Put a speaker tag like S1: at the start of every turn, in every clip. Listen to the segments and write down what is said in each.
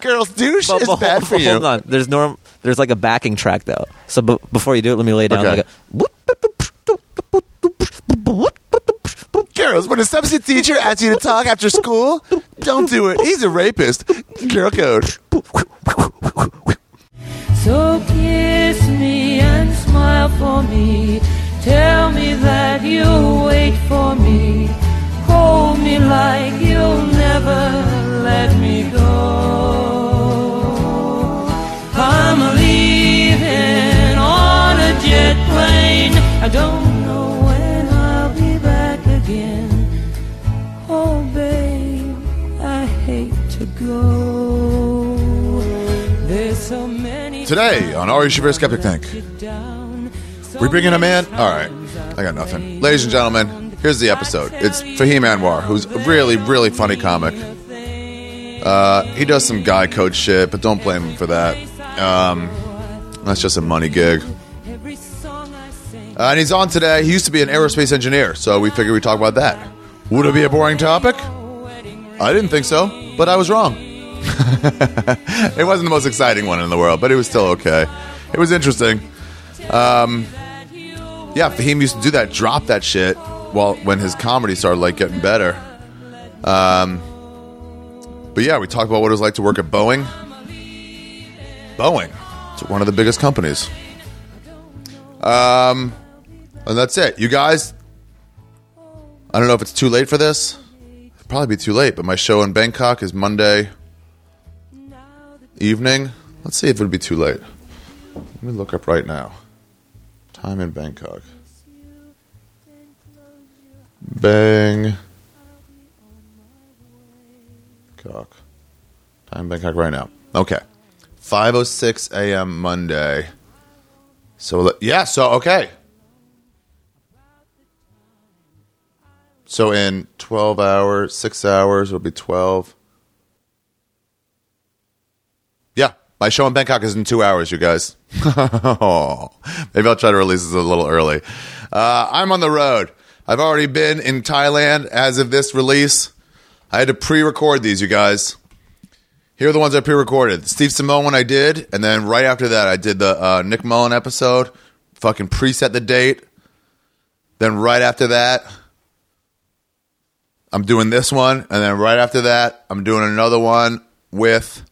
S1: girl's douche
S2: But-
S1: is
S2: but
S1: bad
S2: hold,
S1: for you.
S2: Hold on. There's norm. There's like a backing track though. So b- before you do it, let me lay down
S1: Okay.
S2: like a.
S1: Girls, when a substitute teacher asks you to talk after school, don't do it. He's a rapist. Girl code.
S3: So kiss me and smile for me. Tell me that you'll wait for me. Hold me like you'll never let me go. I'm leaving on a jet plane. I don't know when I'll be back again. Oh, babe, I hate to go. There's so many.
S1: Today on Ari Shaver Skeptic Tank, we bring in a man. All right, I got nothing. Ladies and gentlemen, here's the episode. It's Fahim Anwar, who's a really, really funny comic. Uh, he does some guy code shit, but don't blame him for that. Um, that's just a money gig. Uh, and he's on today. He used to be an aerospace engineer, so we figured we'd talk about that. Would it be a boring topic? I didn't think so, but I was wrong. it wasn't the most exciting one in the world, but it was still okay. It was interesting. Um, yeah, Fahim used to do that, drop that shit while when his comedy started like getting better. Um, but yeah, we talked about what it was like to work at Boeing. Boeing, it's one of the biggest companies. Um, and that's it. You guys, I don't know if it's too late for this. It'd probably be too late, but my show in Bangkok is Monday evening. Let's see if it'd be too late. Let me look up right now. Time in Bangkok. Bang. Cock. Time in Bangkok right now. Okay. 5:06 a.m. Monday. So le- yeah, so okay. So in 12 hours, 6 hours it'll be 12. Yeah, my show in Bangkok is in two hours, you guys. Maybe I'll try to release this a little early. Uh, I'm on the road. I've already been in Thailand as of this release. I had to pre record these, you guys. Here are the ones I pre recorded Steve Simone one I did, and then right after that, I did the uh, Nick Mullen episode. Fucking preset the date. Then right after that, I'm doing this one, and then right after that, I'm doing another one with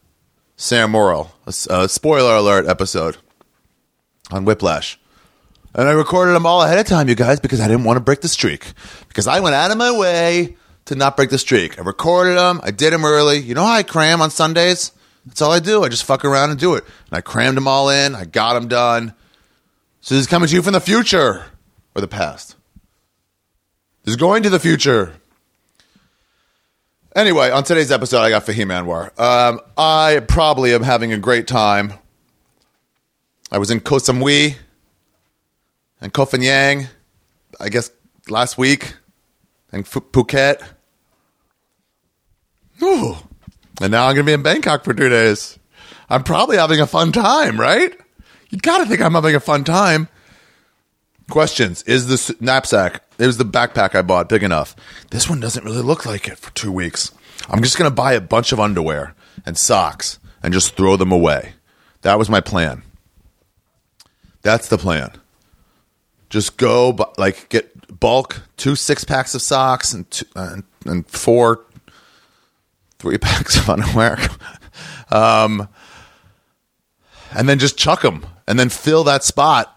S1: Sam Morrill, a, s- a spoiler alert episode on Whiplash. And I recorded them all ahead of time, you guys, because I didn't want to break the streak. Because I went out of my way to not break the streak. I recorded them, I did them early. You know how I cram on Sundays? That's all I do. I just fuck around and do it. And I crammed them all in, I got them done. So this is coming to you from the future or the past. This is going to the future. Anyway, on today's episode, I got Fahim Anwar. Um, I probably am having a great time. I was in Koh Samui and Koh Phangan, I guess last week, and Phu- Phuket. Ooh. And now I'm going to be in Bangkok for two days. I'm probably having a fun time, right? You got to think I'm having a fun time. Questions: Is this knapsack? It was the backpack I bought big enough. This one doesn't really look like it for two weeks. I'm just gonna buy a bunch of underwear and socks and just throw them away. That was my plan. That's the plan. Just go, bu- like, get bulk two six packs of socks and two, and, and four three packs of underwear, um, and then just chuck them, and then fill that spot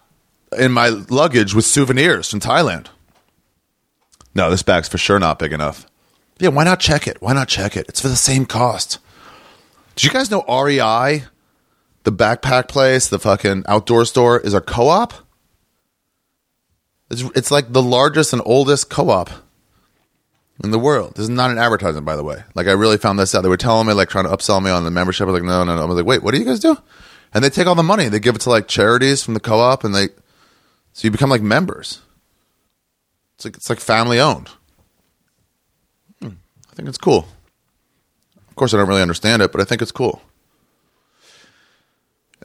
S1: in my luggage with souvenirs from Thailand. No, this bag's for sure not big enough. Yeah, why not check it? Why not check it? It's for the same cost. Did you guys know REI, the backpack place, the fucking outdoor store, is a co-op? It's, it's like the largest and oldest co-op in the world. This is not an advertisement, by the way. Like I really found this out. They were telling me, like trying to upsell me on the membership. I was like, no, no, no. I was like, wait, what do you guys do? And they take all the money. They give it to like charities from the co-op, and they so you become like members. It's like it's like family owned. Hmm. I think it's cool. Of course, I don't really understand it, but I think it's cool.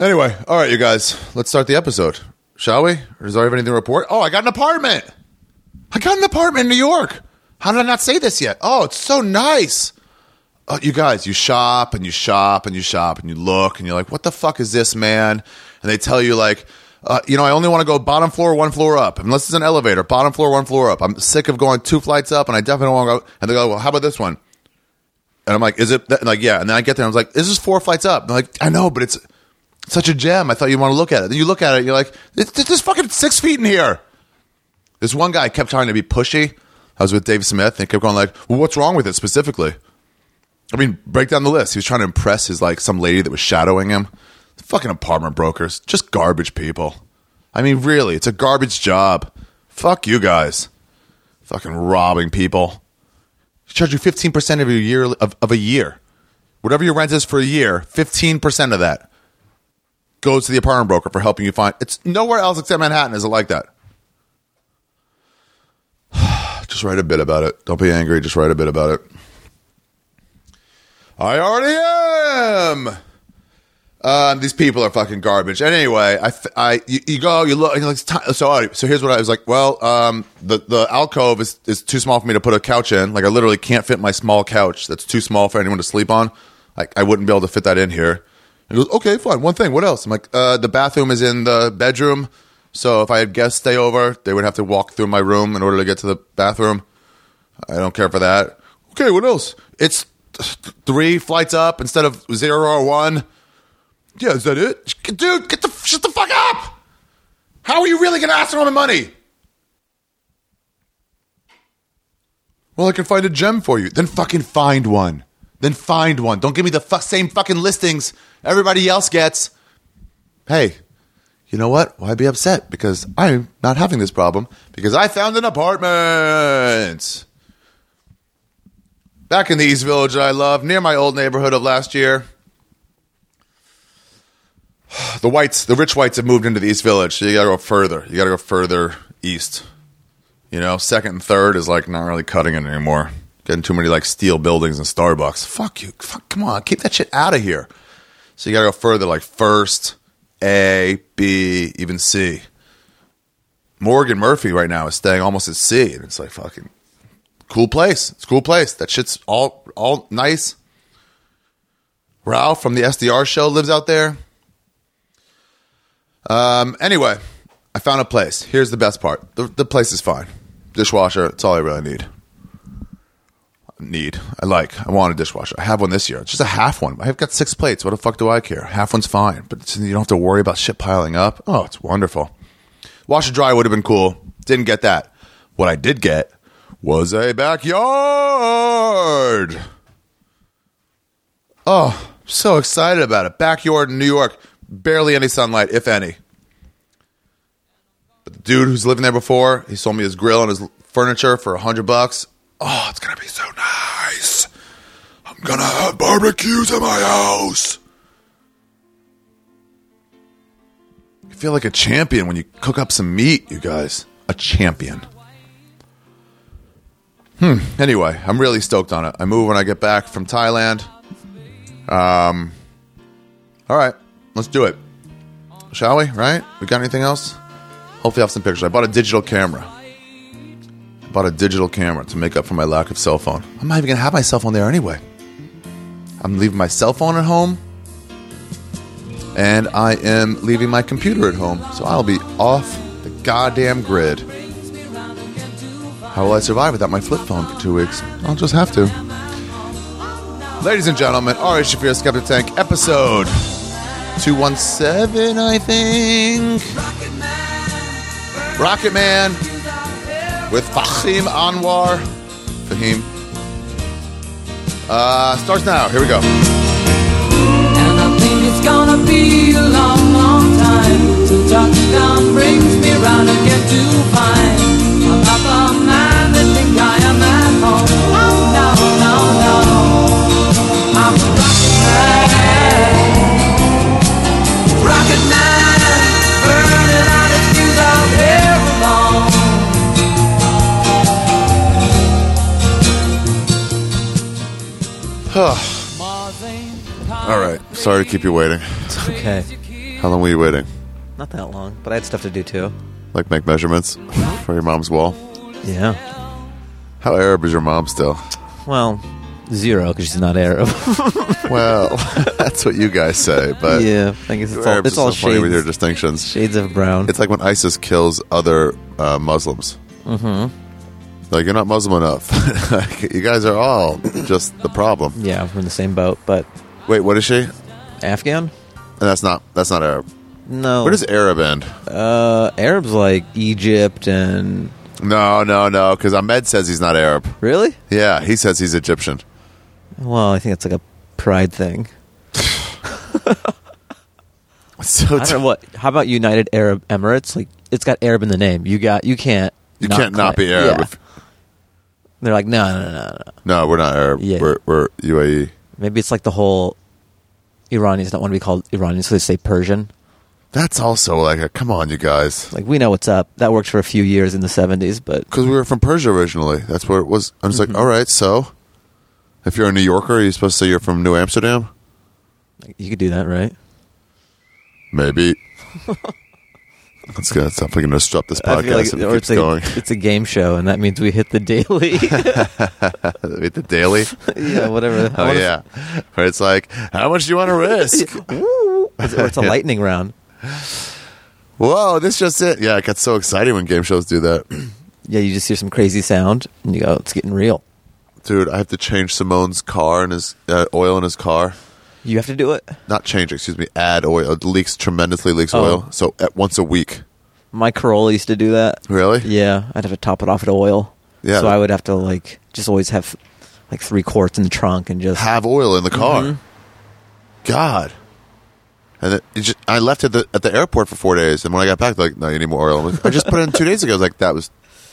S1: Anyway, all right, you guys, let's start the episode, shall we? Or does I have anything to report? Oh, I got an apartment. I got an apartment in New York. How did I not say this yet? Oh, it's so nice. oh, you guys, you shop and you shop and you shop and you look and you're like, what the fuck is this, man? And they tell you like, uh, you know, I only want to go bottom floor, one floor up, unless it's an elevator, bottom floor, one floor up. I'm sick of going two flights up, and I definitely don't want to go. And they go, well, how about this one? And I'm like, is it that? and like, yeah. And then I get there, and I was like, this is four flights up. And I'm like, I know, but it's such a gem. I thought you want to look at it. Then you look at it, you're like, it's, it's just fucking six feet in here. This one guy kept trying to be pushy. I was with Dave Smith, and he kept going like, well, what's wrong with it specifically? I mean, break down the list. He was trying to impress his like some lady that was shadowing him. Fucking apartment brokers, just garbage people. I mean, really, it's a garbage job. Fuck you guys. Fucking robbing people. They charge you fifteen percent of your year of, of a year. Whatever your rent is for a year, fifteen percent of that goes to the apartment broker for helping you find. It's nowhere else except Manhattan is it like that. just write a bit about it. Don't be angry. Just write a bit about it. I already am. Um, these people are fucking garbage. And anyway, I, f- I- you, you go, you look, and you're like, it's ti- so, all right, so here's what I was like. Well, um, the, the alcove is, is too small for me to put a couch in. Like I literally can't fit my small couch. That's too small for anyone to sleep on. Like I wouldn't be able to fit that in here. He goes, okay, fine. One thing. What else? I'm like, uh, the bathroom is in the bedroom. So if I had guests stay over, they would have to walk through my room in order to get to the bathroom. I don't care for that. Okay, what else? It's th- three flights up instead of zero or one. Yeah, is that it? Dude, get the shut the fuck up! How are you really gonna ask for my money? Well, I can find a gem for you. Then fucking find one. Then find one. Don't give me the fu- same fucking listings everybody else gets. Hey, you know what? Why be upset? Because I'm not having this problem because I found an apartment back in the East Village that I love, near my old neighborhood of last year. The whites, the rich whites, have moved into the East Village, so you got to go further. You got to go further east. You know, second and third is like not really cutting it anymore. Getting too many like steel buildings and Starbucks. Fuck you. Fuck, come on, keep that shit out of here. So you got to go further, like first, A, B, even C. Morgan Murphy right now is staying almost at C, and it's like fucking cool place. It's a cool place. That shit's all all nice. Ralph from the SDR show lives out there. Um, anyway, I found a place. Here's the best part. The, the place is fine. Dishwasher, it's all I really need. Need. I like. I want a dishwasher. I have one this year. It's just a half one. I've got six plates. What the fuck do I care? Half one's fine, but it's- you don't have to worry about shit piling up. Oh, it's wonderful. Wash and dry would have been cool. Didn't get that. What I did get was a backyard. Oh, so excited about it. Backyard in New York. Barely any sunlight, if any. But the dude who's living there before, he sold me his grill and his furniture for a hundred bucks. Oh, it's gonna be so nice. I'm gonna have barbecues in my house. You feel like a champion when you cook up some meat, you guys. A champion. Hmm. Anyway, I'm really stoked on it. I move when I get back from Thailand. Um. All right, let's do it, shall we? Right? We got anything else? Hopefully, I have some pictures. I bought a digital camera. I bought a digital camera to make up for my lack of cell phone. I'm not even gonna have my cell phone there anyway. I'm leaving my cell phone at home and I am leaving my computer at home, so I'll be off the goddamn grid. How will I survive without my flip phone for two weeks? I'll just have to. Ladies and gentlemen, R.A. Shafir Skeptic Tank, episode 217, I think. Rocket Man with Fahim Anwar. Fahim. Uh, starts now. Here we go.
S4: And I think it's gonna be a long, long time till touchdown brings me round again to find I'm not the man that think I am at home. Oh, no, no, no. I'm a rocket man. Rocket man, burning out its fuse out here alone.
S1: All right. Sorry to keep you waiting.
S2: It's okay.
S1: How long were you waiting?
S2: Not that long, but I had stuff to do too.
S1: Like make measurements for your mom's wall.
S2: Yeah.
S1: How Arab is your mom still?
S2: Well, Zero, because she's not Arab.
S1: Well, that's what you guys say, but
S2: yeah, I think it's, it's all,
S1: Arabs
S2: it's
S1: are
S2: all
S1: so funny with your
S2: shades,
S1: distinctions.
S2: shades of brown.
S1: It's like when ISIS kills other uh, Muslims. Mm-hmm. Like you're not Muslim enough. like, you guys are all just the problem.
S2: yeah, we're in the same boat, but
S1: Wait, what is she? And
S2: Afghan?
S1: that's not that's not Arab.
S2: No.
S1: Where does Arab end?
S2: uh, Arabs like Egypt and
S1: No, no, no. Because Ahmed says he's not Arab.
S2: really?
S1: Yeah, he says he's Egyptian.
S2: Well, I think that's like a pride thing.
S1: So
S2: I don't know what. How about United Arab Emirates? Like it's got Arab in the name. You got you can't
S1: you can't not
S2: claim-
S1: be Arab.
S2: Yeah.
S1: If,
S2: They're like no, no, no, no, no.
S1: no, we're not Arab.
S2: Yeah.
S1: We're we're E. UAE.
S2: Maybe it's like the whole Iranians don't want to be called Iranians, so they say Persian.
S1: That's also like a come on, you guys.
S2: Like we know what's up. That worked for a few years in the seventies, but
S1: because we were from Persia originally. That's where it was. I'm just
S2: Mm-hmm.
S1: like, all right, so if you're a New Yorker, are you supposed to say you're from New Amsterdam?
S2: you could do that, right?
S1: Maybe. That's good. That's definitely going to disrupt this
S2: I feel
S1: podcast if it
S2: or
S1: keeps
S2: it's a,
S1: going.
S2: it's a game show, and that means we hit the daily.
S1: Wait, the daily?
S2: yeah, whatever. I
S1: Oh,
S2: wanna-
S1: yeah. Where it's like, how much do you want to risk?
S2: Woo. It's, or it's a lightning round.
S1: Whoa, this just it. Yeah, it got so exciting when game shows do that.
S2: Yeah, you just hear some crazy sound, and you go, "It's getting real."
S1: Dude, I have to change Simone's car and his uh, oil in his car.
S2: You have to do it.
S1: Not change, excuse me, add oil. It leaks tremendously, leaks
S2: Oh.
S1: oil. So at once a week.
S2: My Corolla used to do that.
S1: Really?
S2: Yeah, I'd have to top it off at oil.
S1: Yeah.
S2: So I would have to like just always have like three quarts in the trunk and just
S1: have oil in the car.
S2: Mm-hmm.
S1: God. And it, it just, I left at the at the airport for four days, and when I got back, they're like, no, you need more oil. I'm like, I just put it in two days ago. I was like, that was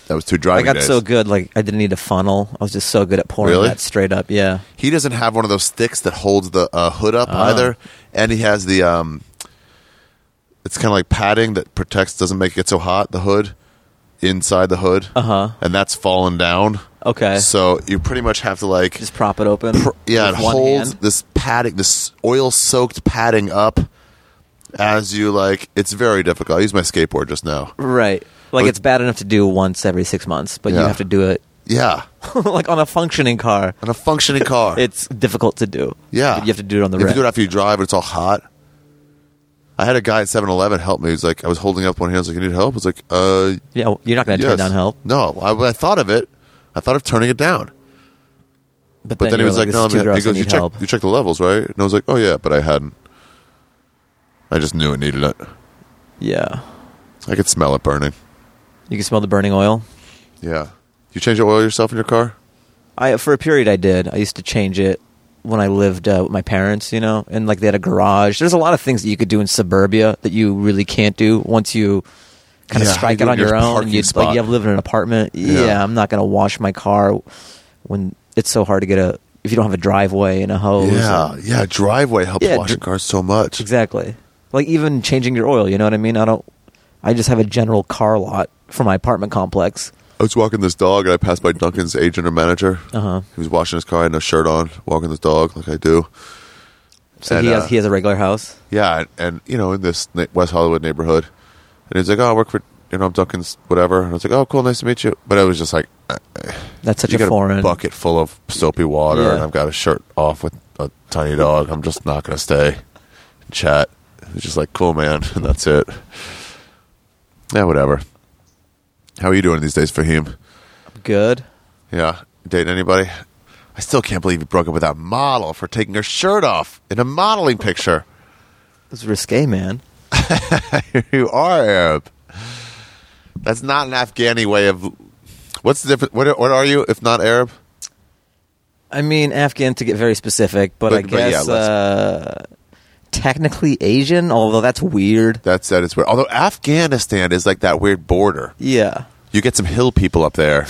S1: that was too dry.
S2: I got so good like I didn't need a funnel. I was just so good at pouring
S1: Really?
S2: that straight up. Yeah.
S1: He doesn't have one of those sticks that holds the uh, hood up
S2: Ah.
S1: either, and he has the um. It's kind of like padding that protects, doesn't make it get so hot. The hood inside the hood,
S2: Uh-huh.
S1: and that's fallen down.
S2: Okay.
S1: So you pretty much have to like
S2: just prop it open.
S1: pr- yeah, it
S2: with one
S1: holds
S2: hand.
S1: this padding, this oil-soaked padding up as you like. It's very difficult. I use my skateboard just now.
S2: Right. Like
S1: But-
S2: it's bad enough to do once every six months, but you
S1: Yeah.
S2: have to do it
S1: Yeah,
S2: like on a functioning car.
S1: on a functioning car.
S2: It's difficult to do.
S1: yeah,
S2: But you have to do it on the
S1: If you
S2: red.
S1: do it after you drive, it's all hot. I had a guy at 7-Eleven help me. He's like, I was holding up one hand. I was like, "You need help?" I was like, "Uh,
S2: yeah, well, you're not going to
S1: yes."
S2: turn down help.
S1: No, I, I thought of it. I thought of turning it down.
S2: But,
S1: But then, he
S2: you're
S1: was like,
S2: "This
S1: "No,
S2: is too
S1: man."
S2: gross,
S1: he
S2: I
S1: goes, "You
S2: need
S1: check,
S2: help."
S1: you check the levels, right?" And I was like, "Oh yeah," but I hadn't. I just knew it needed it.
S2: Yeah.
S1: I could smell it burning.
S2: You can smell the burning oil.
S1: Yeah. You change the oil yourself in your car?
S2: I for a period I did. I used to change it when I lived uh, with my parents, you know, and like they had a garage. There's a lot of things that you could do in suburbia that you really can't do once you kind of
S1: Yeah,
S2: strike
S1: you
S2: out
S1: do in
S2: on
S1: your
S2: your own.
S1: parking
S2: You
S1: spot.
S2: like you have living in an apartment.
S1: Yeah.
S2: Yeah, I'm not gonna wash my car when it's so hard to get a if you don't have a driveway and a hose.
S1: Yeah.
S2: and-
S1: Yeah. Driveway helps
S2: Yeah,
S1: wash
S2: dr-
S1: your car so much.
S2: exactly. Like even changing your oil, you know what I mean? I don't. I just have a general car lot for my apartment complex.
S1: I was walking this dog and I passed by Duncan's agent or manager.
S2: Uh-huh.
S1: He was washing his car. I had no shirt on, walking this dog like I do.
S2: So
S1: And,
S2: he
S1: uh,
S2: has he has a regular house.
S1: Yeah. And, and you know, in this na- West Hollywood neighborhood. And he's like, oh, I work for, you know, I'm Duncan's whatever. And I was like, oh, cool. Nice to meet you. But I was just like, uh,
S2: That's such
S1: you
S2: a
S1: got a
S2: foreign
S1: bucket full of soapy water
S2: Yeah.
S1: and I've got a shirt off with a tiny dog. I'm just not going to stay and chat. It's just like, cool, man. And that's it. Yeah, whatever. How are you doing these days, Fahim?
S2: good.
S1: Yeah. Dating anybody? I still can't believe you broke up with that model for taking her shirt off in a modeling picture.
S2: It's risque, man.
S1: you are Arab. That's not an Afghani way of. What's the difference? What, are- what are you if not Arab?
S2: I mean, Afghan to get very specific, but,
S1: But-
S2: I
S1: but yeah,
S2: guess
S1: let's-
S2: uh, technically Asian, although that's weird.
S1: That's that is weird. Although Afghanistan is like that weird border.
S2: Yeah.
S1: You get some hill people up there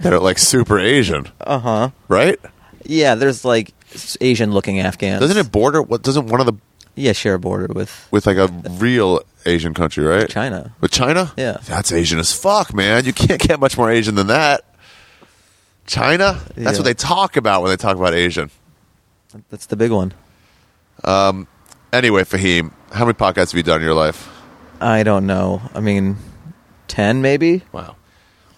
S1: that are like super Asian,
S2: Uh huh.
S1: right?
S2: Yeah, there's like Asian looking Afghans.
S1: Doesn't it border? What doesn't one of the
S2: Yeah, share a border with.
S1: with like a real Asian country, right?
S2: China.
S1: With China?
S2: Yeah.
S1: That's Asian as fuck, man. You can't get much more Asian than that. China? That's
S2: Yeah.
S1: what they talk about when they talk about Asian.
S2: That's the big one.
S1: Anyway, Fahim, how many podcasts have you done in your life?
S2: I don't know. I mean, 10 maybe?
S1: Wow.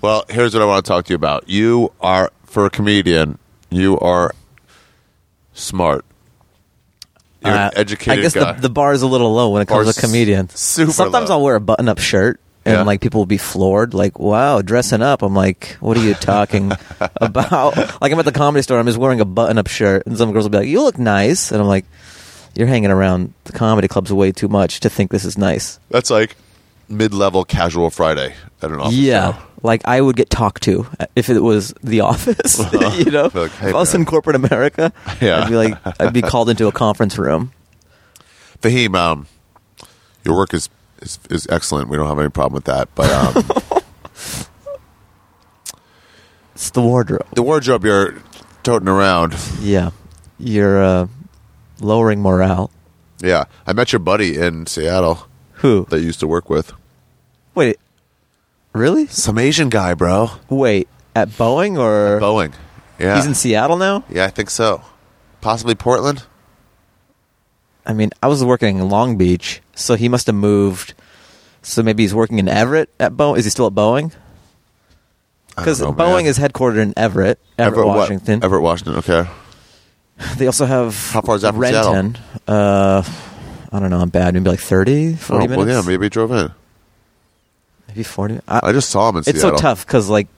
S1: Well, here's what I want to talk to you about. You are, for a comedian, you are smart. You're
S2: Uh,
S1: an educated
S2: I guess
S1: guy.
S2: The, the bar is a little low when it comes
S1: Bar's
S2: to comedians.
S1: super
S2: Sometimes
S1: low.
S2: I'll wear a button-up shirt, and
S1: Yeah.
S2: like people will be floored, like, "Wow, dressing up." I'm like, "What are you talking about?" Like I'm at the comedy store, I'm just wearing a button-up shirt, and some girls will be like, "You look nice," and I'm like, "You're hanging around the comedy clubs way too much to think this is nice."
S1: That's like mid-level casual Friday at an office.
S2: yeah.
S1: job.
S2: Like I would get talked to if it was The Office, you know.
S1: Like, hey,
S2: if I was
S1: man.
S2: in corporate America,
S1: Yeah.
S2: I'd be like, I'd be called into a conference room.
S1: Fahim, um, your work is, is is excellent. We don't have any problem with that. But um,
S2: It's the wardrobe.
S1: the wardrobe you're toting around,
S2: Yeah, you're uh, lowering morale.
S1: yeah. I met your buddy in Seattle
S2: Who?
S1: that you used to work with.
S2: Wait, really?
S1: Some Asian guy, bro.
S2: Wait, at Boeing or
S1: Boeing. Yeah.
S2: he's in Seattle now?
S1: yeah, I think so. Possibly Portland.
S2: I mean, I was working in Long Beach, so he must have moved. So maybe he's working in Everett at Boeing. Is he still at Boeing?
S1: I don't
S2: Because
S1: know,
S2: Boeing
S1: man.
S2: is headquartered in Everett, Everett,
S1: Everett, what?
S2: Washington.
S1: Everett, Washington. Okay.
S2: They also have
S1: How far is that from
S2: Renton. Uh, I don't know. I'm bad. Maybe like 30, 40
S1: Oh,
S2: minutes.
S1: well, yeah, maybe he drove in.
S2: maybe forty. I,
S1: I just saw him in
S2: it's
S1: Seattle.
S2: so tough because like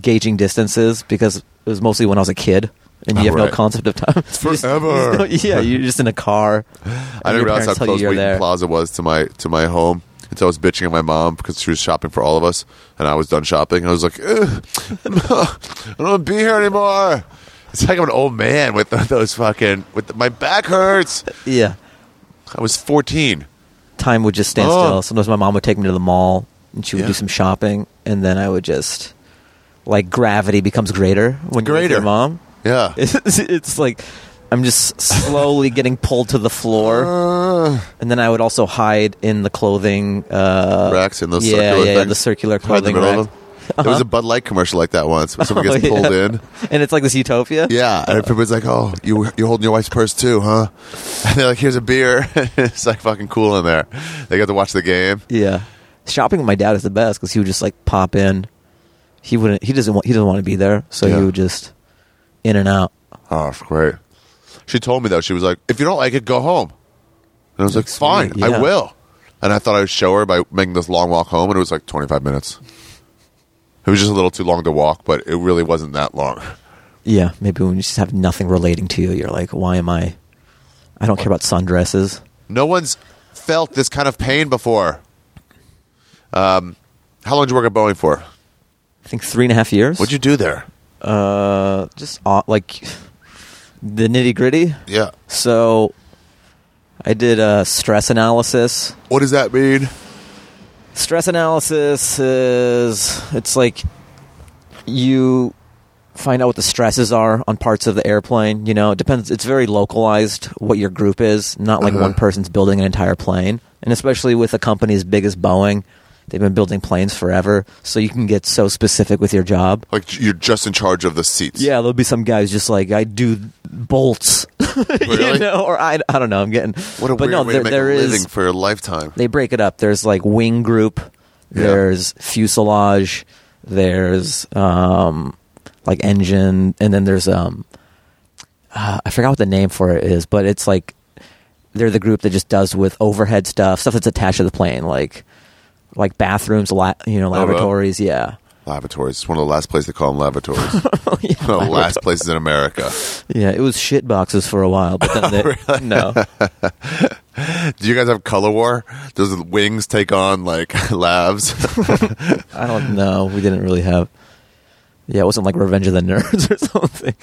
S2: gauging distances because it was mostly when I was a kid and you have no
S1: Right.
S2: concept of time. It's
S1: forever.
S2: yeah, you're just in a car.
S1: I didn't realize how close
S2: you
S1: Wheaton Plaza was to my to my home. And so I was bitching at my mom because she was shopping for all of us, and I was done shopping. I was like, "Ugh, I don't want to be here anymore. It's like I'm an old man with those fucking. With my back hurts.
S2: Yeah,
S1: I was 14.
S2: time would just stand
S1: Oh.
S2: still. Sometimes my mom would take me to the mall and she would
S1: Yeah.
S2: do some shopping, and then I would just like gravity becomes greater when you're with
S1: Greater.
S2: your mom.
S1: Yeah.
S2: It's, it's like I'm just slowly getting pulled to the floor,
S1: Uh,
S2: and then I would also hide in the clothing uh,
S1: racks and those
S2: yeah,
S1: circular
S2: yeah, yeah,
S1: things.
S2: the circular
S1: Right in the
S2: clothing
S1: middle of
S2: rack. Uh-huh.
S1: them. There was a Bud Light commercial like that once where someone
S2: Oh,
S1: gets
S2: yeah.
S1: pulled in.
S2: and it's like this utopia.
S1: Yeah, and everybody's like, "Oh, you you're holding your wife's purse too, huh?" And they're like, "Here's a beer." it's like fucking cool in there. They got to watch the game.
S2: yeah. Shopping with my dad is the best because he would just like pop in. He wouldn't. He doesn't want. He doesn't want to be there, so
S1: Yeah.
S2: he would just in and out.
S1: Oh, it's great. She told me though. She was like, "If you don't like it, go home." And I was like, "Fine,
S2: sweet, yeah.
S1: I will." And I thought I would show her by making this long walk home, and it was like 25 minutes. It was just a little too long to walk, but it really wasn't that long.
S2: Yeah, maybe when you just have nothing relating to you, you're like, why am I? I don't care about sundresses.
S1: No one's felt this kind of pain before. Um, how long did you work at Boeing for?
S2: I think three and a half years.
S1: What'd you do there?
S2: Uh, just uh, like the nitty gritty.
S1: Yeah.
S2: So I did uh, stress analysis.
S1: What does that mean?
S2: stress analysis is it's like you find out what the stresses are on parts of the airplane you know it depends it's very localized what your group is not
S1: Uh-huh.
S2: like one person's building an entire plane and especially with a company as big as boeing they've been building planes forever so you can get so specific with your job
S1: Like you're just in charge of the seats.
S2: yeah, there'll be some guys just like I do bolts, you
S1: Really?
S2: know, or I, I don't know. I'm getting
S1: What a
S2: but
S1: weird
S2: no,
S1: way
S2: there,
S1: to make
S2: there
S1: a
S2: is-
S1: living for a lifetime.
S2: they break it up. There's like wing group, there's fuselage, there's um, like engine, and then there's um, uh, I forgot what the name for it is, but it's like they're the group that just does with overhead stuff, stuff that's attached to the plane, like like bathrooms, la- you know,
S1: wow.
S2: laboratories. Yeah,
S1: Laboratories. It's one of the last places they call them laboratories.
S2: Oh, yeah,
S1: one of the last places in America.
S2: yeah. It was shit boxes for a while, but then they, no,
S1: Do you guys have color war? Does the wings take on like labs?
S2: I don't know. We didn't really have. Yeah, it wasn't like Revenge of the Nerds or something.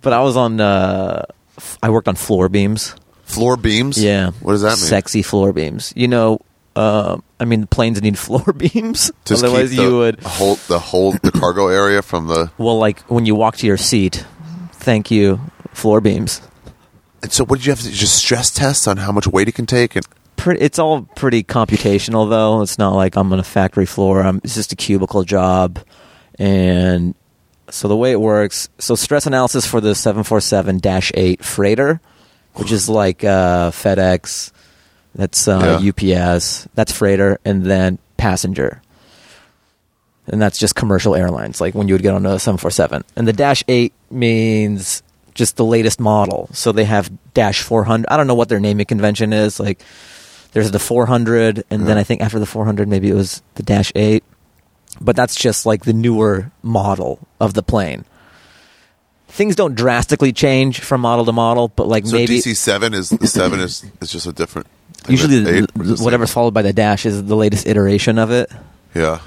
S2: But I was on. Uh, f- I worked on floor beams.
S1: Floor beams?
S2: Yeah.
S1: What does that mean?
S2: Sexy floor beams. You know, um I mean, planes need floor beams.
S1: Just
S2: Otherwise,
S1: keep the,
S2: you would.
S1: hold the hold the cargo area from the.
S2: Well, like when you walk to your seat, thank you, floor beams.
S1: And so, what did you have to just stress test on how much weight it can take? And
S2: Pre- It's all pretty computational, though. It's not like I'm on a factory floor. I'm, it's just a cubicle job, and so the way it works. So stress analysis for the 747-8 freighter, which is like uh, FedEx, that's uh, UPS, that's freighter, and then passenger, and that's just commercial airlines, like when you would get on a 747. And the dash eight means just the latest model. So they have dash 400. I don't know what their naming convention is. Like there's the 400 and then I think after the 400 maybe it was the dash 8. But that's just like the newer model of the plane. Things don't drastically change from model to model, but like
S1: So
S2: maybe
S1: DC seven is the seven is is just a different. thing
S2: usually
S1: than
S2: the,
S1: eight, or is it the same?
S2: whatever's followed by the dash is the latest iteration of it.
S1: Yeah. Man, I don't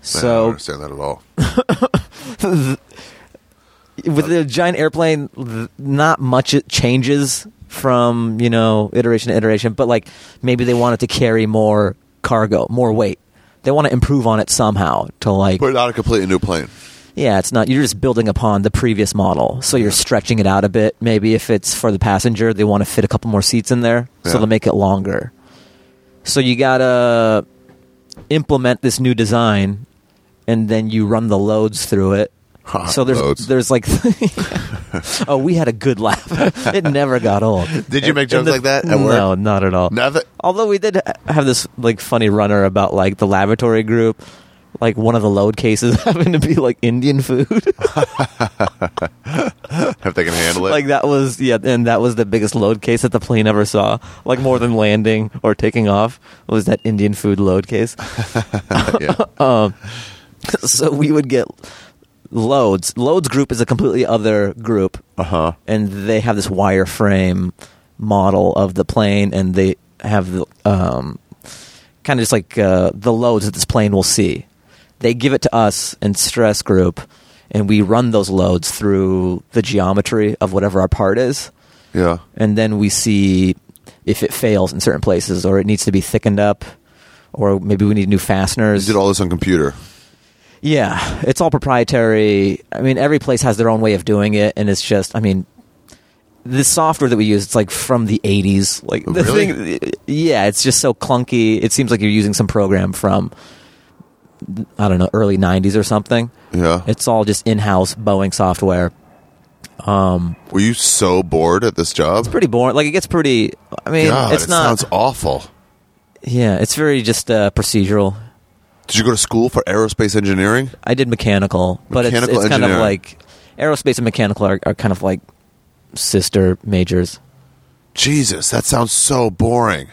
S2: So
S1: understand that at all.
S2: with the giant airplane, th- not much it changes from you know iteration to iteration. But like maybe they want it to carry more cargo, more weight. They want to improve on it somehow to like
S1: But not a completely new plane.
S2: yeah, it's not you're just building upon the previous model, so you're stretching it out a bit. Maybe if it's for the passenger, they want to fit a couple more seats in there, so
S1: Yeah.
S2: they'll make it longer. So you gotta implement this new design, and then you run the loads through it. So there's
S1: Loads.
S2: there's like, oh, we had a good laugh. it never got old.
S1: Did you make
S2: And
S1: jokes like that at work?
S2: no, not at all.
S1: Nothing.
S2: Although we did have this like funny runner about like the lavatory group, like one of the load cases happened to be like Indian food.
S1: If they can handle it.
S2: like that was yeah, and that was the biggest load case that the plane ever saw. Like more than landing or taking off was that Indian food load case.
S1: yeah.
S2: Um, so we would get loads. Loads group is a completely other group,
S1: Uh huh.
S2: and they have this wireframe model of the plane, and they have the um, kind of just like uh, the loads that this plane will see. They give it to us in stress group, and we run those loads through the geometry of whatever our part is,
S1: Yeah.
S2: and then we see if it fails in certain places or it needs to be thickened up. Or maybe we need new
S1: You
S2: fasteners.
S1: did all this on computer.
S2: Yeah, it's all proprietary. I mean, every place has their own way of doing it, and it's just, I mean, the software that we use, it's like from the '80s. Like the
S1: Really?
S2: thing, yeah, it's just so clunky. It seems like you're using some program from, I don't know, early '90s or something.
S1: Yeah.
S2: It's all just in-house Boeing software.
S1: Were you so bored at this job?
S2: Pretty boring. Like it gets pretty. I mean,
S1: God,
S2: it's
S1: it
S2: not.
S1: sounds awful.
S2: yeah, it's very just uh, procedural.
S1: Did you go to school for aerospace engineering?
S2: I did mechanical, but
S1: Mechanical
S2: it's, it's kind of
S1: engineering.
S2: like aerospace and mechanical are, are kind of like sister majors.
S1: Jesus, that sounds so boring.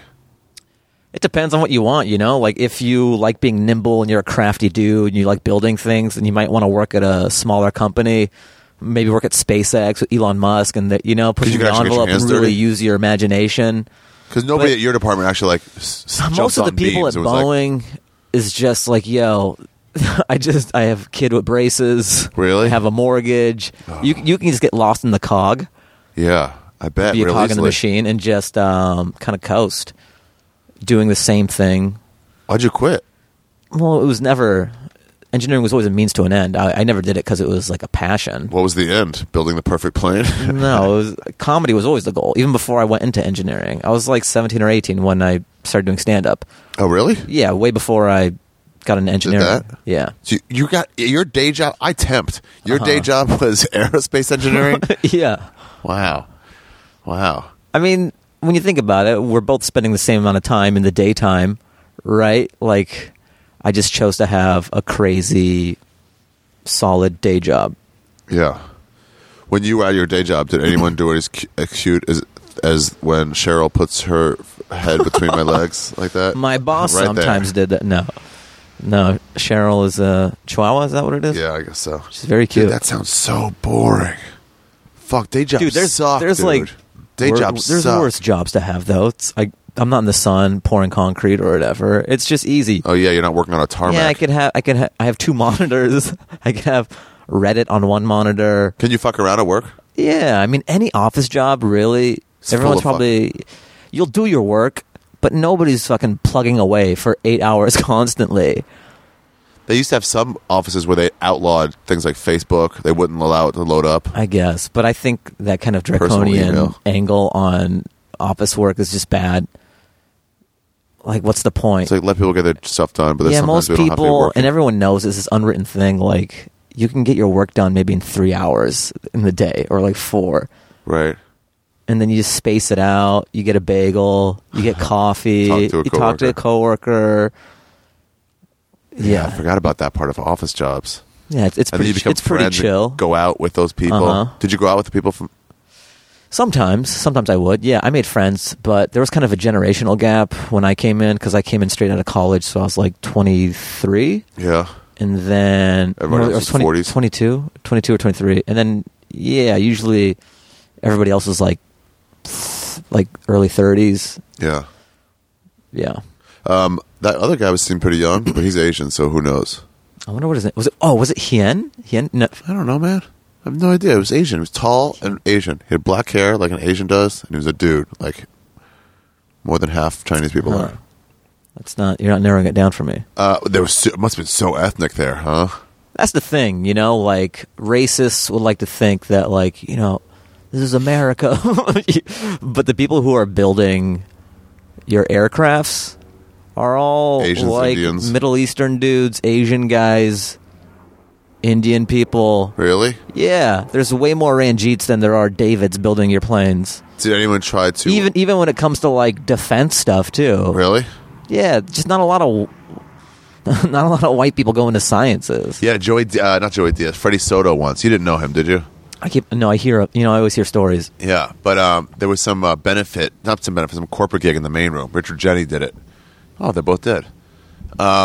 S2: It depends on what you want, you know. Like if you like being nimble and you're a crafty dude and you like building things, and you might want to work at a smaller company, maybe work at SpaceX with Elon Musk, and that you know pushing
S1: you can
S2: the
S1: actually get your
S2: envelope and
S1: hands
S2: really
S1: dirty.
S2: use your imagination.
S1: Because nobody
S2: But-
S1: at your department actually like s- s-
S2: Most
S1: jumped
S2: of the
S1: on
S2: people
S1: beams.
S2: at
S1: It was like,
S2: Boeing is just like, yo, I just I have a kid with braces.
S1: Really? Oh.
S2: I have a mortgage. You you can just get lost in the cog.
S1: yeah, I bet.
S2: be a
S1: real
S2: cog in the
S1: easily.
S2: machine and just um, kind of coast, doing the same thing.
S1: Why'd you quit?
S2: Well, it was never engineering was always a means to an end. I, I never did it because it was like a passion.
S1: What was the end? Building the perfect plane?
S2: no, it was, comedy was always the goal. Even before I went into engineering, I was like seventeen or eighteen when I started doing stand up.
S1: oh, really?
S2: Yeah, way before I got into engineering.
S1: that?
S2: Yeah.
S1: So you, you got your day job. I temped. Your day
S2: Uh-huh.
S1: job was aerospace engineering.
S2: yeah.
S1: wow, wow.
S2: I mean, when you think about it, we're both spending the same amount of time in the daytime, right? Like, I just chose to have a crazy, solid day job.
S1: Yeah. When you were at your day job, did anyone do it as, cu- as cute as as when Cheryl puts her head between my legs like that?
S2: My boss
S1: Right there.
S2: sometimes did that. No, no. Cheryl is a Chihuahua. Is that what it is?
S1: Yeah, I guess so.
S2: she's very cute.
S1: Dude, that sounds so boring. Fuck, day jobs
S2: dude, there's
S1: suck,
S2: there's
S1: dude.
S2: like
S1: day
S2: wor-
S1: jobs
S2: There's
S1: suck.
S2: worse jobs to have though. It's like I'm not in the sun pouring concrete or whatever. It's just easy.
S1: Oh yeah, you're not working on a tarmac.
S2: yeah, I could have. I could. Ha- I have two monitors. I could have Reddit on one monitor.
S1: Can you fuck around at work?
S2: Yeah, I mean, any office job really.
S1: It's full
S2: everyone's
S1: of fuck.
S2: probably you'll do your work, but nobody's fucking plugging away for eight hours constantly.
S1: They used to have some offices where they outlawed things like Facebook. They wouldn't allow it to load up.
S2: I guess, but I think that kind of
S1: Personal
S2: draconian
S1: email.
S2: angle on office work is just bad. Like, what's the point?
S1: It's like let people get their stuff done, but then
S2: yeah,
S1: sometimes
S2: most
S1: we don't have to be
S2: people
S1: working.
S2: and everyone knows this is unwritten thing. Like, you can get your work done maybe in three hours in the day, or like four.
S1: right.
S2: and then you just space it out. You get a bagel, you get coffee,
S1: Talk to a
S2: you talk
S1: coworker.
S2: to a coworker.
S1: I
S2: Yeah,
S1: forgot about that part of office jobs.
S2: yeah, Yeah, it's, it's
S1: And then
S2: pretty,
S1: you become
S2: it's pretty
S1: friends and
S2: chill.
S1: Go out with those people.
S2: Uh-huh.
S1: Did you go out with the people from?
S2: Sometimes, sometimes I would. Yeah, I made friends, but there was kind of a generational gap when I came in because I came in straight out of college, so I was like 23,
S1: Yeah,
S2: and then
S1: Everyone
S2: no, I
S1: else
S2: was
S1: was 40s.
S2: 22, 22 or 23, and then yeah, usually everybody else was like like early 30s.
S1: yeah.
S2: Yeah,
S1: Um, that other guy was seemed pretty young, but he's Asian, so who knows?
S2: I wonder what his name was. It oh, was it Hien? Hien? No,
S1: I don't know, man. I have no idea. It was Asian. It was tall and Asian. He had black hair like an Asian does, and he was a dude. Like more than half Chinese people
S2: Huh.
S1: are.
S2: that's not. You're not narrowing it down for me.
S1: Uh, there was so, it must have been so ethnic there, huh?
S2: That's the thing, you know, like racists would like to think that like, you know, this is America. but the people who are building your aircrafts are all
S1: Asians,
S2: like
S1: Indians.
S2: Middle Eastern dudes, Asian guys, Indian people.
S1: Really?
S2: Yeah, there's way more Ranjits than there are Davids building your planes.
S1: Did anyone try to
S2: Even even when it comes to like defense stuff too.
S1: really?
S2: Yeah, just not a lot of not a lot of white people going to sciences.
S1: Yeah, Joey. D- Uh, not Joey Diaz. Freddie Soto once. You didn't know him, did you?
S2: I keep no, I hear you know, I always hear stories.
S1: Yeah, but um, there was some uh, benefit, not some benefit, some corporate gig in the main room. Richard Jenny did it. Oh, they're both dead. Um,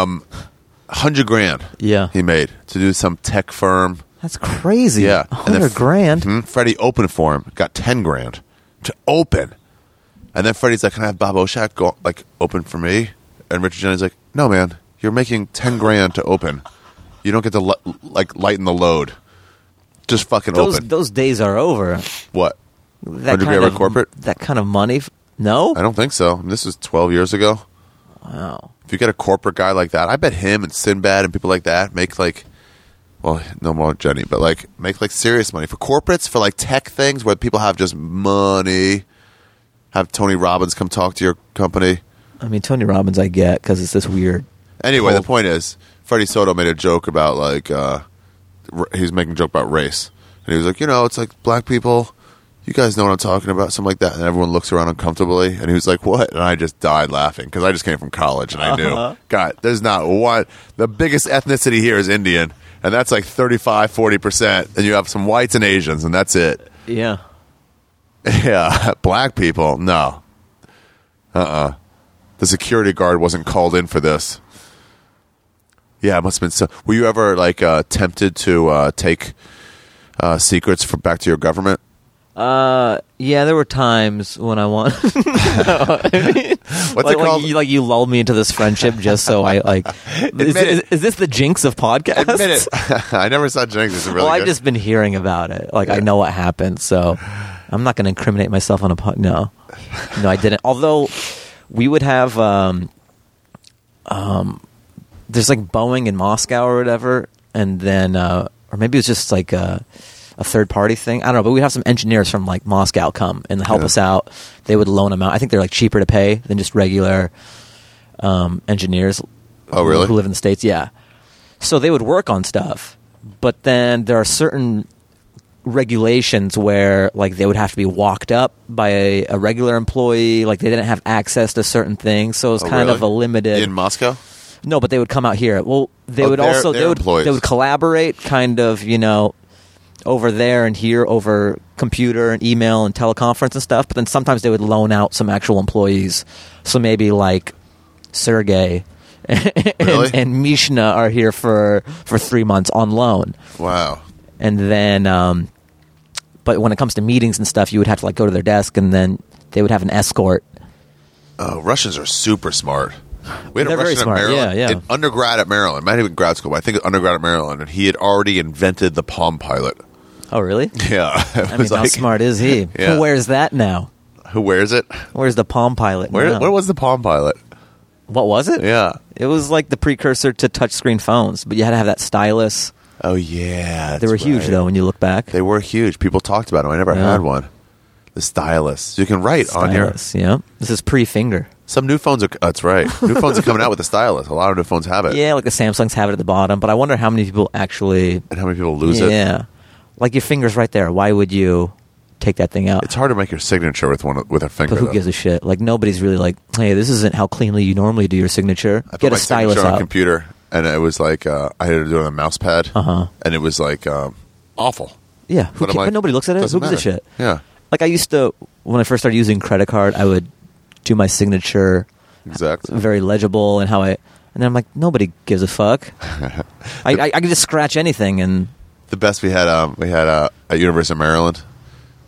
S1: hundred grand.
S2: Yeah.
S1: he made to do some tech firm.
S2: That's crazy.
S1: Yeah,
S2: A
S1: And then
S2: hundred
S1: F-
S2: grand.
S1: Mhm, Freddie opened for him, got ten grand to open, and then Freddie's like, "Can I have Bob Oshak go like open for me?" And Richard Jenny's like, "No, man, you're making ten grand to open. You don't get to li- like lighten the load. Just fucking
S2: Those
S1: open.
S2: those days are over.
S1: what?
S2: That
S1: Hundred
S2: kind
S1: grand
S2: of
S1: on corporate?
S2: That kind of money. f- No.
S1: I don't think so. I mean, this was twelve years ago.
S2: Wow.
S1: if you get a corporate guy like that, I bet him and Sinbad and people like that make like, well, no more Jenny, but like make like serious money for corporates for like tech things where people have just money. Have Tony Robbins come talk to your company.
S2: I mean, Tony Robbins, I get because it's this weird.
S1: Anyway,
S2: Cool.
S1: the point is, Freddie Soto made a joke about like uh, r- he was making a joke about race, and he was like, you know, it's like black people. You guys know what I'm talking about, something like that. And everyone looks around uncomfortably, and he was like, "What?" And I just died laughing because I just came from college and I
S2: Uh-huh.
S1: knew, God, there's not one. The biggest ethnicity here is Indian, and that's like 35, 40 percent, and you have some whites and Asians, and that's it.
S2: Yeah.
S1: Yeah, black people, no. Uh uh The security guard wasn't called in for this. Yeah, it must have been so. Were you ever like uh, tempted to uh, take uh, secrets for back to your government?
S2: Uh, yeah. There were times when I want.
S1: What's
S2: like,
S1: it called?
S2: Like you, like you lulled me into this friendship just so I like. is,
S1: Admit
S2: is,
S1: it.
S2: is this the jinx of podcasts?
S1: Admit it. I never saw Jenks. It's really
S2: well,
S1: good.
S2: I've Oh, just been hearing about it. Like I know what happened, so I'm not going to incriminate myself on a pod. No, no, I didn't. Although we would have, um, um, there's like Boeing in Moscow or whatever, and then, uh, or maybe it was just like a, a third party thing. I don't know, but we have some engineers from like Moscow come and help
S1: Yeah.
S2: us out. They would loan them out. I think they're like cheaper to pay than just regular um, engineers.
S1: Oh, really?
S2: Who live in the states? Yeah. So they would work on stuff, but then there are certain regulations where like they would have to be walked up by a, a regular employee. Like they didn't have access to certain things, so it was
S1: Oh,
S2: kind of a
S1: really?
S2: limited.
S1: in Moscow.
S2: no, but they would come out here. Well, they
S1: Oh,
S2: would
S1: they're-
S2: also they
S1: they're
S2: would
S1: employees.
S2: they would collaborate, kind of you know, over there and here over computer and email and teleconference and stuff. But then sometimes they would loan out some actual employees. So maybe like Sergey and,
S1: Really?
S2: and Mishna are here for for three months on loan
S1: Wow.
S2: and then um, but when it comes to meetings and stuff you would have to like go to their desk and then they would have an escort
S1: Oh, Russians are super smart. We had
S2: They're
S1: a
S2: very
S1: Russian
S2: smart,
S1: at Maryland,
S2: yeah, yeah.
S1: in undergrad at Maryland, not even grad school, but I think undergrad at Maryland, and he had already invented the Palm Pilot.
S2: oh really
S1: Yeah, it
S2: i mean how smart is he
S1: Yeah.
S2: who wears that now
S1: Who wears it?
S2: where's the palm pilot
S1: Where?
S2: now?
S1: Where was the Palm Pilot?
S2: what was it
S1: Yeah.
S2: it was like the precursor to touchscreen phones but you had to have that stylus
S1: Oh yeah,
S2: they were huge though when you look back
S1: They were huge. People talked about them. I never
S2: Yeah.
S1: had one. The stylus. You can write on your.
S2: stylus yeah this is pre-finger
S1: Some new phones are. That's right. New phones are coming out with a stylus. A lot of new phones have it.
S2: yeah like the samsungs have it at the bottom but i wonder how many people actually
S1: And how many people lose it?
S2: yeah like your fingers right there why would you take that thing out
S1: It's hard to make your signature with one with a finger.
S2: But who
S1: though.
S2: gives a shit? Like nobody's really like, hey, this isn't how cleanly you normally do your signature.
S1: I put
S2: Get
S1: my
S2: a stylus
S1: signature on a
S2: out.
S1: computer. and it was like uh, I had to do it on a mouse pad,
S2: Uh-huh.
S1: and it was like um, awful.
S2: Yeah, who
S1: I'm
S2: ca-
S1: like,
S2: but nobody looks at it.
S1: doesn't
S2: Who gives a
S1: matter.
S2: shit?
S1: Yeah,
S2: Like I used to when I first started using credit card, I would do my signature
S1: exactly.
S2: very legible and how I. And then I'm like, nobody gives a fuck. I, I, I can just scratch anything and
S1: The best we had, um, we had uh, at University of Maryland.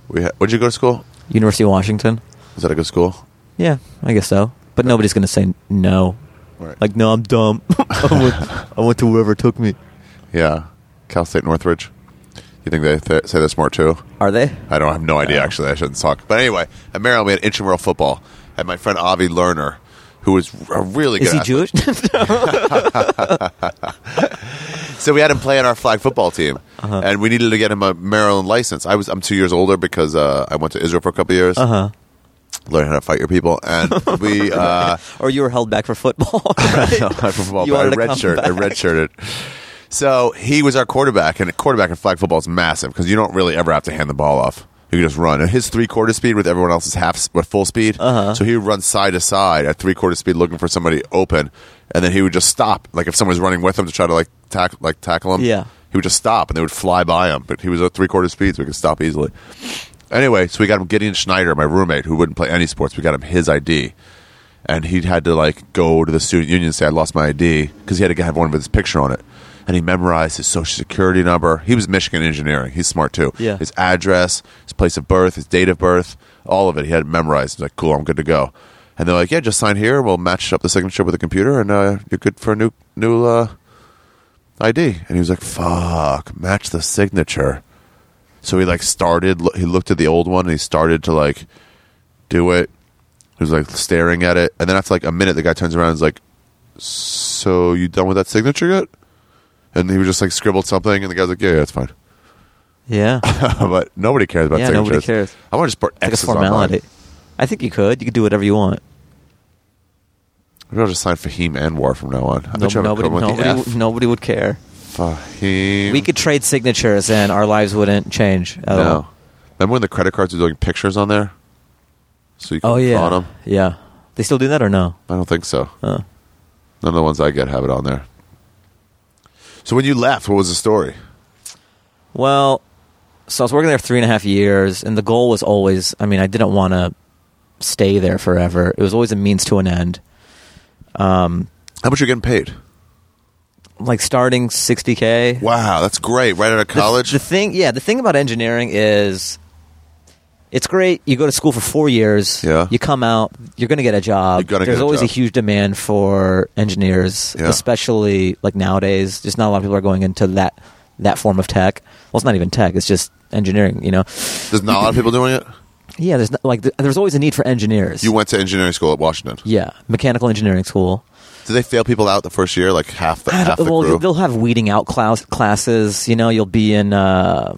S1: We had, would you go to school?
S2: University of Washington.
S1: Is that a good school?
S2: Yeah, I guess so. But nobody's gonna say no.
S1: Right.
S2: Like, no, I'm dumb. I, went, I went to whoever took me.
S1: Yeah, Cal State Northridge. You think they th- say they're smart too?
S2: Are they?
S1: I don't have no idea. Actually, I shouldn't talk. But anyway, at Maryland, we had intramural football. Had my friend Avi Lerner, who was a really good.
S2: Is he
S1: athlete.
S2: Jewish?
S1: So we had him play on our flag football team,
S2: Uh-huh.
S1: and we needed to get him a Maryland license. I was I'm two years older because uh, I went to Israel for a couple years,
S2: uh huh.
S1: learned how to fight your people, and we. Uh,
S2: Or you were held back for football? right?
S1: no, I football,
S2: You
S1: but I
S2: wanted to come
S1: redshirt. I
S2: back.
S1: redshirted. So he was our quarterback, and a quarterback in flag football is massive because you don't really ever have to hand the ball off. You can just run. And his three quarter speed with everyone else's half s- with full speed. Uh-huh. So he would run side to side at three quarter speed, looking for somebody open, and then he would just stop. Like if someone was running with him to try to like tack like tackle him,
S2: Yeah.
S1: he would just stop, and they would fly by him. But he was at three quarter speed, so we could stop easily. Anyway, so we got him Gideon Schneider, my roommate, who wouldn't play any sports. We got him his ID, and he had to like go to the student union and say I lost my ID because he had to have one with his picture on it. And he memorized his social security number. He was Michigan engineering. He's smart too.
S2: Yeah.
S1: His address, his place of birth, his date of birth, all of it. He had it memorized. He's like, cool, I'm good to go. And they're like, yeah, just sign here. We'll match up the signature with the computer, and uh, you're good for a new new uh, ID. And he was like, fuck, match the signature. So he like started. lo- He looked at the old one and he started to like do it. He was like staring at it, and then after like a minute, the guy turns around and is like, "So you done with that signature yet?" And he was just like scribbled something, and the guy's like, "Yeah, yeah, it's fine."
S2: yeah. It's
S1: but nobody cares about
S2: Yeah,
S1: signatures.
S2: nobody cares.
S1: I want to just put
S2: like a
S1: X's
S2: formality.
S1: online.
S2: I think you could. You could do whatever you want.
S1: Maybe I'll just sign Fahim Anwar from now on. I
S2: No-
S1: bet you have
S2: nobody,
S1: a problem
S2: nobody,
S1: with
S2: w- nobody would care.
S1: the F. Fahim.
S2: We could Oh. trade signatures and our lives wouldn't change. At
S1: no.
S2: all.
S1: Remember when the credit cards were doing pictures on there? So you could
S2: Oh yeah.
S1: fraud 'em?
S2: Yeah. They still do that or no?
S1: I don't think so.
S2: Uh,
S1: None of the ones I get have it on there. So when you left, what was the story?
S2: well, so I was working there three and a half years, and the goal was always. I mean, I didn't want to stay there forever. It was always a means to an end. Um,
S1: How much you getting paid?
S2: like starting 60k.
S1: Wow, that's great! Right out of
S2: The-
S1: college.
S2: The, thing, yeah, the thing about engineering is it's great. You go to school for four years.
S1: Yeah.
S2: You come out. You're going to get a job.
S1: You're gonna
S2: There's
S1: get a
S2: always
S1: job.
S2: a huge demand for engineers,
S1: Yeah.
S2: especially like nowadays. Just not a lot of people are going into that that form of tech. Well, it's not even tech. It's just engineering. You know.
S1: There's not a lot of people doing it.
S2: Yeah. There's not, like th- there's always a need for engineers.
S1: You went to engineering school at Washington.
S2: yeah, mechanical engineering school.
S1: Did they fail people out the first year? Like half the
S2: I
S1: half
S2: don't-
S1: the
S2: well,
S1: crew.
S2: they'll have weeding out class, classes. You know, you'll be in, uh,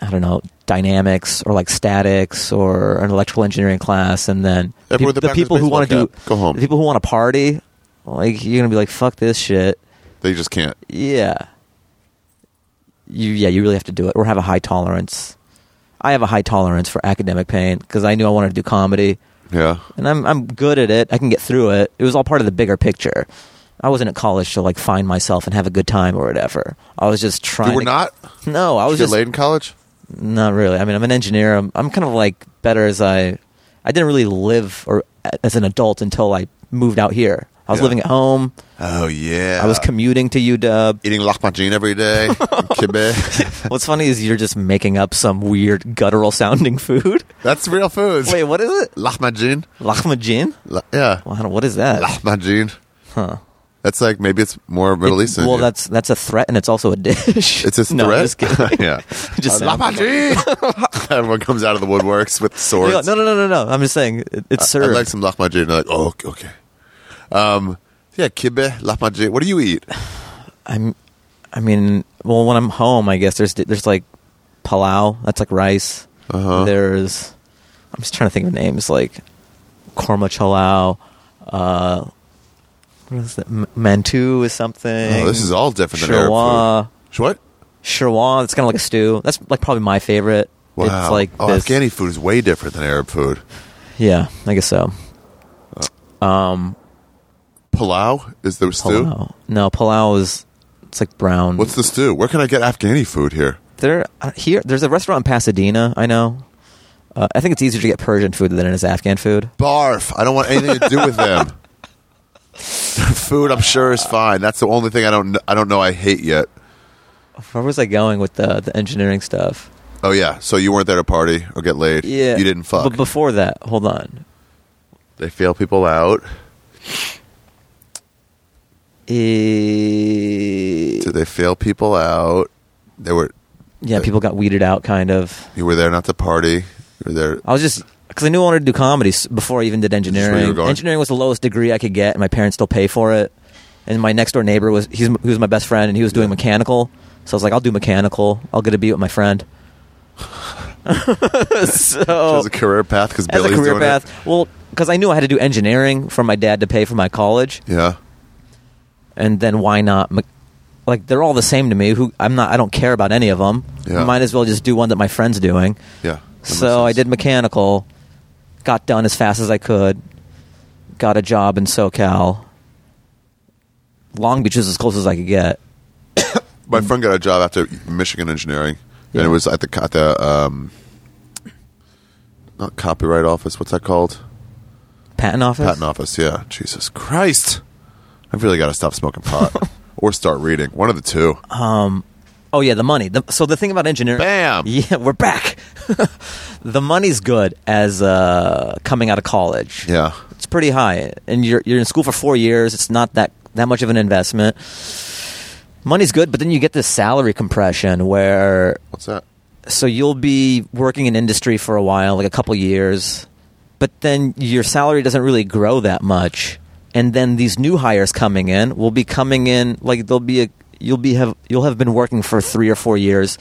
S2: I don't know, dynamics or like statics or an electrical engineering class, and then
S1: Yeah, but
S2: peop-
S1: with the
S2: the
S1: backwards
S2: people who
S1: baseball
S2: want to do
S1: cap, go home.
S2: the people who want to party, like you're gonna be like, fuck this shit.
S1: They just can't.
S2: Yeah, you yeah, you really have to do it or have a high tolerance. I have a high tolerance for academic pain because I knew I wanted to do comedy
S1: Yeah.
S2: and I'm I'm good at it. I can get through it. It was all part of the bigger picture. I wasn't at college to like find myself and have a good time or whatever. I was just trying.
S1: You were
S2: to-
S1: not.
S2: No, I was
S1: Did you get
S2: just
S1: late in college.
S2: not really. I mean, I'm an engineer. I'm I'm kind of like better as I. I didn't really live or as an adult until I moved out here. I was
S1: Yeah.
S2: living at home.
S1: Oh yeah.
S2: I was commuting to UW.
S1: eating lahmacun every day. and kibbeh.
S2: What's funny is you're just making up some weird guttural sounding food.
S1: That's real foods.
S2: Wait, what is it?
S1: lahmacun.
S2: Lahmajin?
S1: La- yeah.
S2: Well, I don't- What is that?
S1: Lahmacun.
S2: Huh.
S1: That's like maybe it's more Middle
S2: It-
S1: Eastern.
S2: Well,
S1: than you.
S2: that's that's a threat, and it's also a dish.
S1: it's a
S2: No, I'm just
S1: threat.
S2: kidding.
S1: yeah.
S2: Just
S1: Uh,
S2: sounds-
S1: lahmacun. Everyone comes out of the woodworks with swords.
S2: Yeah, no, no, no, no, no. I'm just saying it, it's
S1: I'd
S2: served.
S1: like some lahmacun. They're like, oh, okay, okay. Um, yeah, kibbeh, lahmacun. What do you eat? Oh,
S2: I'm, I mean, well, when I'm home, I guess there's there's like palau. That's like rice.
S1: Uh-huh.
S2: There's, I'm just trying to think of names like korma chalau. Uh, what is that? M- mantu is something.
S1: Oh, this is all different than Arab
S2: Shawarma.
S1: food. Sh- What?
S2: Sherwan. It's kind of like a stew. That's like probably my favorite.
S1: Wow.
S2: It's like
S1: oh,
S2: this.
S1: Afghani food is way different than Arab food.
S2: Yeah, I guess so. Um,
S1: Palau? Is there stew?
S2: Palau. No, Palau is it's like brown.
S1: What's the stew? Where can I get Afghani food here?
S2: there uh, here? There's a restaurant in Pasadena. I know. Uh, I think it's easier to get Persian food than it is Afghan food.
S1: Barf. I don't want anything to do with them. Their food, I'm sure, is fine. That's the only thing I don't. kn- I don't know. I hate yet.
S2: Where was I going with the the engineering stuff?
S1: Oh yeah. So you weren't there to party or get laid.
S2: Yeah,
S1: You didn't fuck.
S2: But before that, hold on.
S1: they fail people out.
S2: Eh,
S1: Did they fail people out? They were.
S2: yeah, people got weeded out, kind of.
S1: You were there not to party. You were there.
S2: I was just because I knew I wanted to do comedy s- before I even did
S1: where you were
S2: engineering.
S1: going?
S2: Engineering was the lowest degree I could get, and my parents still pay for it. And my next door neighbor was he's, he was my best friend, and he was doing mechanical. So I was like, I'll do mechanical. I'll get to be with my friend. so
S1: As a career path, because
S2: as Oh. a
S1: Billy's
S2: career
S1: doing
S2: path, well, because I knew I had to do engineering for my dad to pay for my college,
S1: It. Yeah.
S2: and then why not? me- Like they're all the same to me. Who I'm not. I don't care about any of them.
S1: Yeah.
S2: Might as well just do one that my friend's doing.
S1: Yeah. That makes
S2: So I
S1: sense.
S2: did mechanical, got done as fast as I could, got a job in SoCal. Long Beach is as close as I could get.
S1: My friend got a job after Michigan engineering,
S2: Yeah.
S1: and it was at the at the um, not copyright office. What's that called?
S2: Patent office?
S1: Patent office. Yeah. Jesus Christ! I've really got to stop smoking pot or start reading. One of the two.
S2: Oh, yeah, the money. The, so the thing about engineering.
S1: Bam!
S2: Yeah, we're back. the money's good as uh, coming out of college.
S1: Yeah.
S2: It's pretty high. And you're, you're in school for four years, it's not that, that much of an investment. Money's good, but then you get this salary compression where
S1: What's that?
S2: so you'll be working in industry for a while, like a couple years, but then your salary doesn't really grow that much. And then these new hires coming in will be coming in like they'll be a you'll be have you'll have been working for 3 or 4 years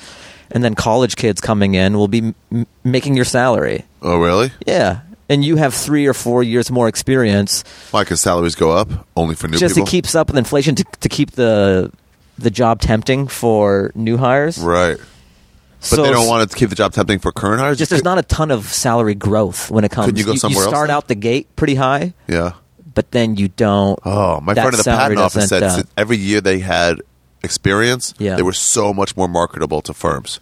S2: and then college kids coming in will be m- making your salary.
S1: Oh, really?
S2: Yeah. And you have 3 or 4 years more experience
S1: Why? Because salaries go up only for new
S2: just
S1: people.
S2: it keeps up with inflation to, to keep the the job tempting for new hires.
S1: right. But they don't want to keep the job tempting for current hires.
S2: just there's not a ton of salary growth when it comes.
S1: Couldn't you go somewhere else
S2: start
S1: then?
S2: out the gate pretty high,
S1: Yeah.
S2: but then you don't.
S1: Oh, my
S2: that
S1: friend at the
S2: salary
S1: patent office said
S2: doesn't, uh,
S1: si- every year they had experience,
S2: Yeah.
S1: they were so much more marketable to firms.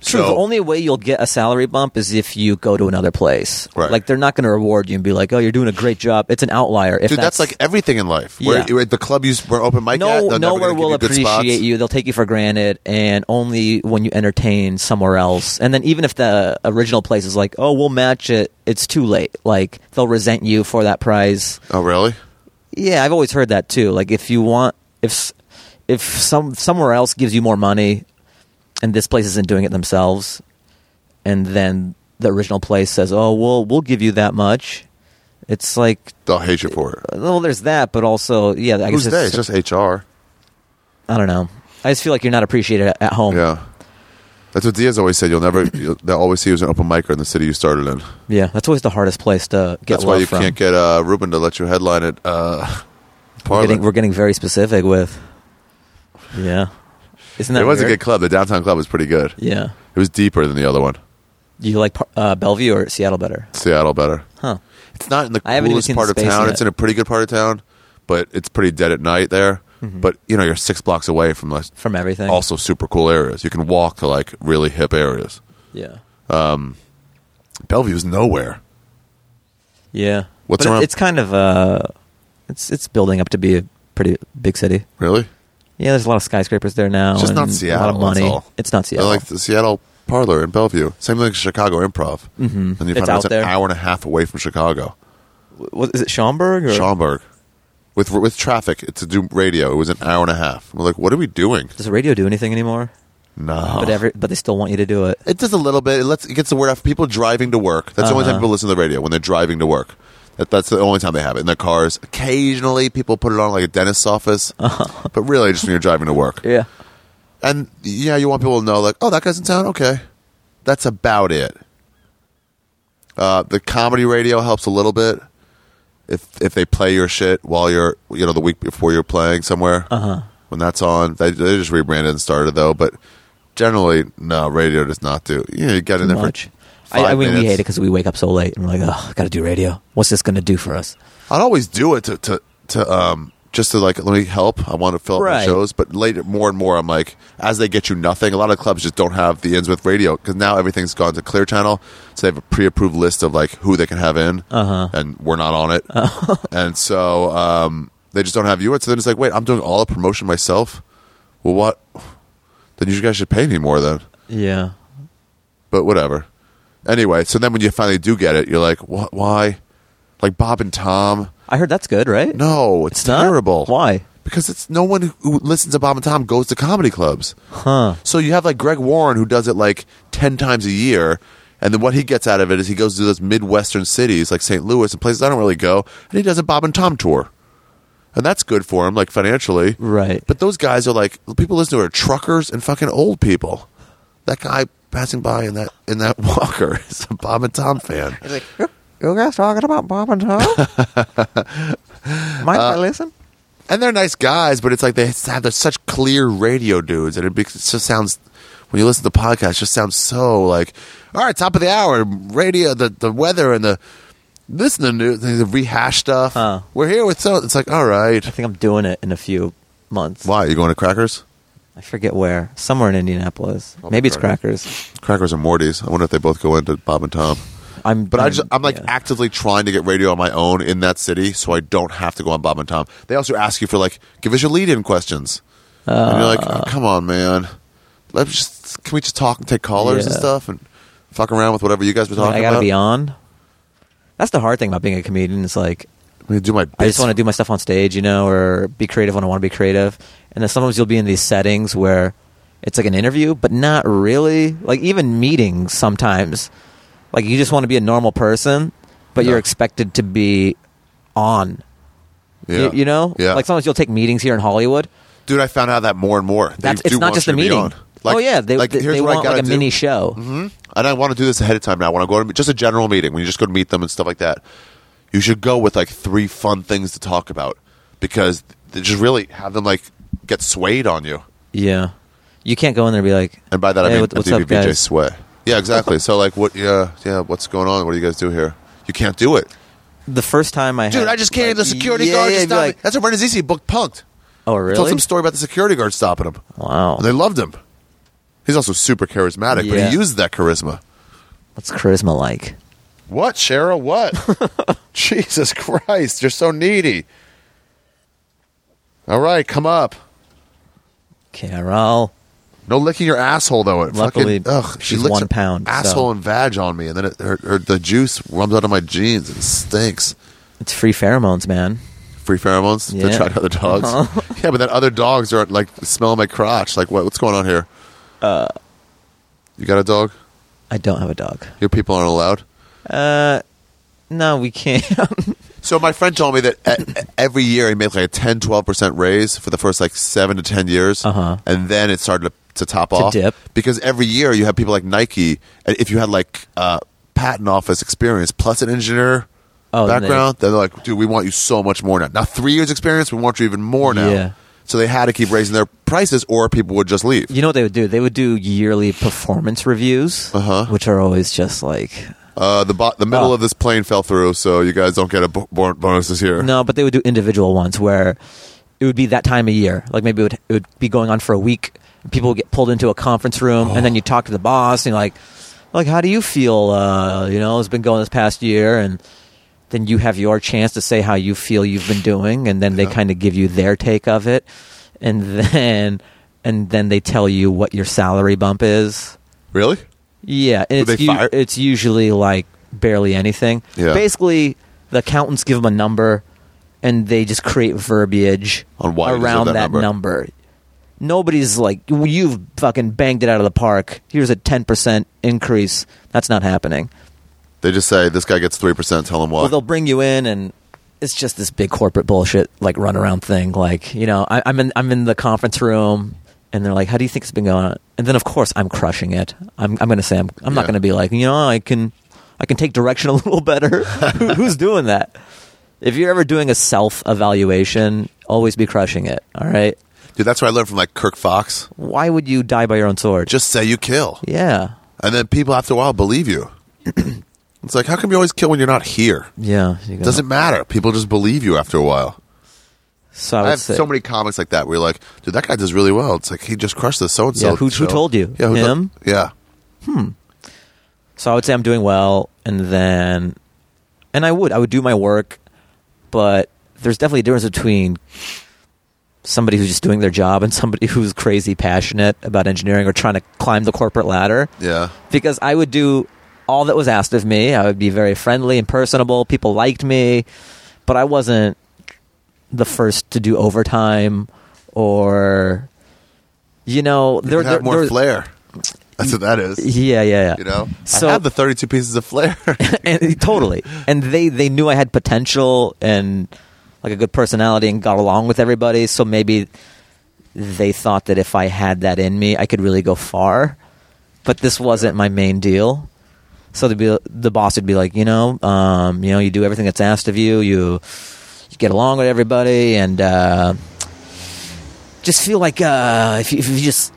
S2: True.
S1: So,
S2: the only way you'll get a salary bump is if you go to another place.
S1: Right.
S2: Like they're not going to reward you and be like, "Oh, you're doing a great job." It's an outlier. If
S1: dude, that's, like everything in life. Where,
S2: Yeah.
S1: where the club you were open mic at,
S2: no,
S1: they're never
S2: nowhere
S1: gonna give
S2: will
S1: you good
S2: appreciate
S1: spots.
S2: you. They'll take you for granted, and only when you entertain somewhere else. And then even if the original place is like, "Oh, we'll match it," it's too late. Like they'll resent you for that price.
S1: Oh, really?
S2: Yeah, I've always heard that too. Like if you want if s- if some somewhere else gives you more money and this place isn't doing it themselves and then the original place says, "Oh, well, we'll give you that much." It's like
S1: They'll hate you for it.
S2: well, there's that, but also, yeah, Uh, I
S1: Who's
S2: guess
S1: they?
S2: it's,
S1: It's just HR.
S2: I don't know. I just feel like you're not appreciated at- at home.
S1: Yeah. That's what Diaz always said. You'll never. You'll, they'll always see you as an open micer in the city you started in.
S2: Yeah, that's always the hardest place to get
S1: That's why
S2: love
S1: you
S2: from.
S1: can't get uh, Ruben to let you headline at uh,
S2: we're,
S1: Parlor.
S2: getting, we're getting very specific with. Yeah, isn't that
S1: it was a
S2: weird?
S1: good club. The downtown club was pretty good.
S2: Yeah,
S1: It was deeper than the other one.
S2: do you like Par- uh, Bellevue or Seattle better?
S1: Seattle better.
S2: Huh?
S1: It's not in the
S2: I haven't even
S1: coolest
S2: seen
S1: part
S2: the
S1: of
S2: space
S1: town.
S2: yet.
S1: It's in a pretty good part of town, but it's pretty dead at night there.
S2: Mm-hmm.
S1: But you know, you're six blocks away from like
S2: From everything.
S1: also super cool areas. You can walk to like really hip areas.
S2: Yeah.
S1: Bellevue's nowhere.
S2: Yeah.
S1: What's
S2: but it-
S1: around-
S2: It's kind of uh, it's it's building up to be a pretty big city.
S1: Really?
S2: Yeah, there's a lot of skyscrapers there now.
S1: It's just not
S2: Oh, and
S1: Seattle.
S2: A lot of
S1: that's
S2: money.
S1: all.
S2: It's not Seattle.
S1: I like the Seattle parlor in Bellevue. Same thing as Chicago improv. Mm-hmm. And you find
S2: It's
S1: out
S2: out
S1: it's an
S2: there.
S1: hour and a half away from Chicago.
S2: What, is it Schaumburg? Or?
S1: Schaumburg. With with traffic, to do radio, it was an hour and a half. We're like, what are we doing?
S2: Does the radio do anything anymore?
S1: No.
S2: But every but they still want you to do it.
S1: It does a little bit. It lets it gets the word out for people driving to work. That's the only time people listen to the radio when they're driving to work. That, that's the only time they have it in their cars. Occasionally, people put it on like a dentist's office, but really just when you're driving to work.
S2: Yeah.
S1: And yeah, you want people to know like, oh, that guy's in town. Okay, that's about it. Uh, the comedy radio helps a little bit if if they play your shit while you're you know the week before you're playing somewhere. Uh-huh. When that's on, they, they just rebranded and started though. But generally, no, radio does not do. You know, you get in there
S2: Much.
S1: for
S2: I,
S1: five
S2: I mean, we
S1: minutes.
S2: hate it because we wake up so late and we're like, oh, got to do radio. What's this going to do for us?
S1: I'd always do it to, to to um just to like let me help. I want to fill up my
S2: Right.
S1: shows, but later more and more, I'm like, as they get you nothing. A lot of clubs just don't have the ends with radio because now everything's gone to Clear Channel, so they have a pre-approved list of like who they can have in, uh-huh. and we're not on it, and so um they just don't have you. in. So then it's like, wait, I'm doing all the promotion myself. Well, what? Then you guys should pay me more then
S2: Yeah.
S1: but whatever. Anyway, so then when you finally do get it, you're like, what? Why? Like Bob and Tom?
S2: I heard that's good, right?
S1: No, it's,
S2: It's not?
S1: terrible.
S2: Why?
S1: Because it's no one who listens to Bob and Tom goes to comedy clubs.
S2: Huh.
S1: So you have like Greg Warren who does it like ten times a year, and then what he gets out of it is he goes to those midwestern cities like St. Louis and places I don't really go, and he does a Bob and Tom tour, and that's good for him like financially,
S2: Right.
S1: But those guys are like the people listen to are truckers and fucking old people. That guy passing by in that in that walker is a Bob and Tom fan.
S2: You guys talking about Bob and Tom? Mind if I listen?
S1: and they're nice guys, but it's like they have they're such clear radio dudes, and it, be, it just sounds when you listen to the podcast, it just sounds so like all right, top of the hour, radio, the the weather, and the listen to news, the rehash stuff.
S2: Huh.
S1: We're here with so it's like all right,
S2: I think I'm doing it in a few months.
S1: why you going to Crackers?
S2: I forget where. Somewhere in Indianapolis. Maybe it's
S1: Crackers.
S2: Crackers.
S1: Crackers and Morty's. I wonder if they both go into Bob and Tom.
S2: I'm.
S1: But I just I'm like
S2: Mm, yeah.
S1: actively trying to get radio on my own in that city, so I don't have to go on Bob and Tom. They also ask you for like, give us your lead-in questions, and you're like,
S2: Ah.
S1: oh, come on, man, let's just can we just talk and take callers and
S2: Yeah.
S1: stuff and fuck around with whatever you guys were
S2: Like,
S1: talking
S2: I gotta
S1: about.
S2: be on. That's the hard thing about being a comedian. It's like
S1: I'm gonna do my.
S2: I just want to do my stuff on stage, you know, or be creative when I want to be creative. And then sometimes you'll be in these settings where it's like an interview, but not really. Like even meetings sometimes. Like you just want to be a normal person, but
S1: Yeah.
S2: you're expected to be on.
S1: Yeah.
S2: You, you know?
S1: Yeah.
S2: Like sometimes you'll take meetings here in Hollywood.
S1: dude, I found out that more and more. They
S2: That's
S1: do
S2: it's not
S1: want
S2: just
S1: you to
S2: a
S1: be
S2: meeting.
S1: on. Like-
S2: oh yeah, they
S1: like,
S2: they,
S1: here's
S2: they
S1: what I
S2: want like
S1: gotta
S2: a
S1: do. Mm-hmm.
S2: mini show.
S1: and I want to do this ahead of time now. When I go to just a general meeting, when you just go to meet them and stuff like that, you should go with like three fun things to talk about because they just really have them like get swayed on you.
S2: Yeah. You can't go in there and be like
S1: And by that I
S2: "Hey,
S1: mean
S2: what- what's up,
S1: DBBJ
S2: guys?"
S1: sway. Yeah, exactly. so like, what? Yeah, yeah. What's going on? What do you guys do here? You can't do it,
S2: The first time I
S1: dude.
S2: had,
S1: I just came
S2: like,
S1: to the security
S2: yeah,
S1: guard.
S2: yeah,
S1: to
S2: you'd be
S1: stop
S2: like,
S1: me. That's what Brendan Zisi booked punked.
S2: Oh
S1: I
S2: really?
S1: Told some story about the security guard stopping him.
S2: wow.
S1: And they loved him. He's also super charismatic, but
S2: Yeah.
S1: he used that charisma.
S2: What's charisma like?
S1: What, Cheryl? What? Jesus Christ, you're so needy. All right, come up.
S2: Carol.
S1: No licking your asshole though. It
S2: Luckily,
S1: fucking, ugh, she
S2: she's
S1: licks
S2: one
S1: her
S2: pound,
S1: asshole
S2: so-
S1: and vag on me, and then it, her, her, the juice runs out of my jeans and stinks.
S2: It's free pheromones, man.
S1: Free pheromones to
S2: Yeah.
S1: attract other dogs.
S2: Uh-huh.
S1: Yeah, but then other dogs are like smelling my crotch. Like, what, what's going on here? Uh, you got a dog?
S2: I don't have a dog.
S1: Your people aren't allowed.
S2: Uh, no, we can't.
S1: So my friend told me that e- every year he made like a 10, 12% raise for the first like seven to 10 years.
S2: Uh-huh.
S1: And then it started to, to top off.
S2: dip.
S1: Because every year you have people like Nike. And if you had like uh, patent office experience plus an engineer
S2: Oh, then they-
S1: background, then they're like, dude, we want you so much more now. Now, three years experience, we want you even more now.
S2: Yeah.
S1: So they had to keep raising their prices or people would just leave.
S2: you know what they would do? They would do yearly performance reviews,
S1: Uh-huh.
S2: which are always just like
S1: Uh, the bo- the middle
S2: Oh.
S1: of this plane fell through, so you guys don't get a bo- bon- bonus this year.
S2: no. But they would do individual ones where it would be that time of year. Like maybe it would, it would be going on for a week. People would get pulled into a conference room, and then you talk to the boss and you're like, like, how do you feel? Uh, you know, it's been going this past year, and then you have your chance to say how you feel you've been doing and then they kind of give you their take of it and then and then they tell you what your salary bump is
S1: Really?
S2: yeah
S1: Would
S2: and it's,
S1: they
S2: u-
S1: fire-
S2: it's usually like barely anything
S1: Yeah.
S2: basically the accountants give them a number and they just create verbiage
S1: On why you deserve
S2: around
S1: that
S2: that,
S1: number.
S2: number. Nobody's like, you've fucking banged it out of the park. Here's a 10% increase. That's not happening.
S1: They just say, this guy gets 3%, tell him why.
S2: Well, they'll bring you in, and it's just this big corporate bullshit, like runaround thing. Like you know, I, I'm in I'm in the conference room, and they're like, "How do you think it's been going?" on? And then of course I'm crushing it. I'm I'm going to say I'm
S1: Yeah.
S2: I'm not going to be like you know I can I can take direction a little better. Who- Who's doing that? If you're ever doing a self evaluation, always be crushing it. All right.
S1: Dude, that's what I learned from like Kirk Fox.
S2: Why would you die by your own sword?
S1: Just say you kill,
S2: yeah,
S1: and then people after a while believe you. it's like, how come you always kill when you're not here?
S2: yeah. you go-
S1: Doesn't matter. People just believe you after a while.
S2: So I would
S1: I have
S2: say
S1: so many comics like that where you're like, dude, that guy does really well. It's like he just crushed the so and so.
S2: Yeah, who- who told you?
S1: Yeah, who told-
S2: Him?
S1: yeah,
S2: So I would say I'm doing well, and then, and I would I would do my work, but there's definitely a difference between somebody who's just doing their job and somebody who's crazy passionate about engineering or trying to climb the corporate ladder.
S1: yeah.
S2: Because I would do all that was asked of me. I would be very friendly and personable. People liked me, but I wasn't the first to do overtime or, you know,
S1: There,
S2: there,
S1: have
S2: there,
S1: more
S2: there-
S1: flair. That's what that is.
S2: Yeah, yeah, yeah.
S1: You know,
S2: So-
S1: I have the 32 pieces of flair.
S2: and, totally. And they they knew I had potential and like a good personality and got along with everybody. So maybe they thought that if I had that in me, I could really go far. But this wasn't my main deal. So they'd be, the boss would be like, you know, um, you know, you do everything that's asked of you. You, you get along with everybody, and uh, just feel like uh, if, you, if you just,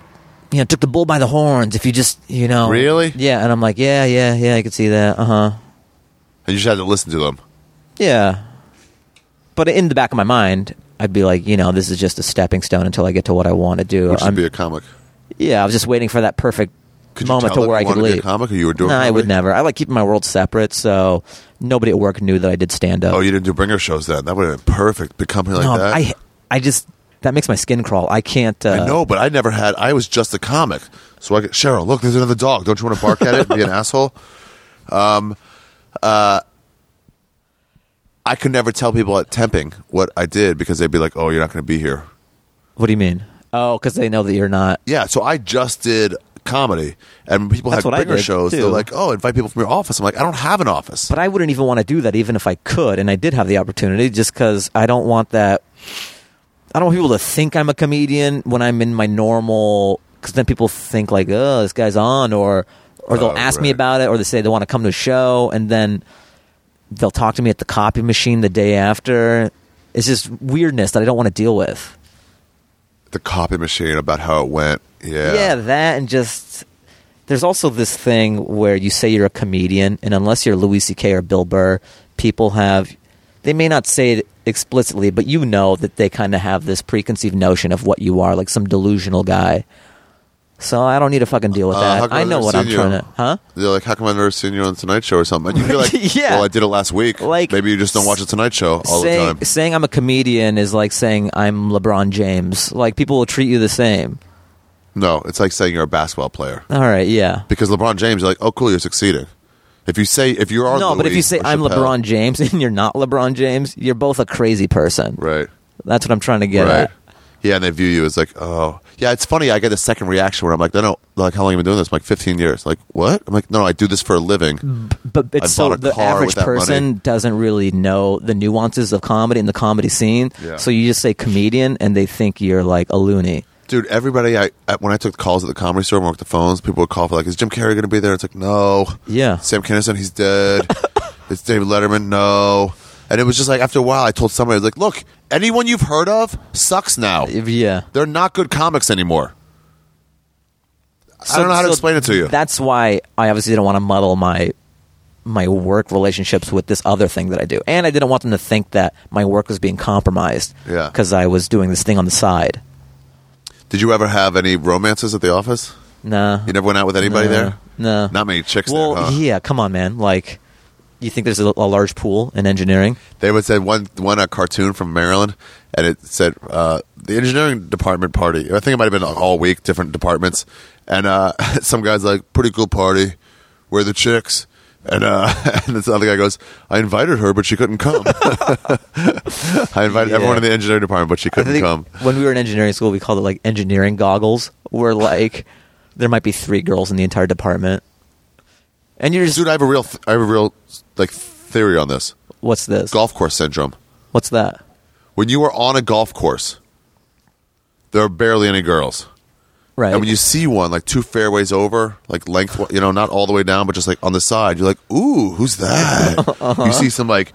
S2: you know, took the bull by the horns. If you just, you know,
S1: Really?
S2: yeah. And I'm like, yeah, yeah, yeah. I could see that. Uh huh.
S1: and you just had to listen to them.
S2: Yeah. But in the back of my mind, I'd be like, you know, this is just a stepping stone until I get to what I want to do.
S1: Which
S2: I'm-
S1: should be a comic.
S2: yeah, I was just waiting for that perfect
S1: Could you
S2: moment
S1: tell
S2: to
S1: them
S2: where I
S1: you
S2: could
S1: wanted to be
S2: leave.
S1: a comic or you were doing
S2: no, I would
S1: comedy?
S2: never. I like keeping my world separate, so nobody at work knew that I did stand up.
S1: Oh, you didn't do bringer shows then. That would have been perfect. Big company like
S2: no,
S1: that.
S2: I, I just that makes my skin crawl. I can't. Uh,
S1: I know, but I never had. I was just a comic. So I could, Cheryl, look, there's another dog. Don't you want to bark at it and be an asshole? Um, uh, I could never tell people at temping what I did because they'd be like, "Oh, you're not going to be here."
S2: What do you mean? Oh, because they know that you're not.
S1: Yeah, so I just did comedy, and when people
S2: That's
S1: had
S2: what I
S1: bigger
S2: did,
S1: shows. They're
S2: too.
S1: like, "Oh, invite people from your office." I'm like, "I don't have an office."
S2: But I wouldn't even want to do that, even if I could, and I did have the opportunity, just because I don't want that. I don't want people to think I'm a comedian when I'm in my normal. Because then people think like, "Oh, this guy's on," or or they'll
S1: Oh,
S2: ask me
S1: right.
S2: about it, or they say they want to come to a show, and then they'll talk to me at the copy machine the day after. It's just weirdness that I don't want to deal with.
S1: the copy machine about how it went. Yeah,
S2: yeah, that and just there's also this thing where you say you're a comedian, and unless you're Louis C.K. or Bill Burr, people have they may not say it explicitly, but you know that they kind of have this preconceived notion of what you are, like some delusional guy. So I don't need to fucking deal with
S1: Uh, how
S2: that.
S1: come
S2: I
S1: I've
S2: know
S1: never
S2: what I'm
S1: seen
S2: trying
S1: you?
S2: to, huh?
S1: They're like, how come I've never seen you on Tonight Show or something? And you'd be like,
S2: Yeah.
S1: well, I did it last week.
S2: Like,
S1: Maybe you just don't watch the Tonight Show all
S2: saying,
S1: the time.
S2: saying I'm a comedian is like saying I'm LeBron James. Like people will treat you the same.
S1: No, it's like saying you're a basketball player.
S2: All right, yeah.
S1: Because LeBron James, you're like, oh, cool, you're succeeding. If you say, if you are
S2: No, but if
S1: Louis
S2: you say
S1: or
S2: I'm
S1: Chappelle-
S2: LeBron James and you're not LeBron James, you're both a crazy person.
S1: Right.
S2: That's what I'm trying to get
S1: right.
S2: at.
S1: Yeah, and they view you as like, oh. Yeah, it's funny. I get the second reaction where I'm like, no, no, They're like, how long have you been doing this? I'm like, 15 years. Like, what? I'm like, no, no, I do this for a living.
S2: But
S1: I
S2: it's so
S1: bought a
S2: the
S1: car
S2: average
S1: with that
S2: person
S1: money.
S2: doesn't really know the nuances of comedy and the comedy scene.
S1: Yeah.
S2: So you just say comedian and they think you're like a loony.
S1: Dude, everybody, I, I when I took calls at the comedy store and worked the phones, people would call for like, is Jim Carrey going to be there? It's like, no.
S2: Yeah.
S1: Sam Kinison, he's dead. it's David Letterman, no. And it was just like, after a while, I told somebody, I was like, look, anyone you've heard of sucks now.
S2: If- Yeah.
S1: They're not good comics anymore. I
S2: So-
S1: don't know how to
S2: so
S1: explain it to you.
S2: That's why I obviously don't want to muddle my my work relationships with this other thing that I do. And I didn't want them to think that my work was being compromised
S1: Yeah.
S2: cuz I was doing this thing on the side.
S1: Did you ever have any romances at the office?
S2: Nah.
S1: You never went out with anybody
S2: No,
S1: there?
S2: no.
S1: Not many chicks
S2: well,
S1: there, huh?
S2: yeah, come on man. Like you think there's a, a large pool in engineering?
S1: They would say one one a cartoon from Maryland, and it said uh, the engineering department party. I think it might have been like all week, different departments, and uh, some guys like pretty cool party, where the chicks, and uh, and this other guy goes, I invited her, but she couldn't come. I invited
S2: Yeah.
S1: everyone in the engineering department, but she couldn't come.
S2: when we were in engineering school, we called it like engineering goggles. Where like there might be three girls in the entire department, and you're just
S1: Dude, I have a real, th- I have a real like theory on this
S2: what's this?
S1: golf course syndrome.
S2: What's that?
S1: When you are on a golf course, there are barely any girls.
S2: Right.
S1: And when you see one, like two fairways over, like length, you know, not all the way down, but just like on the side, you're like, ooh, who's that? You see some like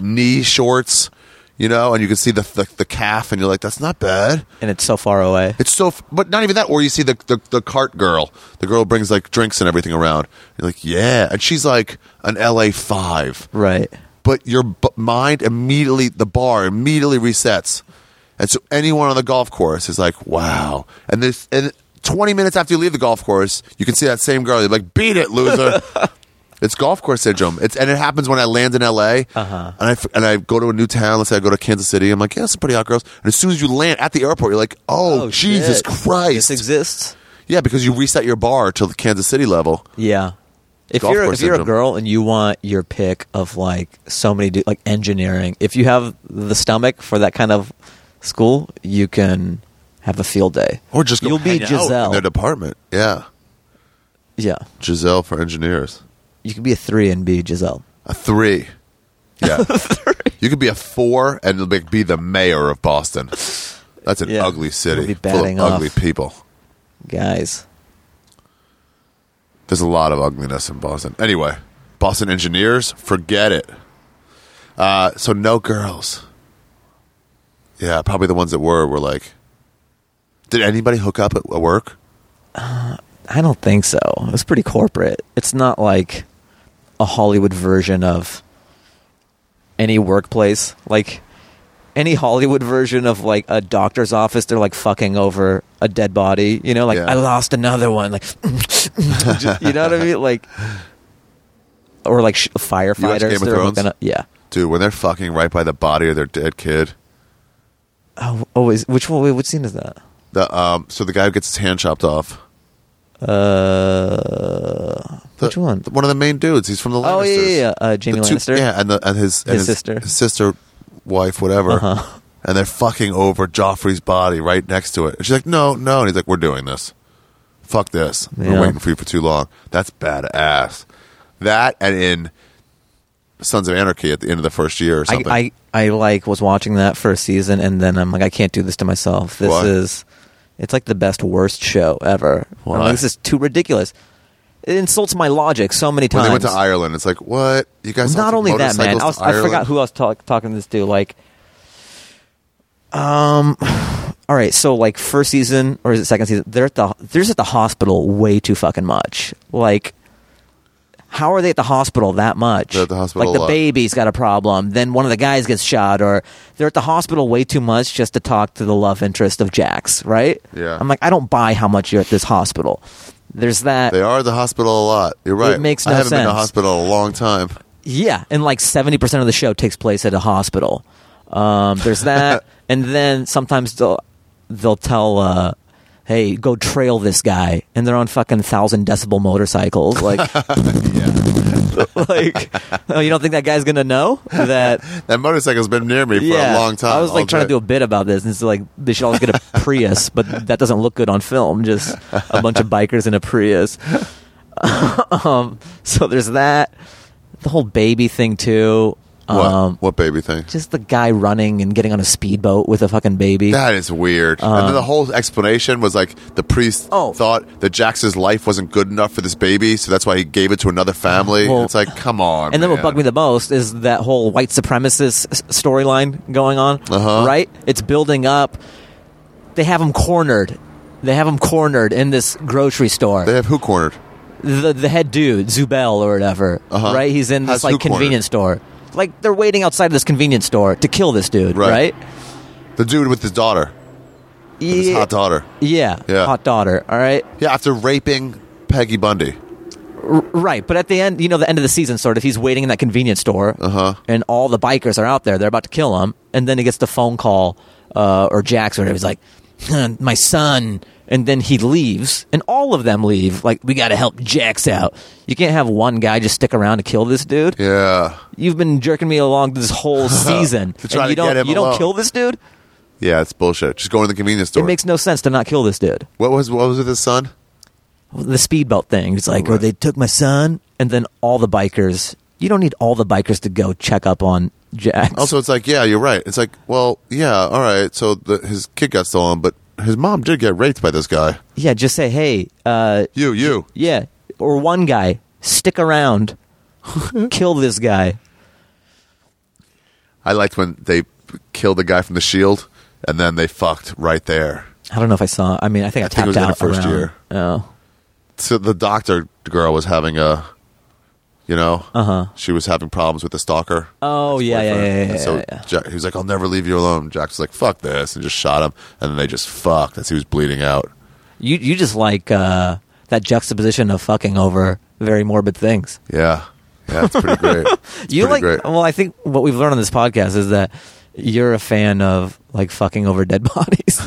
S1: knee shorts, you know, and you can see the, the the calf, and you're like, that's not bad.
S2: and it's so far away.
S1: It's so, f- but not even that. Or you see the, the the cart girl, the girl who brings like drinks and everything around. You're like, yeah, and she's like an LA five,
S2: right.
S1: but your b- mind immediately, the bar immediately resets. And so anyone on the golf course is like, wow. And this, and 20 minutes after you leave the golf course, you can see that same girl. You're like, beat it, loser. it's golf course syndrome. It's and it happens when I land in LA
S2: Uh-huh.
S1: and I f- and I go to a new town. Let's say I go to Kansas City. I'm like, yeah, some pretty hot girls. And as soon as you land at the airport, you're like, oh, Jesus
S2: shit.
S1: Christ.
S2: This exists.
S1: yeah, because you reset your bar to the Kansas City level.
S2: Yeah. If
S1: Golf
S2: you're
S1: course
S2: if you're a
S1: syndrome.
S2: girl and you want your pick of like so many du- like engineering, if you have the stomach for that kind of school, you can have a field day.
S1: Or just go
S2: you'll be
S1: hang out in
S2: Giselle.
S1: their department. Yeah,
S2: yeah,
S1: Giselle for engineers.
S2: you could be a three and be Giselle.
S1: A three. Yeah. You could be a four and be- be the mayor of Boston. That's an
S2: Yeah.
S1: ugly
S2: We'll be
S1: city full of
S2: batting off.
S1: ugly people.
S2: Guys,
S1: There's a lot of ugliness in Boston. Anyway, Boston engineers, forget it. Uh, so no girls. Yeah, probably the ones that were were like, did anybody hook up at at work?
S2: I don't think so. It's pretty corporate. It's not like a Hollywood version of any workplace. Like any Hollywood version of like a doctor's office, they're like fucking over a dead body. You know, like
S1: Yeah.
S2: I lost another one. Like just- you know what I mean? Like or like sh- firefighters.
S1: Game of
S2: they're
S1: Thrones?
S2: hooking up- yeah.
S1: Dude, when they're fucking right by the body of their dead kid.
S2: Oh, always. Which one? Wait, what scene is that?
S1: The um, so the guy who gets his hand chopped off.
S2: Uh,
S1: The-
S2: which one?
S1: One of the main dudes. He's from the Lannisters.
S2: Oh yeah, yeah, yeah. Uh, Jamie
S1: the two-
S2: Lannister.
S1: yeah, and the and his and
S2: His sister.
S1: his sister, wife, whatever.
S2: Uh-huh.
S1: And they're fucking over Joffrey's body right next to it. And she's like, "No, no," and he's like, "We're doing this. Fuck this. We're
S2: Yeah.
S1: waiting for you for too long. That's badass. That and in Sons of Anarchy at the end of the first year or
S2: I,
S1: something.
S2: I I like was watching that first season, and then I'm like, I can't do this to myself. This
S1: Why?
S2: is, it's like the best worst show ever. I'm
S1: Why?
S2: like, this is too ridiculous. It insults my logic so many
S1: when
S2: times.
S1: they went to Ireland, it's like, what? You guys all
S2: Not
S1: took
S2: only that, man.
S1: motorcycles
S2: I, was,
S1: to
S2: I forgot
S1: Ireland?
S2: who I was talk, talking to this dude. Like, um, all right. So like first season or is it second season? They're at the they're just at the hospital way too fucking much. Like, how are they at the hospital that much?
S1: They're at the hospital
S2: Like
S1: a
S2: the
S1: lot.
S2: baby's got a problem. Then one of the guys gets shot, or they're at the hospital way too much just to talk to the love interest of Jax. Right?
S1: Yeah.
S2: I'm like, I don't buy how much you're at this hospital. There's that.
S1: They are at the hospital a lot. You're right.
S2: makes
S1: I
S2: no
S1: haven't been to
S2: sense.
S1: hospital in a long time.
S2: Yeah, and like seventy percent of the show takes place at a hospital. Um, there's that, and then sometimes they'll they'll tell, uh, "Hey, go trail this guy," and they're on fucking thousand decibel motorcycles. Like, like, oh, you don't think that guy's gonna know that?
S1: That motorcycle's been near me for
S2: yeah,
S1: a long time.
S2: I was like
S1: I'll
S2: trying to
S1: do
S2: do
S1: it.
S2: a bit about this, and it's like they should always get a Prius, but that doesn't look good on film. Just a bunch of bikers in a Prius. um, so there's that. The whole baby thing too.
S1: What?
S2: Um,
S1: what baby thing?
S2: just the guy running and getting on a speedboat with a fucking baby.
S1: That is weird. and then the whole explanation was like the priest
S2: Um, Oh.
S1: thought that Jax's life wasn't good enough for this baby, so that's why he gave it to another family.
S2: Well-
S1: it's like, come on.
S2: and then
S1: man.
S2: what bugged me the most is that whole white supremacist s- storyline going on.
S1: Uh-huh.
S2: Right? It's building up. They have him cornered. They have him cornered in this grocery store.
S1: They have who cornered?
S2: the the head dude Zubel or whatever,
S1: Uh-huh.
S2: right? He's in
S1: Has
S2: this
S1: who
S2: like
S1: cornered?
S2: convenience store. Like they're waiting outside of this convenience store to kill this dude,
S1: Right.
S2: right?
S1: The dude with his daughter,
S2: Yeah,
S1: his hot daughter.
S2: yeah,
S1: Yeah.
S2: hot daughter. All right,
S1: Yeah, after raping Peggy Bundy.
S2: right. But at the end, you know, the end of the season, sort of, he's waiting in that convenience store,
S1: Uh-huh.
S2: and all the bikers are out there. They're about to kill him, and then he gets the phone call uh, or Jax or whatever. He's like, "Huh, "My son," and then he leaves, and all of them leave. Like, we got to help Jax out. You can't have one guy just stick around to kill this dude.
S1: Yeah,
S2: You've been jerking me along this whole season.
S1: To try
S2: and you
S1: to
S2: don't
S1: get him
S2: you don't
S1: alone.
S2: kill this dude?
S1: yeah, it's bullshit. Just go to the convenience store.
S2: It makes no sense to not kill this dude.
S1: what was what was with his son?
S2: The speedboat thing. It's like, oh,
S1: Right.
S2: they took my son and then all the bikers. You don't need all the bikers to go check up on Jax.
S1: Also, it's like, yeah, you're right. It's like, well, yeah, all right. So the, his kid got stolen, but his mom did get raped by this guy.
S2: yeah, just say, "Hey, uh
S1: You, you.
S2: yeah, or one guy, stick around. kill this guy."
S1: I liked when they killed the guy from the Shield, and then they fucked right there.
S2: I don't know if I saw. I mean, I think I,
S1: I think it
S2: tapped
S1: was in
S2: out
S1: the first
S2: around-
S1: year.
S2: Oh.
S1: So the doctor girl was having a You know, uh-huh. she was having problems with the stalker.
S2: Oh yeah, yeah, yeah, yeah,
S1: And
S2: yeah,
S1: so
S2: yeah, yeah.
S1: Jack, he was like, "I'll never leave you alone." Jack's like, "Fuck this," and just shot him. And then they just fucked as he was bleeding out.
S2: You you just like uh, that juxtaposition of fucking over very morbid things.
S1: Yeah, yeah, it's pretty great. It's
S2: you
S1: pretty
S2: like Oh.
S1: great.
S2: well, I think what we've learned on this podcast is that you're a fan of like fucking over dead bodies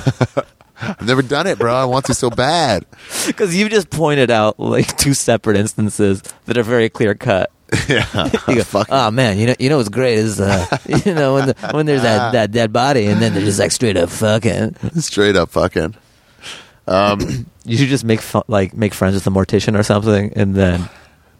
S1: I've never done it, bro. I want to so bad.
S2: because you just pointed out like two separate instances that are very clear cut.
S1: yeah,
S2: You go,
S1: fuck.
S2: oh man, you know, you know what's great is, uh, you know, when, the, when there's
S1: Ah.
S2: that, that dead body and then they're just like straight up fucking.
S1: Straight up fucking.
S2: You should just make fu- like make friends with a mortician or something, and then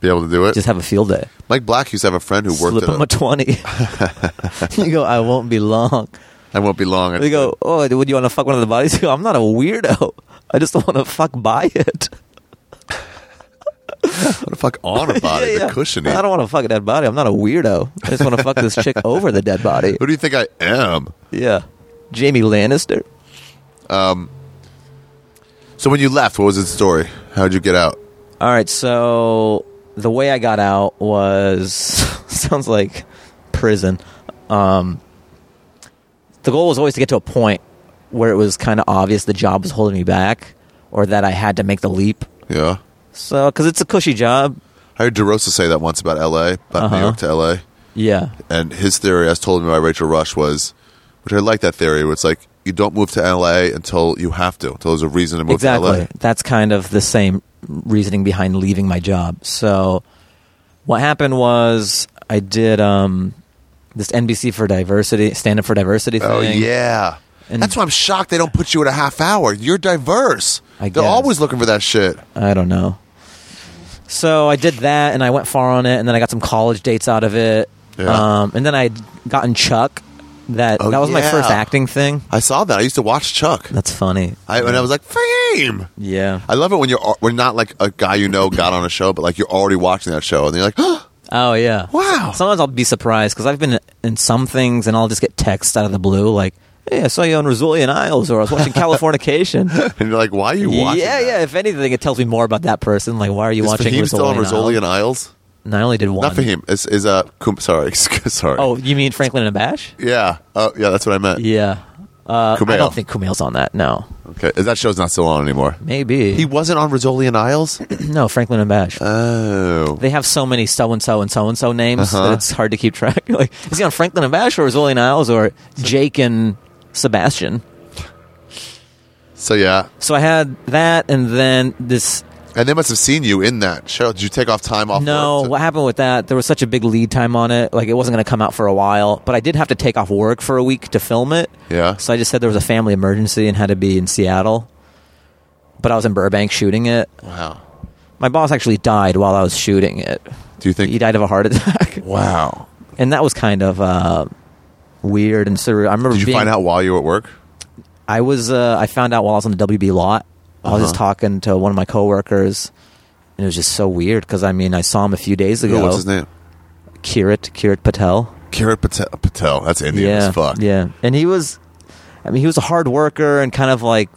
S1: Be able to do it.
S2: just have a field day.
S1: Mike Black used to have a friend who worked
S2: Slip
S1: at
S2: him
S1: a,
S2: a twenty. you go, I won't be long.
S1: I won't be long.
S2: They go, oh, would you want to fuck one of the bodies? You go, I'm not a weirdo. I just want to fuck by it.
S1: What the fuck on a body?
S2: Yeah, yeah.
S1: The cushioning.
S2: I don't want to fuck a dead body. I'm not a weirdo. I just want to fuck this chick over the dead body.
S1: Who do you think I am?
S2: Yeah, Jamie Lannister.
S1: So when you left, what was the story? How'd you get out?
S2: All right, so the way I got out was sounds like prison. Um, the goal was always to get to a point where it was kind of obvious the job was holding me back, or that I had to make the leap.
S1: Yeah.
S2: So, because it's a cushy job,
S1: I heard DeRosa say that once about LA, about New
S2: Uh-huh.
S1: York to LA.
S2: yeah,
S1: And his theory, as told me by Rachel Rush, was, which I like that theory, where it's like, you don't move to LA until you have to, until there's a reason to move
S2: exactly.
S1: to LA.
S2: That's kind of the same reasoning behind leaving my job. So, what happened was I did um, this NBC for Diversity, Stand Up for Diversity thing.
S1: Oh, yeah.
S2: And-
S1: That's why I'm shocked they don't put you at a half hour. You're diverse.
S2: I
S1: They're
S2: guess.
S1: always looking for that shit.
S2: I don't know. So I did that, and I went far on it, and then I got some college dates out of it.
S1: Yeah.
S2: Um, and then I would gotten Chuck. That
S1: Oh,
S2: that was my
S1: yeah.
S2: first acting thing.
S1: I saw that. I used to watch Chuck.
S2: That's funny.
S1: I, and I was like, fame.
S2: Yeah.
S1: I love it when you're al- when not like a guy you know got on a show, but like you're already watching that show, and you're like, oh,
S2: Oh yeah.
S1: Wow.
S2: Sometimes I'll be surprised because I've been in some things, and I'll just get texts out of the blue like, "Hey, I saw you on Rizzoli and Isles," or "I was watching Californication."
S1: and you're like, why are you watching?
S2: yeah,
S1: that?
S2: yeah. If anything, it tells me more about that person. Like, why are you
S1: Is
S2: watching
S1: Fahim
S2: Rizzoli,
S1: still on
S2: and
S1: Rizzoli
S2: Isles?
S1: and Isles?
S2: And I only did one.
S1: Not Fahim. Is is uh, Kum- sorry, sorry.
S2: Oh, you mean Franklin and Abash?
S1: yeah, oh yeah, that's what I meant.
S2: Yeah. Uh,
S1: Kumail.
S2: I don't think Kumail's on that. No.
S1: Okay, that show's not still on anymore.
S2: Maybe.
S1: He wasn't on Rizzoli and Isles.
S2: no, Franklin and Bash.
S1: Oh,
S2: they have so many so and so and so and so names
S1: Uh-huh.
S2: that it's hard to keep track. like, is he on Franklin and Bash or is Willie Niles or Jake and Sebastian?
S1: so yeah,
S2: So I had that and then this.
S1: and they must have seen you in that show. Did you take off time off?
S2: No,
S1: work to-
S2: what happened with that? There was such a big lead time on it. Like, it wasn't going to come out for a while, but I did have to take off work for a week to film it.
S1: Yeah.
S2: So I just said there was a family emergency and had to be in Seattle. But I was in Burbank shooting it.
S1: wow.
S2: My boss actually died while I was shooting it.
S1: Do you think?
S2: He died of a heart attack,
S1: Wow.
S2: and that was kind of uh, weird and surreal. I remember.
S1: Did you
S2: being-
S1: find out while you were at work?
S2: I was. Uh, I found out while I was on the WB lot. I was just
S1: Uh-huh.
S2: talking to one of my coworkers, and it was just so weird because I mean I saw him a few days ago.
S1: Ooh, what's his name?
S2: Kirat Kirat Patel.
S1: Kirat Patel. Patel. That's Indian
S2: yeah,
S1: as fuck.
S2: yeah, and he was. I mean, he was a hard worker and kind of like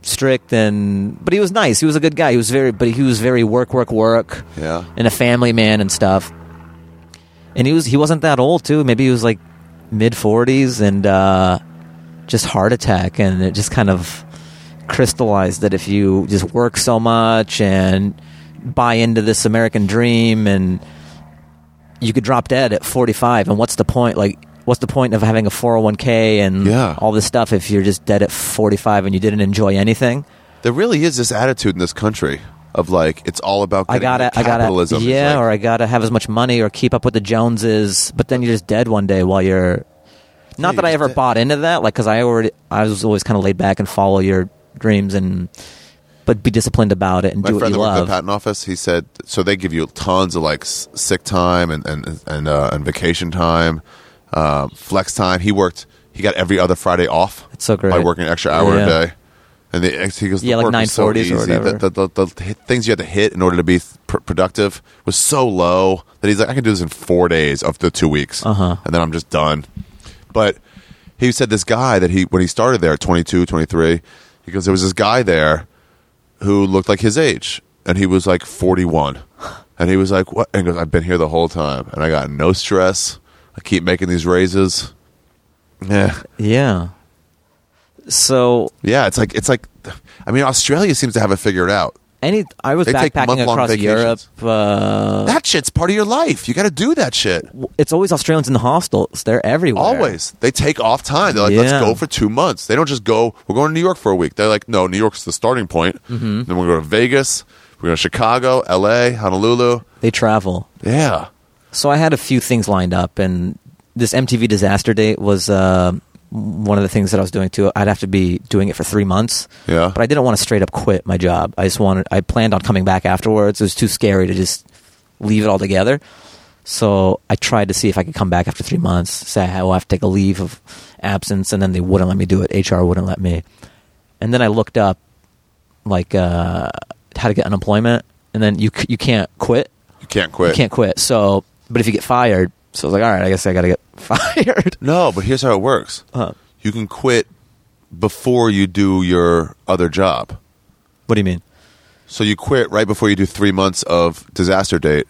S2: strict and but he was nice he was a good guy he was very but he was very work work work
S1: Yeah.
S2: and a family man and stuff. And he was he wasn't that old too. Maybe he was like mid forties and uh, just heart attack, and it just kind of crystallized that if you just work so much and buy into this American dream, and you could drop dead at forty five, and what's the point? Like. What's the point of having a 401k and
S1: Yeah.
S2: all this stuff if you're just dead at 45 and you didn't enjoy anything?
S1: There really is this attitude in this country of like it's all about
S2: I
S1: getting
S2: gotta, I gotta,
S1: capitalism. It's
S2: yeah,
S1: like,
S2: or I gotta have as much money or keep up with the Joneses. But then you're just dead one day while you're. Not
S1: Yeah,
S2: that I
S1: you're
S2: ever
S1: dead.
S2: bought into that, like because I already, I was always kind of laid back and follow your dreams and, but be disciplined about it and
S1: my
S2: do what
S1: friend
S2: you
S1: that worked at the
S2: love.
S1: patent office, he said so they give you tons of like s- sick time and and and, uh, and vacation time, um, flex time. He worked. He got every other Friday off.
S2: It's so great.
S1: by working an extra hour
S2: Yeah.
S1: a day. And the, he goes, the
S2: Yeah, like
S1: work was so
S2: 940s or
S1: easy.
S2: whatever.
S1: The, the, the, the hit- things you had to hit in order to be pr- productive was so low that he's like, I can do this in four days of the two weeks,
S2: Uh-huh.
S1: and then I'm just done. But he said this guy that he when he started there, 22, 23, he goes, there was this guy there who looked like his age, and he was like 41, And he was like, "What?" And he goes, "I've been here the whole time, and I got no stress. I keep making these raises. Yeah,
S2: Yeah. So
S1: yeah. It's like it's like, I mean, Australia seems to have it figured out.
S2: any, I was
S1: They take
S2: backpacking
S1: month-long
S2: across Europe.
S1: vacations.
S2: Uh,
S1: That shit's part of your life. You got to do that shit.
S2: it's always Australians in the hostels. They're everywhere.
S1: Always. They take off time. They're like,
S2: Yeah.
S1: let's go for two months. They don't just go, we're going to New York for a week. They're like, no, New York's the starting point.
S2: Mm-hmm.
S1: Then we're going to Vegas. We're going to Chicago, LA, Honolulu.
S2: They travel.
S1: Yeah.
S2: So I had a few things lined up, and this MTV Disaster Date was uh, one of the things that I was doing too. I'd have to be doing it for three months.
S1: Yeah.
S2: But I didn't want to straight up quit my job. I just wanted. I planned on coming back afterwards. It was too scary to just leave it all together. So I tried to see if I could come back after three months. Say I will have to take a leave of absence, and then they wouldn't let me do it. HR wouldn't let me. And then I looked up like uh, how to get unemployment, and then you c- you can't quit
S1: You can't quit.
S2: you can't quit. So, but if you get fired, so I was like, all right, I guess I got to get fired.
S1: No, but here's how it works
S2: Huh.
S1: you can quit before you do your other job.
S2: What do you mean?
S1: So you quit right before you do three months of disaster date.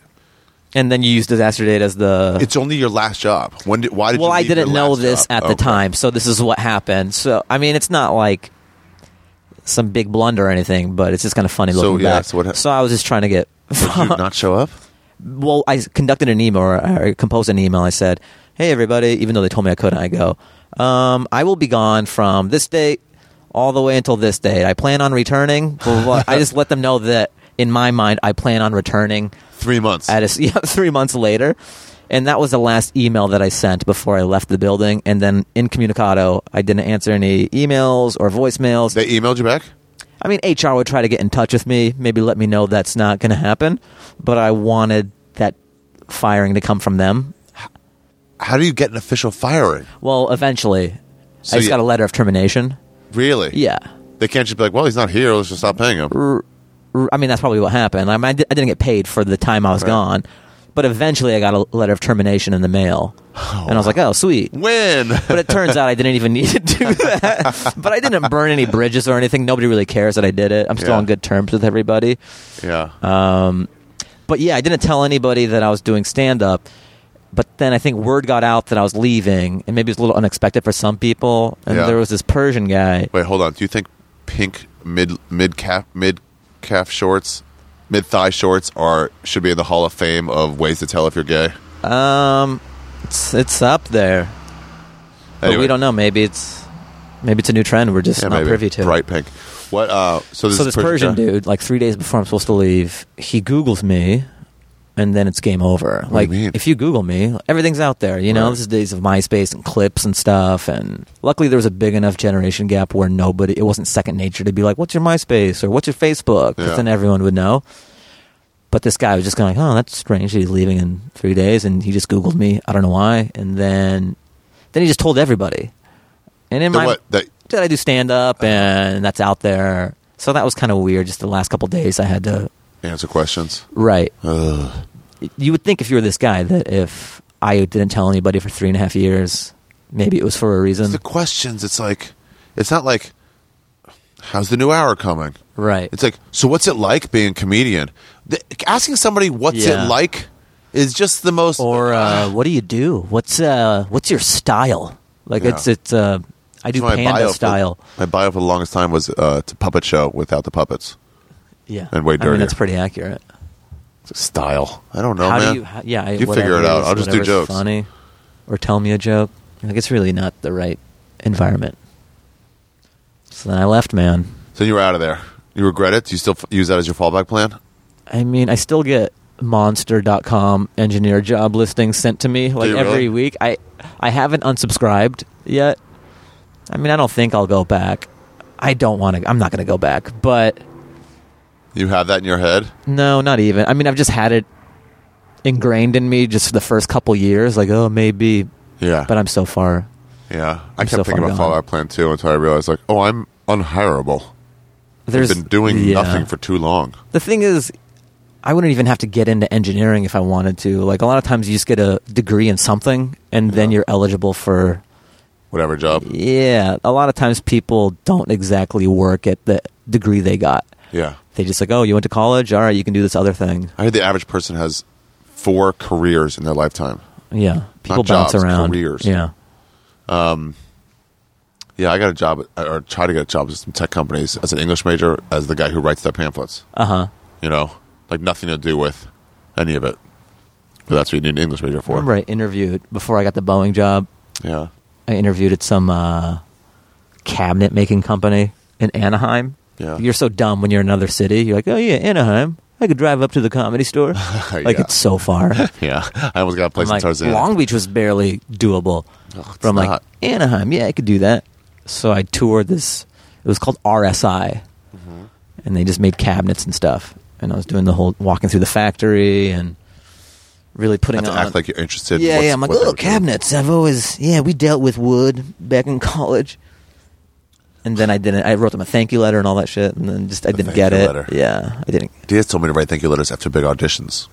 S2: And then you use disaster date as the.
S1: It's only your last job. When did, why did
S2: well,
S1: you
S2: I
S1: leave your
S2: didn't know
S1: last
S2: this
S1: job?
S2: at the
S1: Okay.
S2: time, so this is what happened. So, I mean, it's not like some big blunder or anything, but it's just kind of funny
S1: So,
S2: looking
S1: yeah,
S2: back.
S1: so what hap-
S2: so I was just trying to get.
S1: Did you not show up?
S2: well, I conducted an email or I composed an email. I said, "Hey, everybody!" Even though they told me I couldn't, I go, um, "I will be gone from this date all the way until this date. I plan on returning." Blah, blah, blah. I just let them know that in my mind, I plan on returning
S1: Three months.
S2: at a, yeah, three months later. And that was the last email that I sent before I left the building. And then incommunicado, I didn't answer any emails or voicemails.
S1: they emailed you back?
S2: I mean, HR would try to get in touch with me, maybe let me know that's not going to happen, but I wanted that firing to come from them.
S1: How do you get an official firing?
S2: Well, eventually,
S1: So
S2: I just
S1: you-
S2: got a letter of termination.
S1: Really?
S2: Yeah.
S1: They can't just be like, well, he's not here. Let's just stop paying him.
S2: R- I mean, that's probably what happened. I, mean, I, di- I didn't get paid for the time I was
S1: Right.
S2: gone, but eventually I got a letter of termination in the mail. and I was like, oh, sweet.
S1: Win.
S2: But it turns out I didn't even need to do that. but I didn't burn any bridges or anything. Nobody really cares that I did it. I'm still
S1: Yeah.
S2: on good terms with everybody.
S1: yeah.
S2: Um, but yeah, I didn't tell anybody that I was doing stand up. But then I think word got out that I was leaving, and maybe it was a little unexpected for some people. And
S1: Yeah.
S2: there was this Persian guy.
S1: Wait, hold on. Do you think pink mid mid calf mid calf shorts, mid thigh shorts are should be in the Hall of Fame of ways to tell if you're gay?
S2: Um, it's, it's up there, but
S1: Anyway.
S2: we don't know. Maybe it's maybe it's a new trend we're just
S1: Yeah,
S2: not
S1: maybe.
S2: privy to.
S1: Bright pink. What? Uh, so this,
S2: So this Persian
S1: guy-
S2: dude, like three days before I'm supposed to leave, he Googles me, and then it's game over.
S1: do
S2: like
S1: you mean?
S2: if you Google me, everything's out there. You know,
S1: Right.
S2: this is days of MySpace and clips and stuff. And luckily, there was a big enough generation gap where nobody, it wasn't second nature to be like, "What's your MySpace?" or "What's your Facebook?" 'Cause
S1: Yeah.
S2: then everyone would know. But this guy was just going, "Oh, that's strange. He's leaving in three days," and he just Googled me. I don't know why. And then, then he just told everybody. And in
S1: The
S2: my
S1: what? The-
S2: did I do stand
S1: Uh-huh.
S2: up and that's out there. So that was kind of weird. Just the last couple days, I had to
S1: answer questions.
S2: write.
S1: Ugh.
S2: You would think if you were this guy that if I didn't tell anybody for three and a half years, maybe it was for a reason,
S1: The questions. It's like, it's not like, how's the new hour coming?
S2: right?
S1: It's like, so what's it like being a comedian? The, asking somebody what's
S2: Yeah.
S1: it like is just the most.
S2: or uh, what do you do? What's uh, what's your style? Like
S1: Yeah.
S2: it's it's uh, I do
S1: My
S2: panda
S1: for-
S2: style.
S1: my bio for the longest time was uh, to puppet show without the puppets.
S2: yeah,
S1: and way
S2: I mean
S1: dirtier.
S2: that's pretty accurate.
S1: Style. I don't know,
S2: how
S1: Oh, man.
S2: do you? How, yeah, I-
S1: You
S2: whatever
S1: figure it out.
S2: is,
S1: I'll just do
S2: whatever's
S1: jokes.
S2: Funny, or tell me a joke. Like it's really not the right environment. So then I left, man.
S1: So you were out of there. You regret it? Do you still f- use that as your fallback plan?
S2: I mean, I still get monster.com engineer job listings sent to me like
S1: you
S2: every
S1: really?
S2: week. I I haven't unsubscribed yet. I mean, I don't think I'll go back. I don't want to. I'm not going to go back. But
S1: You have that in your head?
S2: No, not even. I mean, I've just had it ingrained in me just for the first couple years. Like, oh, maybe,
S1: Yeah.
S2: but I'm so far.
S1: yeah. I
S2: so
S1: kept thinking
S2: far
S1: about
S2: gone.
S1: fallback plan too until I realized, like, oh, I'm unhirable.
S2: There's
S1: I've been doing
S2: yeah.
S1: nothing for too long.
S2: The thing is, I wouldn't even have to get into engineering if I wanted to. Like a lot of times, you just get a degree in something, and then you're eligible for.
S1: Whatever job.
S2: Yeah, a lot of times people don't exactly work at the degree they got.
S1: Yeah.
S2: They just like, oh, you went to college? All right, you can do this other thing.
S1: I heard the average person has four careers in their lifetime.
S2: Yeah. People bounce
S1: jobs,
S2: around.
S1: careers.
S2: Yeah.
S1: Yeah, I got a job at, or try to get a job at some tech companies as an English major, as the guy who writes their pamphlets.
S2: Uh huh.
S1: You know, like nothing to do with any of it. But that's what you need an English major
S2: I
S1: for.
S2: remember I interviewed before I got the Boeing job.
S1: Yeah.
S2: I interviewed at some uh, cabinet making company in Anaheim.
S1: Yeah.
S2: You're so dumb when you're in another city. You're like, oh, yeah, Anaheim. I could drive up to the comedy store. Like,
S1: Yeah.
S2: it's so far.
S1: Yeah. I almost got a place
S2: I'm
S1: in
S2: like,
S1: Tarzan. Oh,
S2: Long Beach was barely doable.
S1: it's
S2: From like
S1: not.
S2: Anaheim, yeah, I could do that. So I toured this. It was called RSI,
S1: Mm-hmm.
S2: and they just made cabinets and stuff. And I was doing the whole walking through the factory and really
S1: You
S2: putting
S1: have
S2: on.
S1: to act like you're interested.
S2: yeah,
S1: what's-
S2: yeah. I'm like,
S1: what they're
S2: oh,
S1: doing.
S2: cabinets. I've always, yeah, we dealt with wood back in college. And then I didn't. I wrote them a thank you letter and all that shit, and then just I didn't
S1: thank
S2: get
S1: you
S2: it.
S1: letter.
S2: Yeah, I didn't.
S1: Diaz told me to write thank you letters after big auditions.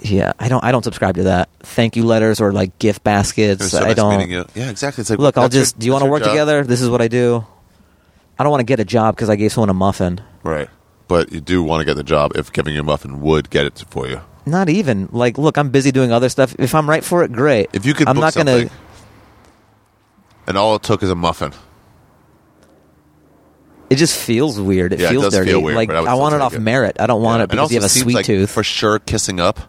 S2: Yeah, I don't. I don't subscribe to that. Thank you letters or like gift
S1: It
S2: baskets.
S1: was so
S2: I
S1: nice
S2: don't.
S1: meeting you. Yeah, exactly. It's like,
S2: look, I'll
S1: that's your-
S2: just. do you want to
S1: that's your
S2: work
S1: job.
S2: together? This is what I do. I don't want to get a job because I gave someone a muffin.
S1: Right. But you do want to get the job if giving you a muffin would get it for you.
S2: Not even like, look, I'm busy doing other stuff. If I'm right for it, great.
S1: If you could
S2: I'm
S1: book
S2: not
S1: something
S2: gonna.
S1: and all it took is a muffin.
S2: It just feels weird. It
S1: Yeah, it
S2: feels
S1: does feel
S2: dirty.
S1: weird,
S2: like
S1: but I would
S2: I
S1: still
S2: want it
S1: take
S2: off
S1: it.
S2: merit. I don't want
S1: Yeah.
S2: it because you have a
S1: seems
S2: sweet
S1: like
S2: tooth.
S1: For sure, kissing up.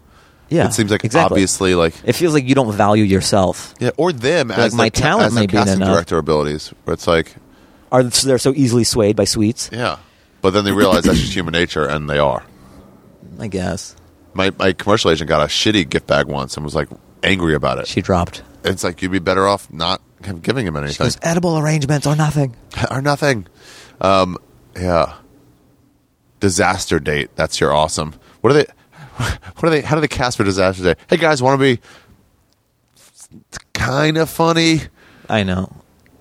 S2: yeah,
S1: It seems like
S2: exactly.
S1: obviously like
S2: It feels like you don't value yourself.
S1: yeah, or them as
S2: my
S1: their ca-
S2: talent
S1: as their
S2: may be in
S1: casting
S2: enough.
S1: director abilities. Where it's like,
S2: Are they're so easily swayed by sweets?
S1: yeah, but then they realize that's just human nature, and they are.
S2: I guess
S1: My my commercial agent got a shitty gift bag once and was like angry about it.
S2: she dropped.
S1: it's like you'd be better off not have- giving him anything
S2: Those edible arrangements are nothing.
S1: or nothing. Um, yeah, disaster date. That's your awesome. What are they? What are they? How do they cast for disaster date? Hey guys, want to be kind of funny?
S2: I know.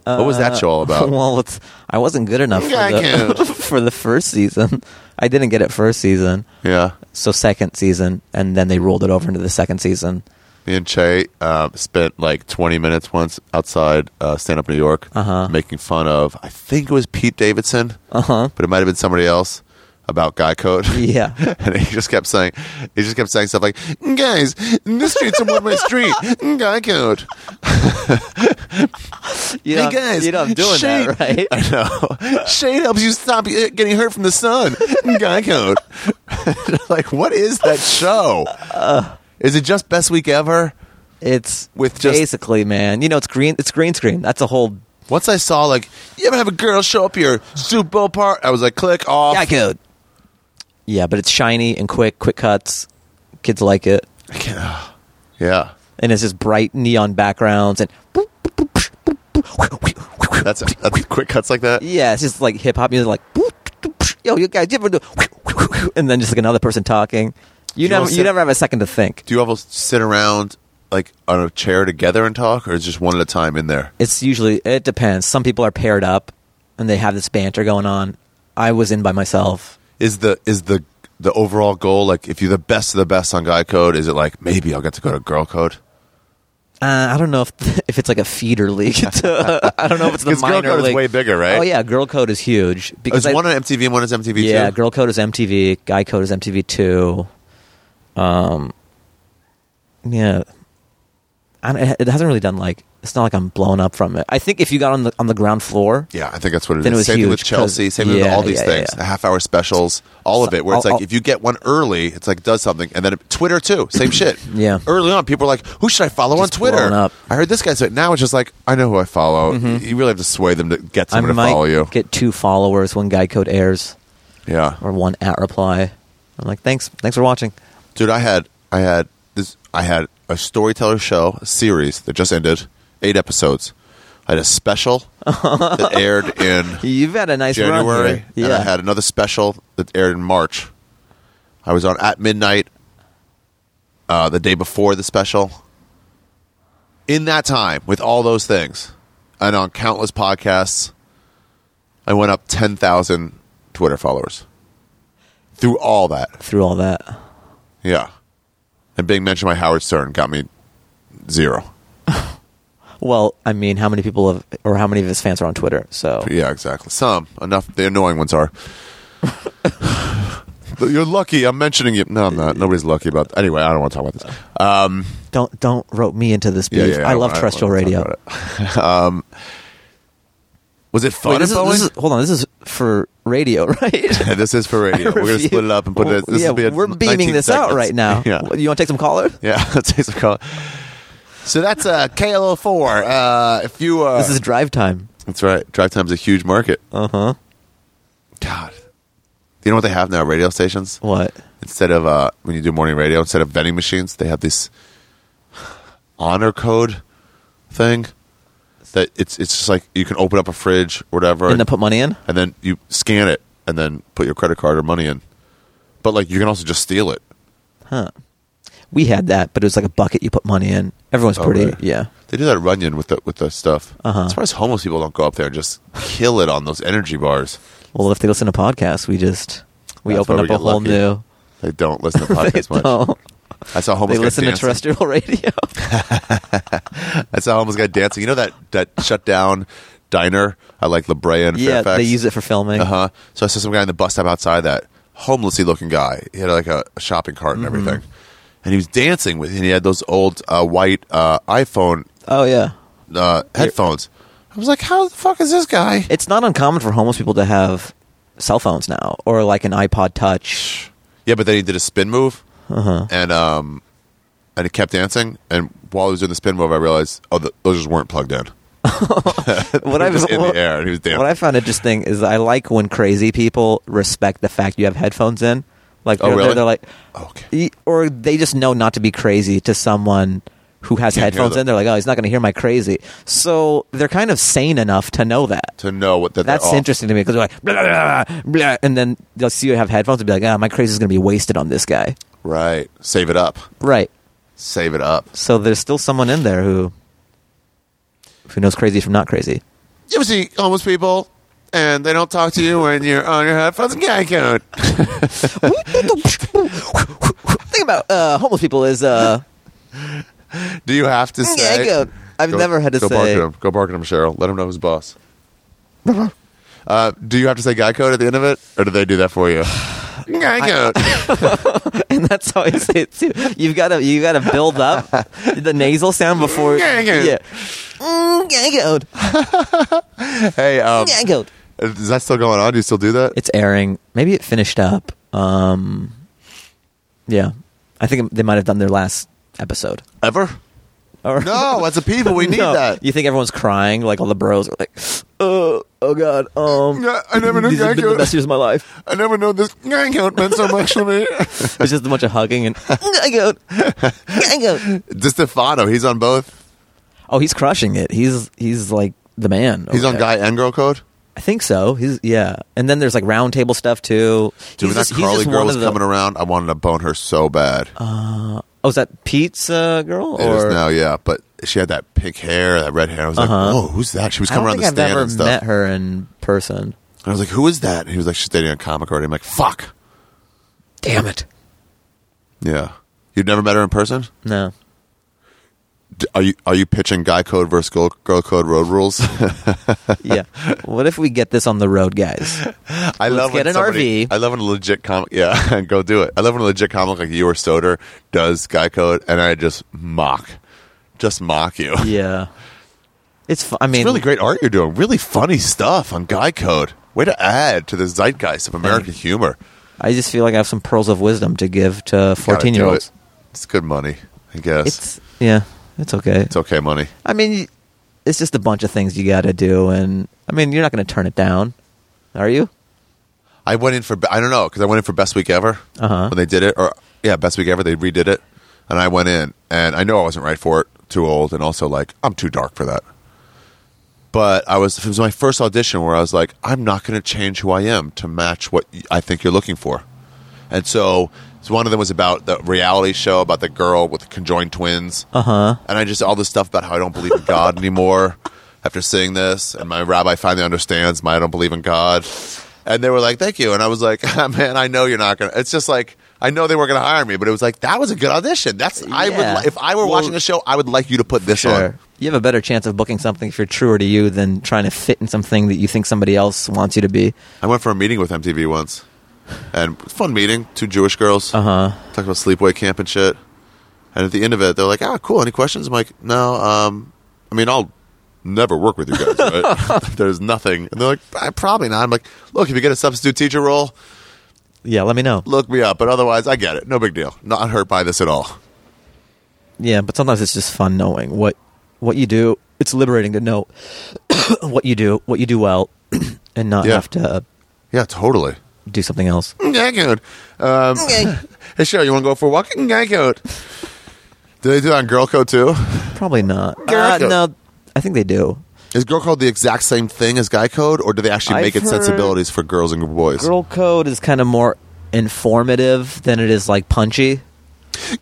S1: what was
S2: Uh,
S1: that show all about?
S2: well, it's, I wasn't good enough for
S1: Yeah, I
S2: the,
S1: can't.
S2: for the first season. I didn't get it first season,
S1: Yeah.
S2: so second season, and then they rolled it over into the second season.
S1: Me and Che uh, spent like 20 minutes once outside uh, Stand Up New York
S2: Uh-huh.
S1: making fun of, I think it was Pete Davidson,
S2: Uh-huh.
S1: but it might have been somebody else about guy code.
S2: Yeah.
S1: and he just kept saying, he just kept saying stuff like, guys, this street's a one way street, guy code.
S2: You
S1: hey guys,
S2: you know I'm doing
S1: shade,
S2: that, right?
S1: I know. Shade helps you stop uh, getting hurt from the sun, guy code. like, what is that show? is it just Best Week Ever?
S2: It's
S1: With just-
S2: basically, man. You know, it's green. It's green screen. That's a whole
S1: Once I saw like you ever have a girl show up your Super Bowl part, I was like, click off.
S2: guy code. Yeah, but it's shiny and quick, quick cuts. Kids like it,
S1: yeah,
S2: and it's just bright neon backgrounds and.
S1: that's that's quick cuts like that.
S2: Yeah, it's just like hip hop music, like yo, you guys, you ever do, and then just like another person talking. You
S1: Do you
S2: never,
S1: wanna
S2: you
S1: sit-
S2: never have a second to think.
S1: Do you all sit around like on a chair together and talk, or is just one at a time in there?
S2: It's usually it depends. Some people are paired up and they have this banter going on. I was in by myself.
S1: Is the is the the overall goal like if you're the best of the best on guy code, is it like maybe I'll get to go to girl code?
S2: Uh, I don't know if if it's like a feeder league. to- I don't know if it's the
S1: 'Cause Girl
S2: minor
S1: Code is
S2: league.
S1: way bigger, right?
S2: Oh yeah, girl code is huge because
S1: Is
S2: I,
S1: one on MTV and one is MTV
S2: yeah,
S1: too?
S2: girl code is MTV, guy code is MTV two. Um, yeah, I don't- it hasn't really done like it's not like I'm blown up from it. I think if you got on the on the ground floor,
S1: Yeah, I think that's what it is.
S2: Then it was
S1: same thing with
S2: huge 'cause-
S1: Chelsea, same thing with
S2: yeah,
S1: all these
S2: yeah, yeah,
S1: things,
S2: yeah.
S1: the half hour specials, all of it, where it's
S2: I'll-
S1: like
S2: I'll-
S1: if you get one early, it's like does something. And then it- Twitter too, same shit.
S2: Yeah.
S1: Early on, people were like, who should I follow
S2: Just
S1: on Twitter?
S2: blowing up. Mm-hmm.
S1: I heard this guy say, now it's just like, I know who I follow. You really have to sway them to get
S2: I
S1: someone to
S2: might
S1: follow you.
S2: get two followers when guy code airs
S1: yeah.
S2: or one at reply. I'm like, thanks, thanks for watching.
S1: Dude, I had, I had this, I had a storyteller show, a series that just ended, eight episodes. I had a special that aired in
S2: You've had a nice run
S1: January,
S2: here. Yeah,
S1: and I had another special that aired in March. I was on at midnight uh, the day before the special. In that time, with all those things, and on countless podcasts, I went up ten thousand Twitter followers through all that.
S2: through all that.
S1: Yeah, and being mentioned by Howard Stern got me zero.
S2: Well, I mean, how many people have, or how many of his fans are on Twitter? So
S1: Yeah, exactly. Some enough. The annoying ones are. You're lucky. I'm mentioning you. No, I'm not. Nobody's lucky about. Anyway, I don't want to talk about this. Um,
S2: Don't don't rope me into this beef.
S1: yeah, yeah, yeah,
S2: I love
S1: don't
S2: terrestrial
S1: wanna
S2: radio.
S1: talk about it. um, was it fun?
S2: Wait, this is,
S1: at
S2: this
S1: Boeing?
S2: is hold on. This is for radio,
S1: Yeah,
S2: right?
S1: this is for radio. We're going to split it up and put it. This
S2: yeah,
S1: will be a
S2: we're
S1: 19
S2: beaming this out
S1: segments.
S2: right now.
S1: Yeah,
S2: You want to take some caller?
S1: yeah. Let's take some call. So that's uh, KLO4. Uh, if you, uh,
S2: This is drive time.
S1: that's right. Drive time's a huge market.
S2: Uh
S1: Uh-huh.
S2: huh.
S1: God, you know what they have now? Radio stations
S2: What?
S1: instead of uh, when you do morning radio, instead of vending machines, they have this honor code thing that it's it's just like you can open up a fridge or whatever,
S2: And then put money in?
S1: and then you scan it and then put your credit card or money in. But like you can also just steal it.
S2: We had that, but it was like a bucket you put money in. Everyone's
S1: Oh,
S2: pretty.
S1: really?
S2: Yeah.
S1: They do that at Runyon with the with the stuff.
S2: Uh-huh.
S1: As far as homeless people don't go up there and just kill it on those energy bars.
S2: Well, if they listen to podcasts, we just we
S1: That's
S2: open
S1: where
S2: up
S1: we
S2: a
S1: get
S2: whole
S1: lucky.
S2: new.
S1: They don't listen to podcasts
S2: They
S1: much.
S2: don't.
S1: I saw a homeless guy
S2: They listen to
S1: dancing.
S2: terrestrial radio.
S1: I saw a homeless guy dancing. You know that that shut down diner I like La Brea and
S2: yeah,
S1: Fairfax.
S2: they use it for filming.
S1: Uh huh. So I saw some guy in the bus stop outside that homelessy looking guy. He had like a, a shopping cart
S2: Mm-hmm.
S1: and everything, and he was dancing with. And he had those old uh, white uh, iPhone
S2: Oh yeah,
S1: uh, headphones. I was like, how the fuck is this guy?
S2: it's not uncommon for homeless people to have cell phones now, or like an iPod Touch.
S1: Yeah, but then he did a spin move,
S2: Uh-huh.
S1: and um, and he kept dancing. And while he was doing the spin move, I realized, oh, the, those just weren't plugged in.
S2: What
S1: They're
S2: I've-
S1: just in
S2: what-
S1: the air, and he was dancing.
S2: What I found interesting is I like when crazy people respect the fact you have headphones in. Like,
S1: Oh,
S2: they're,
S1: really?
S2: they're, they're like,
S1: Okay.
S2: y- or they just know not to be crazy to someone who has
S1: Can't hear
S2: headphones
S1: them.
S2: in. They're like, oh, he's not going to hear my crazy. So they're kind of sane enough to know that.
S1: to know what that
S2: That's
S1: they're off.
S2: interesting to me because they're like, blah, blah, blah, blah, and then they'll see you have headphones and be like, ah, my crazy is going to be wasted on this guy.
S1: Right. Save it up.
S2: Right.
S1: Save it up.
S2: So there's still someone in there who who knows crazy from not crazy.
S1: You ever see homeless people and they don't talk to you when you're on your headphones? Guy code.
S2: thing about uh, homeless people is uh,
S1: Do you have to say?
S2: go- I've never had to
S1: go Bark
S2: say-
S1: at him. Go bark at him, Cheryl. Let him know who's boss. Uh, do you have to say guy code at the end of it, or do they do that for you? Guy code.
S2: and that's how I say it too. You've got to you got to build up the nasal sound before. yeah. Mm, gangoed,
S1: hey, um,
S2: gangoed.
S1: is that still going on? Do you still do that?
S2: It's airing. Maybe it finished up. Um, yeah, I think they might have done their last episode.
S1: Ever?
S2: Or
S1: No, as a people, we need
S2: No.
S1: that.
S2: You think everyone's crying? Like all the bros are like, oh, oh god, um,
S1: Yeah, I never knew
S2: these have been the
S1: gangoed.
S2: best years of my life.
S1: I never know this guy code meant so much to me.
S2: It's just a bunch of hugging and gangoed, gangoed.
S1: DiStefano, he's on both.
S2: Oh, he's crushing it. He's he's like the man.
S1: He's
S2: over
S1: on
S2: there.
S1: guy and girl code.
S2: I think so. He's yeah. And then there's like roundtable stuff too.
S1: Dude,
S2: he's
S1: when that
S2: just- he's
S1: Carly
S2: just
S1: girl
S2: one
S1: was
S2: of the-
S1: coming around, I wanted to bone her so bad.
S2: Oh, is that Pete's uh, girl?
S1: It is
S2: or
S1: now, yeah. But she had that pink hair, that red hair. I was
S2: Uh-huh.
S1: like, "Whoa, who's that?" She was
S2: I don't
S1: coming around
S2: think
S1: the
S2: I've
S1: stand
S2: ever
S1: and stuff.
S2: met her in person.
S1: And I was like, "Who is that?" And he was like, "She's dating a comic already." I'm like, "Fuck."
S2: Damn it.
S1: Yeah, you've never met her in person.
S2: No.
S1: D- Are you Are you pitching guy code versus girl, girl code road rules?
S2: Yeah. what if we get this on the road, guys?
S1: I love
S2: get
S1: when
S2: an
S1: somebody-
S2: RV.
S1: I love when a legit comic. Yeah, go do it. I love when a legit comic like you or Stoder does guy code, and I just mock, just mock you.
S2: Yeah. It's. Fu- I mean,
S1: It's really great art you're doing. Really funny stuff on Guy Code. Way to add to the zeitgeist of American humor.
S2: I just feel like I have some pearls of wisdom to give to
S1: Gotta do
S2: fourteen-year-olds.
S1: it. It's good money, I guess. It's,
S2: It's yeah. It's okay.
S1: okay money.
S2: I mean, it's just a bunch of things you got to do, and I mean, you're not going to turn it down, are you?
S1: I went in for I don't know because I went in for best week ever
S2: Uh-huh.
S1: when they did it or yeah best week ever they redid it and I went in and I know I wasn't right for it too old and also like I'm too dark for that but I was it was my first audition where I was like I'm not going to change who I am to match what y- I think you're looking for and so, so one of them was about the reality show about the girl with the conjoined twins
S2: Uh huh.
S1: and I just all this stuff about how I don't believe in God anymore after seeing this, and my rabbi finally understands my I don't believe in God. And they were like, "Thank you," and I was like, "Ah, "Man, I know you're not gonna." It's just like I know they weren't gonna hire me, but it was like that was a good audition. That's I would
S2: Yeah.
S1: li- if I were
S2: Well-
S1: watching the show, I would like you to put this on.
S2: Sure. You have a better chance of booking something if you're truer to you than trying to fit in something that you think somebody else wants you to be.
S1: I went for a meeting with MTV once. and fun meeting two Jewish girls. Uh huh. Talked about sleepaway camp and shit. And at the end of it, they're like, "Ah, cool. Any questions?" I'm like, "No. Um, I mean, I'll never work with you guys. Right? There's nothing." And they're like, I, "Probably not." I'm like, "Look, if you get a substitute teacher role,
S2: Yeah, let me know.
S1: look me up. But otherwise, I get it. No big deal. Not hurt by this at all."
S2: Yeah, but sometimes it's just fun knowing what what you do. It's liberating to know what you do, what you do well, and not
S1: Yeah.
S2: have to
S1: Yeah, totally.
S2: do something else.
S1: Gaggoat. Um, hey, Cheryl, you want to go for a walk? Gaggoat. Do they do that on Girl Code too?
S2: Probably not. Uh,
S1: Girl code.
S2: no, I think they do.
S1: Is Girl Code the exact same thing as Guy Code, or do they actually
S2: I've
S1: make it
S2: heard-
S1: sensibilities for girls and boys?
S2: Girl code is kind of more informative than it is like punchy.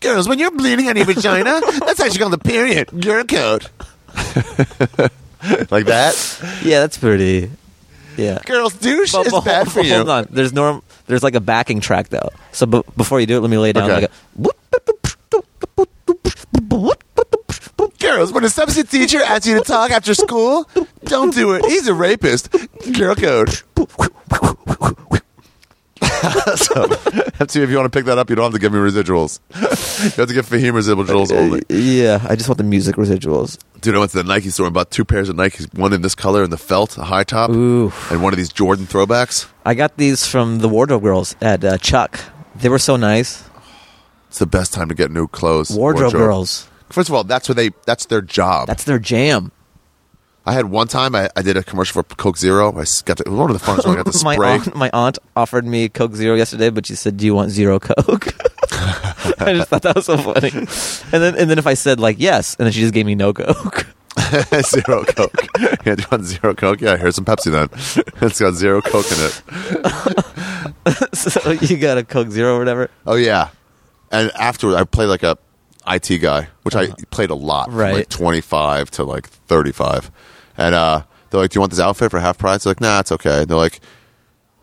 S1: Girls, when you're bleeding on your vagina, that's actually called the period. Girl Code. like that?
S2: Yeah, that's pretty. Yeah.
S1: Girls, douche
S2: But-
S1: is
S2: but
S1: bad
S2: hold-
S1: for you.
S2: Hold on. There's norm. There's like a backing track though. So b- before you do it, let me lay down
S1: Okay.
S2: like a.
S1: Girls, when a substitute teacher asks you to talk after school, don't do it. He's a rapist. Girl Code. awesome. That's if you want to pick that up, you don't have to give me residuals. you have to give Fahim residuals
S2: Uh,
S1: only.
S2: Yeah, I just want the music residuals.
S1: Dude, I went to the Nike store and bought two pairs of Nikes, one in this color in the felt, a high top,
S2: Oof.
S1: and one of these Jordan throwbacks.
S2: I got these from the Wardrobe Girls at uh, Chuck. They were so nice.
S1: It's the best time to get new clothes.
S2: Wardrobe, Girls.
S1: First of all, that's where they that's their job.
S2: That's their jam.
S1: I had one time I, I did a commercial for Coke Zero. I s- got to, one of the funnest. I got the
S2: my
S1: spray.
S2: aunt, my aunt offered me Coke Zero yesterday, but she said, "Do you want zero Coke?" I just thought that was so funny. And then, and then if I said like yes, and then she just gave me no Coke.
S1: zero Coke. Yeah, do you want zero Coke? Yeah, here's some Pepsi then. it's got zero Coke in it.
S2: so you got a Coke Zero or whatever.
S1: Oh yeah. And afterward, I played like a IT guy, which I played a lot, from, like
S2: Uh-huh. Right.
S1: 25 to like 35. And uh, they're like, "Do you want this outfit for half price?" They're like, "Nah, it's okay." And they're like,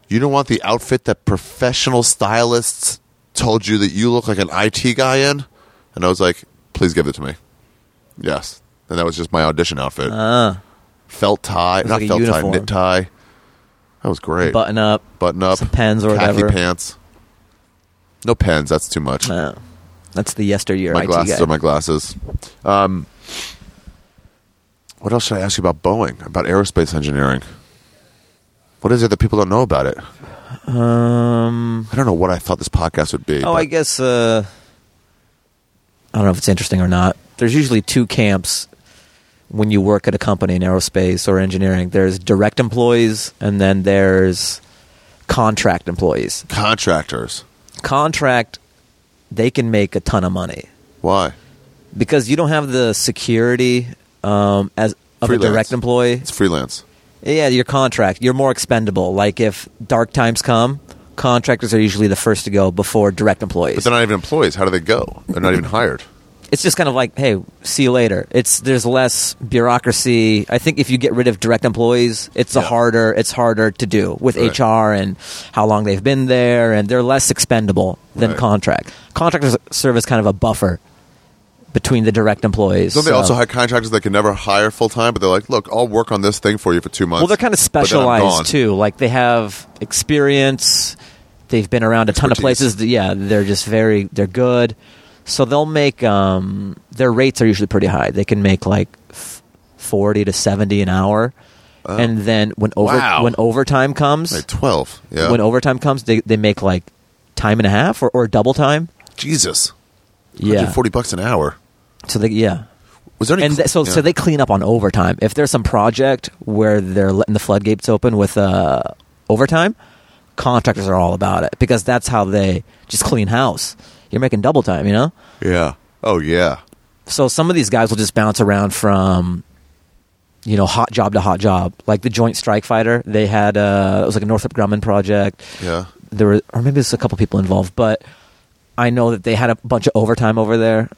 S1: "You don't want the outfit that professional stylists told you that you look like an IT guy in?" And I was like, "Please give it to me." Yes. And that was just my audition outfit.
S2: Uh,
S1: felt tie, not
S2: like a
S1: felt tie,
S2: uniform.
S1: knit tie. That was great.
S2: button up.
S1: Button up,
S2: some pens or
S1: khaki
S2: whatever.
S1: pants. No pens. That's too much
S2: Uh, that's the yesteryear
S1: my
S2: IT
S1: glasses
S2: guy.
S1: are my glasses. Um, what else should I ask you about Boeing? About aerospace engineering? What is it that people don't know about it?
S2: um.
S1: I don't know what I thought this podcast would be. but
S2: Oh, I guess. Uh, I don't know if it's interesting or not. There's usually two camps when you work at a company in aerospace or engineering. There's direct employees, and then there's contract employees.
S1: contractors.
S2: Contract, they can make a ton of money
S1: Why?
S2: because you don't have the security um, as of
S1: Freelance.
S2: a direct employee.
S1: It's freelance.
S2: Yeah, your contract. You're more expendable. Like if dark times come, contractors are usually the first to go before direct
S1: But
S2: employees.
S1: they're not even employees. How do they go? They're not even hired.
S2: It's just kind of like, hey, see you later. It's there's less bureaucracy. I think if you get rid of direct employees, it's a
S1: Yeah.
S2: harder it's harder to do with
S1: Right.
S2: HR and how long they've been there, and they're less expendable than
S1: Right.
S2: contract. Contractors serve as kind of a buffer between the direct employees.
S1: Don't they
S2: so-
S1: also hire contractors that can never hire full time? But they're like, look, I'll work on this thing for you for two months.
S2: Well, they're kind of
S1: but then I'm gone."
S2: specialized too. Like they have experience. They've been around a ton of
S1: Expertise.
S2: places. That, yeah, they're just very they're good. So they'll make um, their rates are usually pretty high. They can make like f- forty to seventy an hour, and then when over
S1: Oh. Wow.
S2: when overtime comes,
S1: Like twelve. Yeah.
S2: when overtime comes, they they make like time and a half or, or double time.
S1: Jesus.
S2: Yeah.
S1: Forty bucks an hour.
S2: So they yeah.
S1: Was there any?
S2: and
S1: cl-
S2: th- so
S1: Yeah.
S2: so they clean up on overtime. If there's some project where they're letting the floodgates open with uh, overtime, contractors are all about it because that's how they just clean house. You're making double time, you know.
S1: Yeah. Oh yeah.
S2: So some of these guys will just bounce around from, you know, hot job to hot job. Like the Joint Strike Fighter, they had uh, it was like a Northrop Grumman project
S1: Yeah.
S2: there were, or maybe there's a couple people involved, but I know that they had a bunch of overtime over there.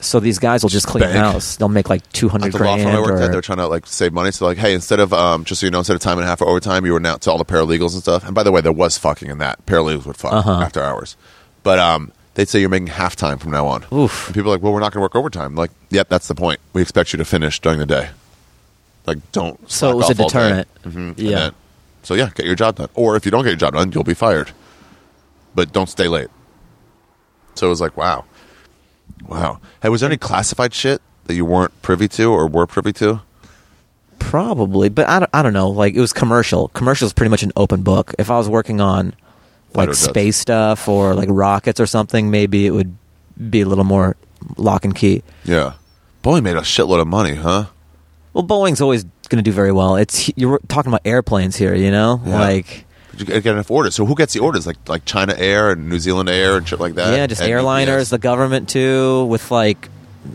S2: So these guys will just clean
S1: Bank.
S2: house. They'll make like two
S1: At
S2: hundred
S1: the law
S2: grand.
S1: firm I worked at,
S2: or,
S1: they were trying to like save money. So like, hey, instead of um, just so you know, instead of time and a half or overtime, you were now to all the paralegals and stuff. And by the way, there was fucking in that. Paralegals would fuck
S2: Uh-huh.
S1: after hours, but um, they'd say you're making half time from now on.
S2: Oof.
S1: And people are like, well, we're not going to work overtime. I'm like, yep, that's the point. We expect you to finish during the day. Like, don't. slack
S2: so it was a
S1: off all day.
S2: deterrent.
S1: Mhm. And
S2: Yeah,
S1: then- So yeah, get your job done. Or if you don't get your job done, you'll be fired. But don't stay late. So it was like, wow, wow. Hey, was there any classified shit that you weren't privy to or were privy to?
S2: Probably, but I don't, I don't know. Like it was commercial. Commercial is pretty much an open book. If I was working on
S1: Fighter
S2: like
S1: jets.
S2: space stuff or like rockets or something, maybe it would be a little more lock and key.
S1: Yeah, Boeing made a shitload of money, huh?
S2: Well, Boeing's always going to do very well. It's you're talking about airplanes here, you know,
S1: Yeah.
S2: like
S1: But You get enough orders. So who gets the orders? Like like China Air and New Zealand Air and shit like that.
S2: yeah, just
S1: Uh, And E
S2: airliners,
S1: UPS.
S2: the government too, with like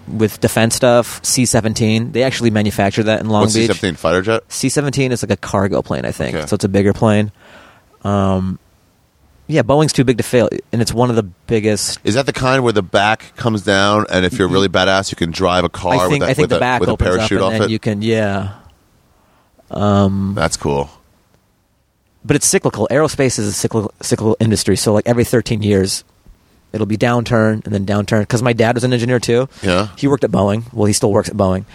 S2: with defense stuff. C seventeen, they actually manufacture that in Long
S1: What's the
S2: Beach.
S1: seventeen fighter jet?
S2: C seventeen is like a cargo plane, I think.
S1: Okay.
S2: So it's a bigger plane. Um, yeah, Boeing's too big to fail, and it's one of the biggest.
S1: Is that the kind where the back comes down, and if you're really badass, you can drive a car?
S2: Mm-hmm. I think
S1: with a,
S2: I think
S1: with
S2: the
S1: a-
S2: back
S1: with a
S2: opens up,
S1: parachute
S2: and
S1: off
S2: then
S1: it.
S2: you can yeah.
S1: That's cool.
S2: But it's cyclical. Aerospace is a cyclical, cyclical industry, so like every thirteen years, it'll be downturn and then downturn. Because my dad was an engineer too.
S1: Yeah.
S2: he worked at Boeing. Well, he still works at Boeing.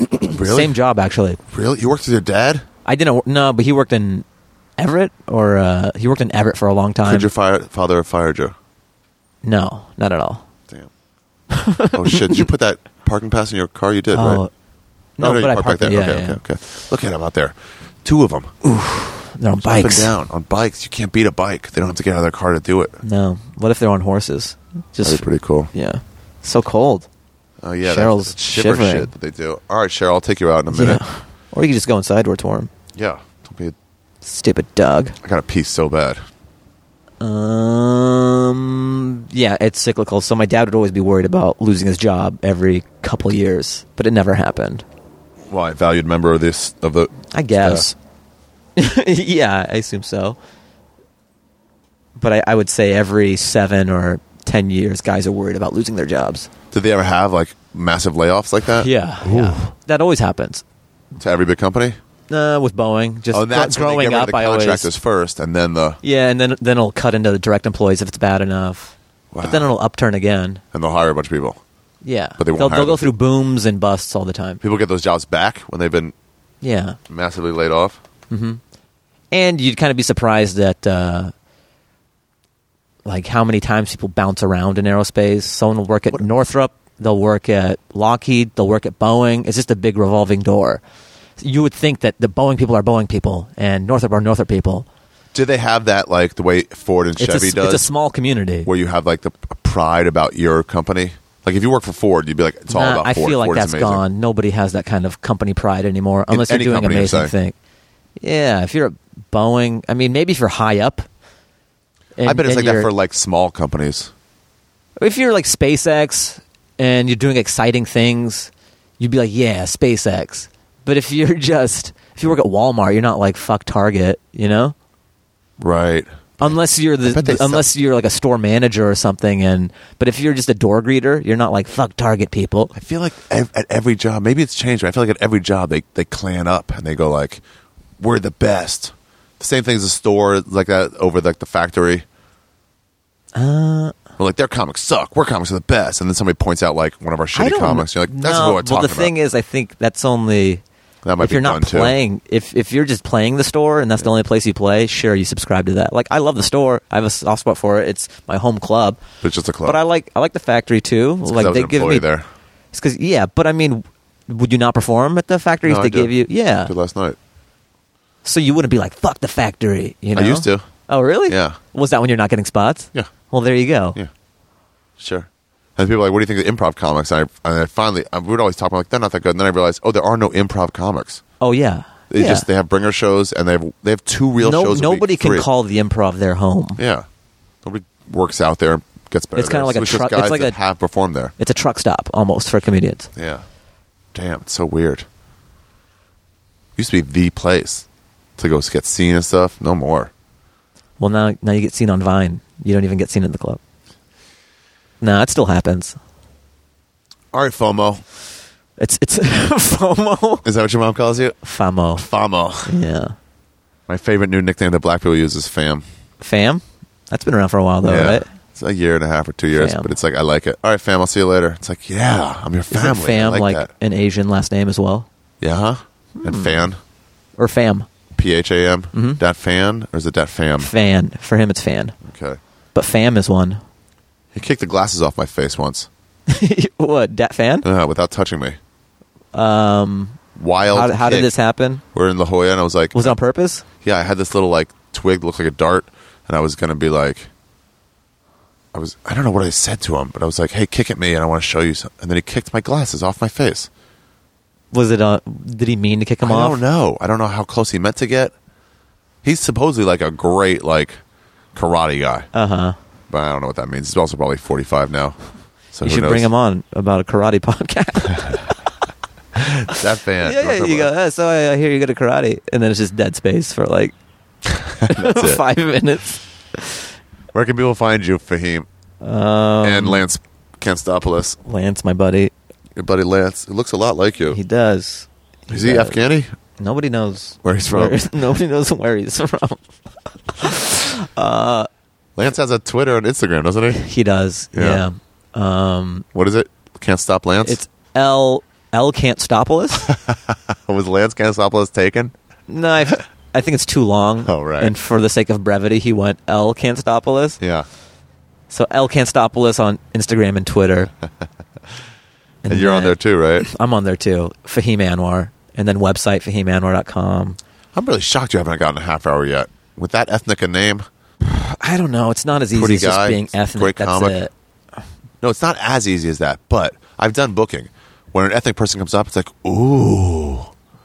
S1: Really?
S2: Same job actually.
S1: Really? You worked with your dad?
S2: I didn't wor- no, but he worked in Everett or uh, he worked in Everett for a long time.
S1: Could your fire, father have fired you?
S2: no, not at all.
S1: Damn. oh shit! Did you put that parking pass in your car? You did, right?
S2: Oh, no,
S1: Oh,
S2: but I
S1: you
S2: parked
S1: back
S2: it, yeah,
S1: okay,
S2: yeah.
S1: okay, okay. Look at him out there. Two of them,
S2: They're on
S1: up and
S2: bikes.
S1: down on bikes. You can't beat a bike. They don't have to get out of their car to do it.
S2: No. What if they're on horses?
S1: That'd
S2: Just
S1: be pretty cool.
S2: yeah. So cold.
S1: Oh yeah,
S2: Cheryl's
S1: that shiver
S2: shivering.
S1: shit that they do. All right, Cheryl, I'll take you out in a minute.
S2: Yeah. Or you could just go inside where it's warm.
S1: Yeah, don't be. A,
S2: Stupid Doug.
S1: I got to pee so bad.
S2: Um. Yeah, it's cyclical. So my dad would always be worried about losing his job every couple years, but it never happened.
S1: Why? valued member of this of the. uh,
S2: I guess. yeah, I assume so. But I, I would say every seven or ten years, guys are worried about losing their jobs.
S1: Did they ever have like massive layoffs like that?
S2: Yeah, yeah. that always happens.
S1: To every big company.
S2: Uh, with Boeing, just
S1: Oh,
S2: gro-
S1: and that's when they
S2: growing
S1: get rid of
S2: up,
S1: the
S2: I
S1: contractors
S2: always
S1: first, and then the
S2: yeah, and then then it'll cut into the direct employees if it's bad enough.
S1: Wow.
S2: But then it'll upturn again.
S1: and they'll hire a bunch of people.
S2: Yeah,
S1: But they won't
S2: will
S1: hire
S2: they'll go
S1: them.
S2: through booms and busts all the time.
S1: People get those jobs back when they've been
S2: Yeah,
S1: massively laid off.
S2: and you'd kind of be surprised at uh, like how many times people bounce around in aerospace. Someone will work at Northrop, they'll work at Lockheed, they'll work at Boeing. It's just a big revolving door. You would think that the Boeing people are Boeing people and Northrop are Northrop people.
S1: Do they have that like the way Ford and
S2: It's,
S1: Chevy
S2: a, s-
S1: does,
S2: it's a small community.
S1: where you have like the pride about your company? Like if you work for Ford, you'd be like, it's all
S2: Nah,
S1: about
S2: I
S1: Ford.
S2: feel like
S1: Ford's
S2: that's
S1: amazing.
S2: gone. Nobody has that kind of company pride anymore, unless you're
S1: any
S2: doing
S1: company, I'm
S2: amazing
S1: saying.
S2: thing. Yeah, if you're at Boeing, I mean, maybe if you're high up. and-
S1: I bet it's
S2: and
S1: like that
S2: you're-
S1: for like small companies.
S2: if you're like SpaceX and you're doing exciting things, you'd be like, yeah, SpaceX. But if you're just if you work at Walmart, you're not like fuck Target, you know?
S1: Right.
S2: Unless you're the,
S1: bet they
S2: the-
S1: sell-
S2: unless you're like a store manager or something and but if you're just a door greeter, you're not like fuck Target people.
S1: I feel like ev- at every job, maybe it's changed, but I feel like at every job they, they clan up and they go like, "We're the best." The same thing as a store like that over like the factory. Uh, well, like their comics suck. We're comics are the best, and then somebody points out like one of our
S2: I
S1: shitty
S2: don't
S1: comics. You're like, "That's
S2: no,
S1: who I'm
S2: Well,
S1: talking
S2: the thing
S1: about."
S2: is, I think that's only
S1: That might
S2: if
S1: be
S2: you're
S1: fun,
S2: not
S1: too.
S2: playing. If if you're just playing the store and that's the only place you play, sure, you subscribe to that. Like I love the store. I have a soft spot for it. It's my home club.
S1: But it's just a club.
S2: But I like I like the factory too.
S1: I
S2: Like
S1: was
S2: they
S1: an
S2: give
S1: employee
S2: me
S1: there.
S2: It's because yeah, but I mean, would you not perform at the factory
S1: No,
S2: if
S1: I
S2: they
S1: do.
S2: gave you yeah?
S1: Did last night.
S2: So you wouldn't be like fuck the factory. You know,
S1: I used to.
S2: Oh really?
S1: Yeah.
S2: Was that when you're not getting spots?
S1: Yeah.
S2: Well, there you go.
S1: Yeah, sure. And people are like, "What do you think of improv comics?" And I, and I finally, I, we would always talk about like they're not that good. And then I realized, oh, there are no improv comics.
S2: Oh yeah.
S1: They
S2: yeah.
S1: just they have bringer shows and they have they have two real
S2: no,
S1: shows. a week,
S2: nobody can
S1: three.
S2: call the improv their home.
S1: Yeah, nobody works out there and gets better.
S2: It's kinda
S1: there.
S2: like
S1: So
S2: a
S1: just
S2: truck-
S1: guys
S2: it's like
S1: that
S2: a-
S1: have performed there.
S2: It's a truck stop almost for comedians.
S1: Yeah, damn, it's so weird. Used to be the place to go get seen and stuff. No more.
S2: Well, now now you get seen on Vine. You don't even get seen in the club. No, it still happens.
S1: All right, FOMO.
S2: It's it's FOMO.
S1: Is that what your mom calls you?
S2: FOMO.
S1: FOMO.
S2: Yeah.
S1: My favorite new nickname that black people use is FAM.
S2: Fam. That's been around for a while though, right?
S1: It's a year and a half or two years,
S2: Fam.
S1: but it's like I like it. All right, fam, I'll see you later. It's like, yeah, I'm your family.
S2: Isn't
S1: I
S2: fam
S1: like,
S2: like, Hmm.
S1: that.
S2: an Asian last name as well,
S1: yeah, huh? and fan,
S2: or fam?
S1: P H A M dot fan or is it dot fam?
S2: Mm-hmm. Fan. For him, it's fan.
S1: Okay.
S2: But fam is one.
S1: He kicked the glasses off my face once
S2: what? Dat fan?
S1: uh, without touching me. Um, wild.
S2: How, how
S1: kick.
S2: did this happen?
S1: We're in La Jolla, and I was like,
S2: Was it on purpose?
S1: yeah, I had this little like twig that looked like a dart, and I was gonna be like, I was, I don't know what I said to him, but I was like, hey, kick at me, and I want to show you something. And then he kicked my glasses off my face.
S2: Was it on? Did he mean to kick him
S1: I
S2: off?
S1: don't know. I don't know how close he meant to get. He's supposedly like a great like karate guy,
S2: Uh huh.
S1: but I don't know what that means. He's also probably forty five now. So
S2: You
S1: who
S2: should
S1: knows?
S2: bring him on about a karate podcast.
S1: That fan.
S2: yeah, yeah. You go. "Oh, so I, I hear you go to karate, and then it's just dead space for like
S1: That's it.
S2: five minutes.
S1: Where can people find you, Fahim
S2: Um,
S1: and Lance Kanstopoulos?
S2: Lance, my buddy,
S1: Your buddy Lance. It looks a lot like you.
S2: he does.
S1: Is he
S2: does.
S1: Afghani?
S2: Nobody knows
S1: Where he's from.
S2: nobody knows where he's from.
S1: Lance has a Twitter and Instagram, doesn't he?
S2: He does.
S1: Yeah.
S2: Yeah. Um,
S1: What is it? Can't stop Lance.
S2: it's L L can't stop us.
S1: was Lance Kanstopoulos taken?
S2: No, I, I think it's too long.
S1: Oh, right.
S2: And for the sake of brevity, he went L Canstopoulos.
S1: Yeah.
S2: So L Canstopoulos on Instagram and Twitter.
S1: And you're on
S2: then-
S1: there too, right?
S2: I'm on there too. Fahim Anwar. And then website, fahimanwar.com.
S1: I'm really shocked you haven't gotten a half hour yet. With that ethnic a name,
S2: I don't know. It's not as easy
S1: Pretty
S2: as just
S1: guy.
S2: being ethnic.
S1: Great
S2: That's
S1: comic.
S2: it.
S1: No, it's not as easy as that, but I've done booking. When an ethnic person comes up, it's like, ooh,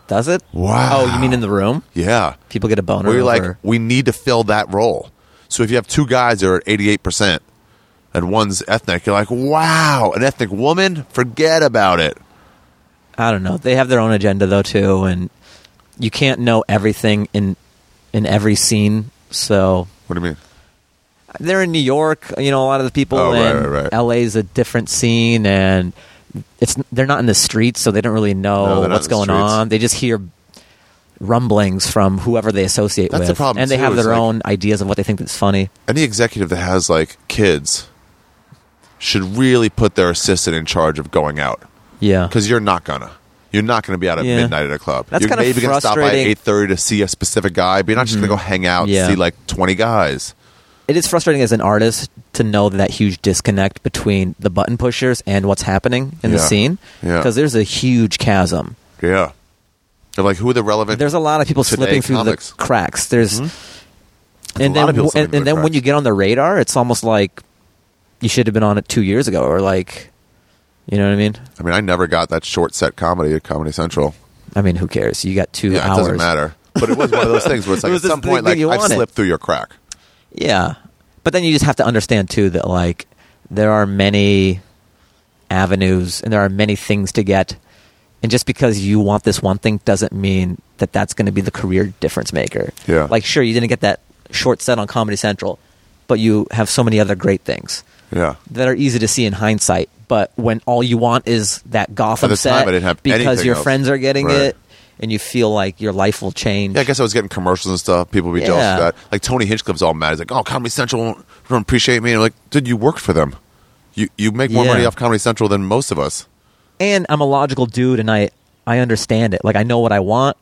S2: Does it?
S1: Wow.
S2: Oh, you mean in the room?
S1: yeah.
S2: People get a boner.
S1: Where you're like,
S2: over-
S1: we need to fill that role. So if you have two guys that are at 88% and one's ethnic, you're like, wow, an ethnic woman? Forget about it.
S2: I don't know. They have their own agenda though too, and you can't know everything in in every scene. So
S1: What do you mean?
S2: they're in New York. You know, a lot of the people
S1: Oh, right,
S2: in
S1: right, right.
S2: LA is a different scene, and it's they're not in the streets, so they don't really
S1: No,
S2: know
S1: they're not
S2: what's
S1: in the
S2: going
S1: streets.
S2: on. They just hear rumblings from whoever they associate
S1: That's the
S2: with,
S1: problem,
S2: and they
S1: too,
S2: have
S1: is
S2: their
S1: like-
S2: own ideas of what they think that's funny.
S1: Any executive that has like kids should really put their assistant in charge of going out
S2: Yeah,
S1: because you're not gonna. You're not going to be out at
S2: Yeah.
S1: midnight at a club.
S2: That's
S1: you're
S2: kinda
S1: maybe gonna stop by
S2: frustrating. Mm-hmm.
S1: eight thirty to see a specific guy, but you're not just going to go hang out
S2: Yeah.
S1: and see like twenty guys.
S2: it is frustrating as an artist to know that huge disconnect between the button pushers and what's happening in the
S1: Yeah.
S2: scene
S1: Yeah.
S2: because there's a huge chasm.
S1: Yeah, they're like who are the relevant?
S2: There's a lot of people
S1: Today,
S2: slipping through
S1: comics. Mm-hmm.
S2: the cracks. There's
S1: There's a
S2: and
S1: lot
S2: then
S1: of people slipping
S2: w- and,
S1: through
S2: and
S1: the
S2: then when
S1: cracks.
S2: you get on the radar, it's almost like you should have been on it two years ago, or like you know what I mean.
S1: I mean, I never got that short set comedy at Comedy Central.
S2: I mean, who cares? You got two
S1: Yeah,
S2: hours.
S1: it doesn't matter. But it was one of those things where it's
S2: It
S1: like at
S2: was just
S1: some
S2: the
S1: point,
S2: thing
S1: like
S2: you
S1: I've
S2: wanted.
S1: slipped through your crack.
S2: Yeah, but then you just have to understand too that like there are many avenues and there are many things to get, and just because you want this one thing doesn't mean that that's going to be the career difference maker.
S1: Yeah.
S2: like sure you didn't get that short set on Comedy Central, but you have so many other great things
S1: Yeah,
S2: that are easy to see in hindsight. But when all you want is that Gotham
S1: At the time,
S2: set
S1: I didn't have
S2: because
S1: anything
S2: your
S1: else.
S2: friends are getting
S1: Right.
S2: it, and you feel like your life will change.
S1: yeah. I guess I was getting commercials and stuff. People would be jealous of
S2: Yeah.
S1: that. Like Tony Hinchcliffe's all mad. He's like, "Oh, Comedy Central won't- don't appreciate me." And I'm like, dude, you worked for them. You you make more
S2: Yeah.
S1: money off Comedy Central than most of us.
S2: and I'm a logical dude, and I I understand it. Like I know what I want.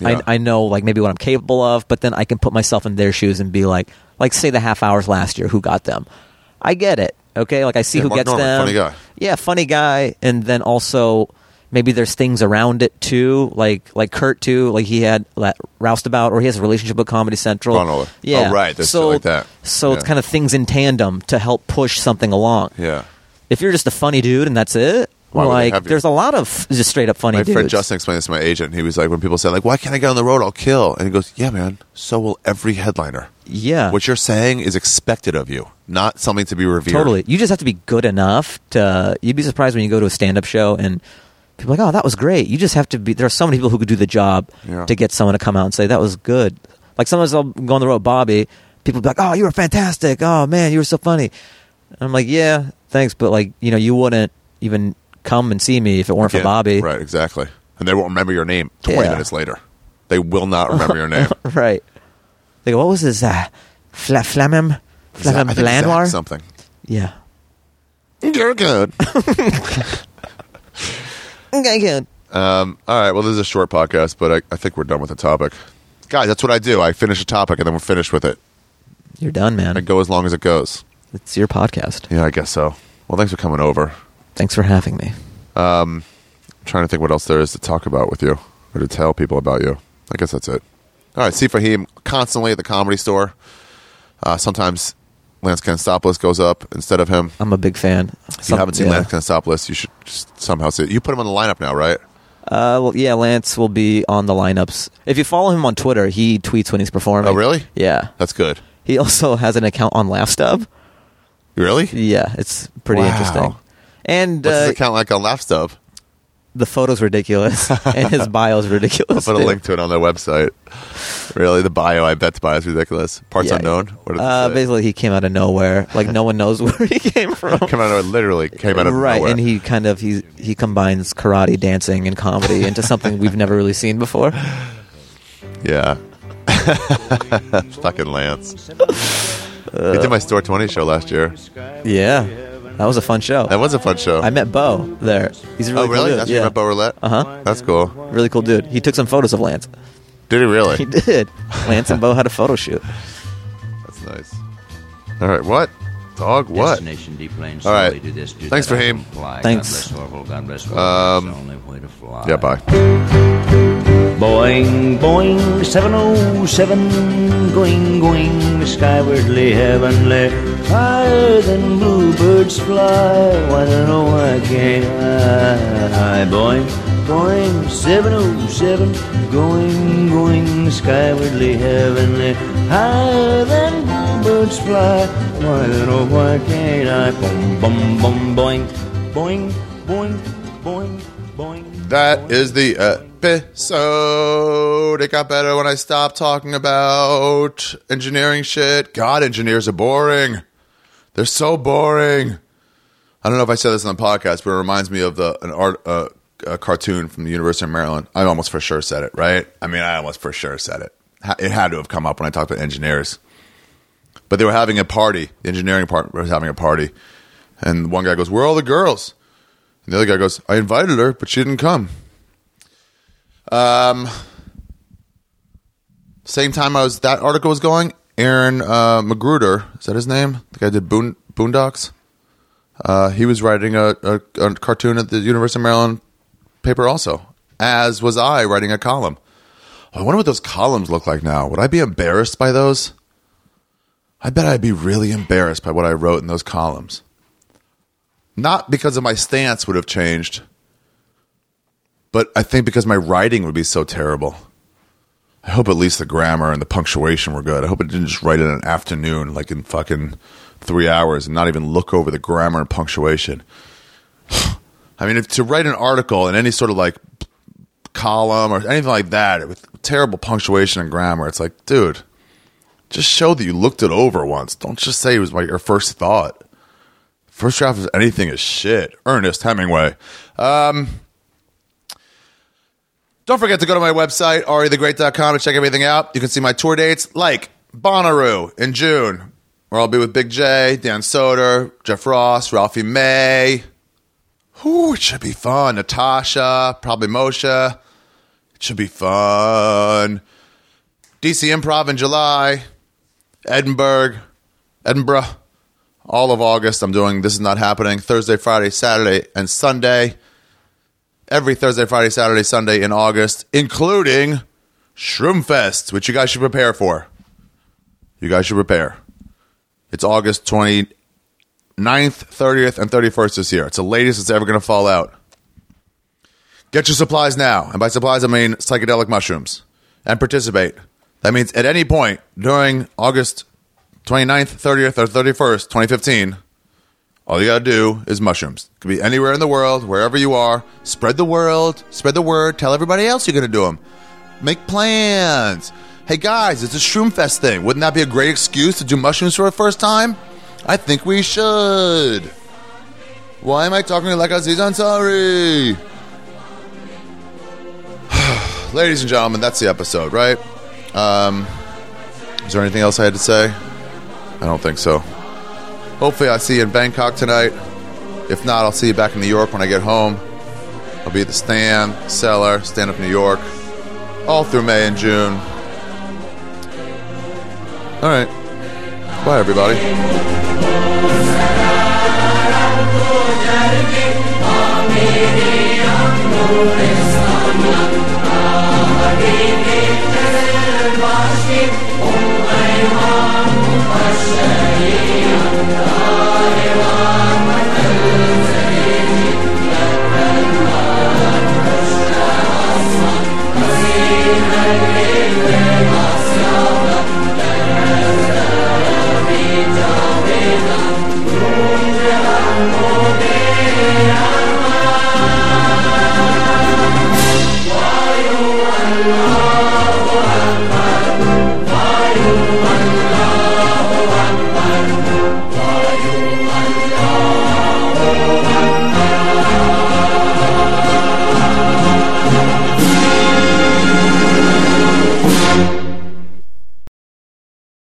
S1: Yeah.
S2: I I know like maybe what I'm capable of, but then I can put myself in their shoes and be like, like say the half hours last year, who got them? I get it. Okay, like I see
S1: Yeah,
S2: who
S1: Mark
S2: gets
S1: Norman,
S2: them.
S1: funny guy.
S2: Yeah, funny guy, and then also maybe there's things around it too, like like Kurt too, like he had that roustabout, or he has a relationship with Comedy Central.
S1: Ron Oliver.
S2: Yeah,
S1: Oh, right, there's
S2: so
S1: shit like that.
S2: So it's
S1: Yeah.
S2: kind of things in tandem to help push something along.
S1: Yeah.
S2: If you're just a funny dude and that's it,
S1: Why would they
S2: like
S1: have you?
S2: there's a lot of just straight up funny
S1: My
S2: dudes.
S1: friend Justin explained this to my agent. He was like, when people say, like, why can't I get on the road? I'll kill. And he goes, yeah, man, so will every headliner.
S2: yeah,
S1: What you're saying is expected of you, not something to be revered.
S2: totally. You just have to be good enough to. You'd be surprised when you go to a stand up show and people are like, oh, that was great. You just have to be. There are so many people who could do the job
S1: Yeah.
S2: to get someone to come out and say that was good. Like sometimes I'll go on the road, with Bobby. People be like, oh, you were fantastic. Oh man, you were so funny. And I'm like, yeah, thanks, but like you know, you wouldn't even come and see me if it weren't
S1: Yeah,
S2: for Bobby.
S1: Right, exactly. And they won't remember your name 20
S2: Yeah.
S1: minutes later. They will not remember your name.
S2: Right. They go, what was his uh, Fla- Flamem?
S1: Zach-
S2: Flamem
S1: I think Zach
S2: Blanwar?
S1: something.
S2: Yeah.
S1: You're good.
S2: Okay, good.
S1: um, all right. Well, this is a short podcast, but I, I think we're done with the topic. Guys, that's what I do. I finish a topic and then we're finished with it.
S2: You're done,
S1: I
S2: man.
S1: go as long as it goes.
S2: It's your podcast.
S1: Yeah, I guess so. Well, thanks for coming over.
S2: Thanks for having me.
S1: trying to think what else there is to talk about with you or to tell people about you. I guess that's it. All right, see Fahim constantly at the comedy store. Uh, sometimes Lance Constopoulos goes up instead of him.
S2: I'm a big fan.
S1: If you haven't seen
S2: yeah.
S1: Lance Constopoulos, you should just somehow see it. You put him on the lineup now, right?
S2: Uh, well, yeah, Lance will be on the lineups. If you follow him on Twitter, he tweets when he's performing.
S1: Oh, really?
S2: Yeah.
S1: That's good.
S2: He also has an account on LaughStub.
S1: Really?
S2: Yeah, it's pretty
S1: Wow.
S2: interesting. And
S1: What's his
S2: uh,
S1: account like on Laughstub?
S2: the photo's ridiculous, and his bio's
S1: I'll
S2: ridiculous.
S1: put a
S2: too.
S1: link to it on their website. Really, the bio I bet the bio is ridiculous. Parts
S2: Yeah.
S1: unknown. What did it
S2: Uh,
S1: say?
S2: basically, he came out of nowhere. Like no one knows where he came from.
S1: Came out of literally came out of
S2: right,
S1: nowhere.
S2: and he kind of he he combines karate, dancing, and comedy into something we've never really seen before.
S1: Yeah. Fucking Lance. he did my Store 20 show last year.
S2: Yeah, that was a fun show.
S1: That was a fun show.
S2: I met Bo there. He's a really
S1: oh, really?
S2: Cool
S1: That's where
S2: dude.
S1: you
S2: yeah.
S1: met Bo Roulette?
S2: Uh huh.
S1: That's cool.
S2: Really cool dude. He took some photos of Lance.
S1: Did he really?
S2: He did. Lance and Bo had a photo shoot.
S1: That's nice. All right, what? Dog, what?
S5: Destination deep lane.
S1: All right.
S5: slowly do this, do
S1: Thanks
S5: that,
S1: for
S5: I
S1: him.
S5: don't fly. God
S2: Thanks.
S5: bless Orville, God bless Orville.
S1: Um,
S5: It's the only way to fly.
S1: Yeah, bye.
S5: Boeing, Boeing 707, going, going skywardly, heavenly, higher than bluebirds fly. Why don't know why can't I? Boeing, Boeing 707, going, going skywardly, heavenly, higher than bluebirds fly. Why don't know why can't I? Boom, boom, boom, boing, boing, boing, boing, boing.
S1: That is the episode. It got better when I stopped talking about engineering shit. God, engineers are boring. They're so boring. I don't know if I said this on the podcast, but it reminds me of the an art uh, a cartoon from the University of Maryland. I almost for sure said it, right? I mean, I almost for sure said it. Ha- It had to have come up when I talked to engineers. But they were having a party. The engineering part was having a party, and one guy goes, "Where are all the girls?" And the other guy goes, I invited her, but she didn't come. Um, same time I was that article was going, Aaron uh, Magruder, is that his name? The guy did Boon, Boondocks. Uh, he was writing a, a, a cartoon at the University of Maryland paper also, as was I writing a column. I wonder what those columns look like now. Would I be embarrassed by those? I bet I'd be really embarrassed by what I wrote in those columns not because of my stance would have changed, but I think because my writing would be so terrible. I hope at least the grammar and the punctuation were good. I hope I didn't just write it in an afternoon, like in fucking three hours, and not even look over the grammar and punctuation. I mean, if to write an article in any sort of like column or anything like that with terrible punctuation and grammar, it's like, dude, just show that you looked it over once. Don't just say it was like your first thought. First draft of anything is shit. Ernest Hemingway. Um, don't forget to go to my website, arithegreat.com, to check everything out. You can see my tour dates like Bonnaroo in June, where I'll be with Big J, Dan Soder, Jeff Ross, Ralphie May. Ooh, it should be fun. Natasha, probably Moshe. It should be fun. DC Improv in July, Edinburgh, Edinburgh all of August. I'm doing This Is Not Happening Thursday, Friday, Saturday, and Sunday. Every Thursday, Friday, Saturday, Sunday in August, including Shroomfest, which you guys should prepare for. You guys should prepare. It's August 29th, 30th, and 31st this year. It's the latest it's ever going to fall out. Get your supplies now. And by supplies, I mean psychedelic mushrooms. And participate. That means at any point during August 29th, 30th, or 31st, 2015, all you got to do is mushrooms. Could be anywhere in the world, wherever you are. Spread the world, spread the word, tell everybody else you're going to do them. Make plans. Hey guys, it's a Shroom Fest thing. Wouldn't that be a great excuse to do mushrooms for the first time? I think we should. Why am I talking like Aziz Ansari? Ladies and gentlemen, that's the episode, right? Um, is there anything else I had to say? I don't think so. Hopefully, I see you in Bangkok tonight. If not, I'll see you back in New York when I get home. I'll be at the stand, cellar, stand up New York, all through May and June. All right. Bye, everybody.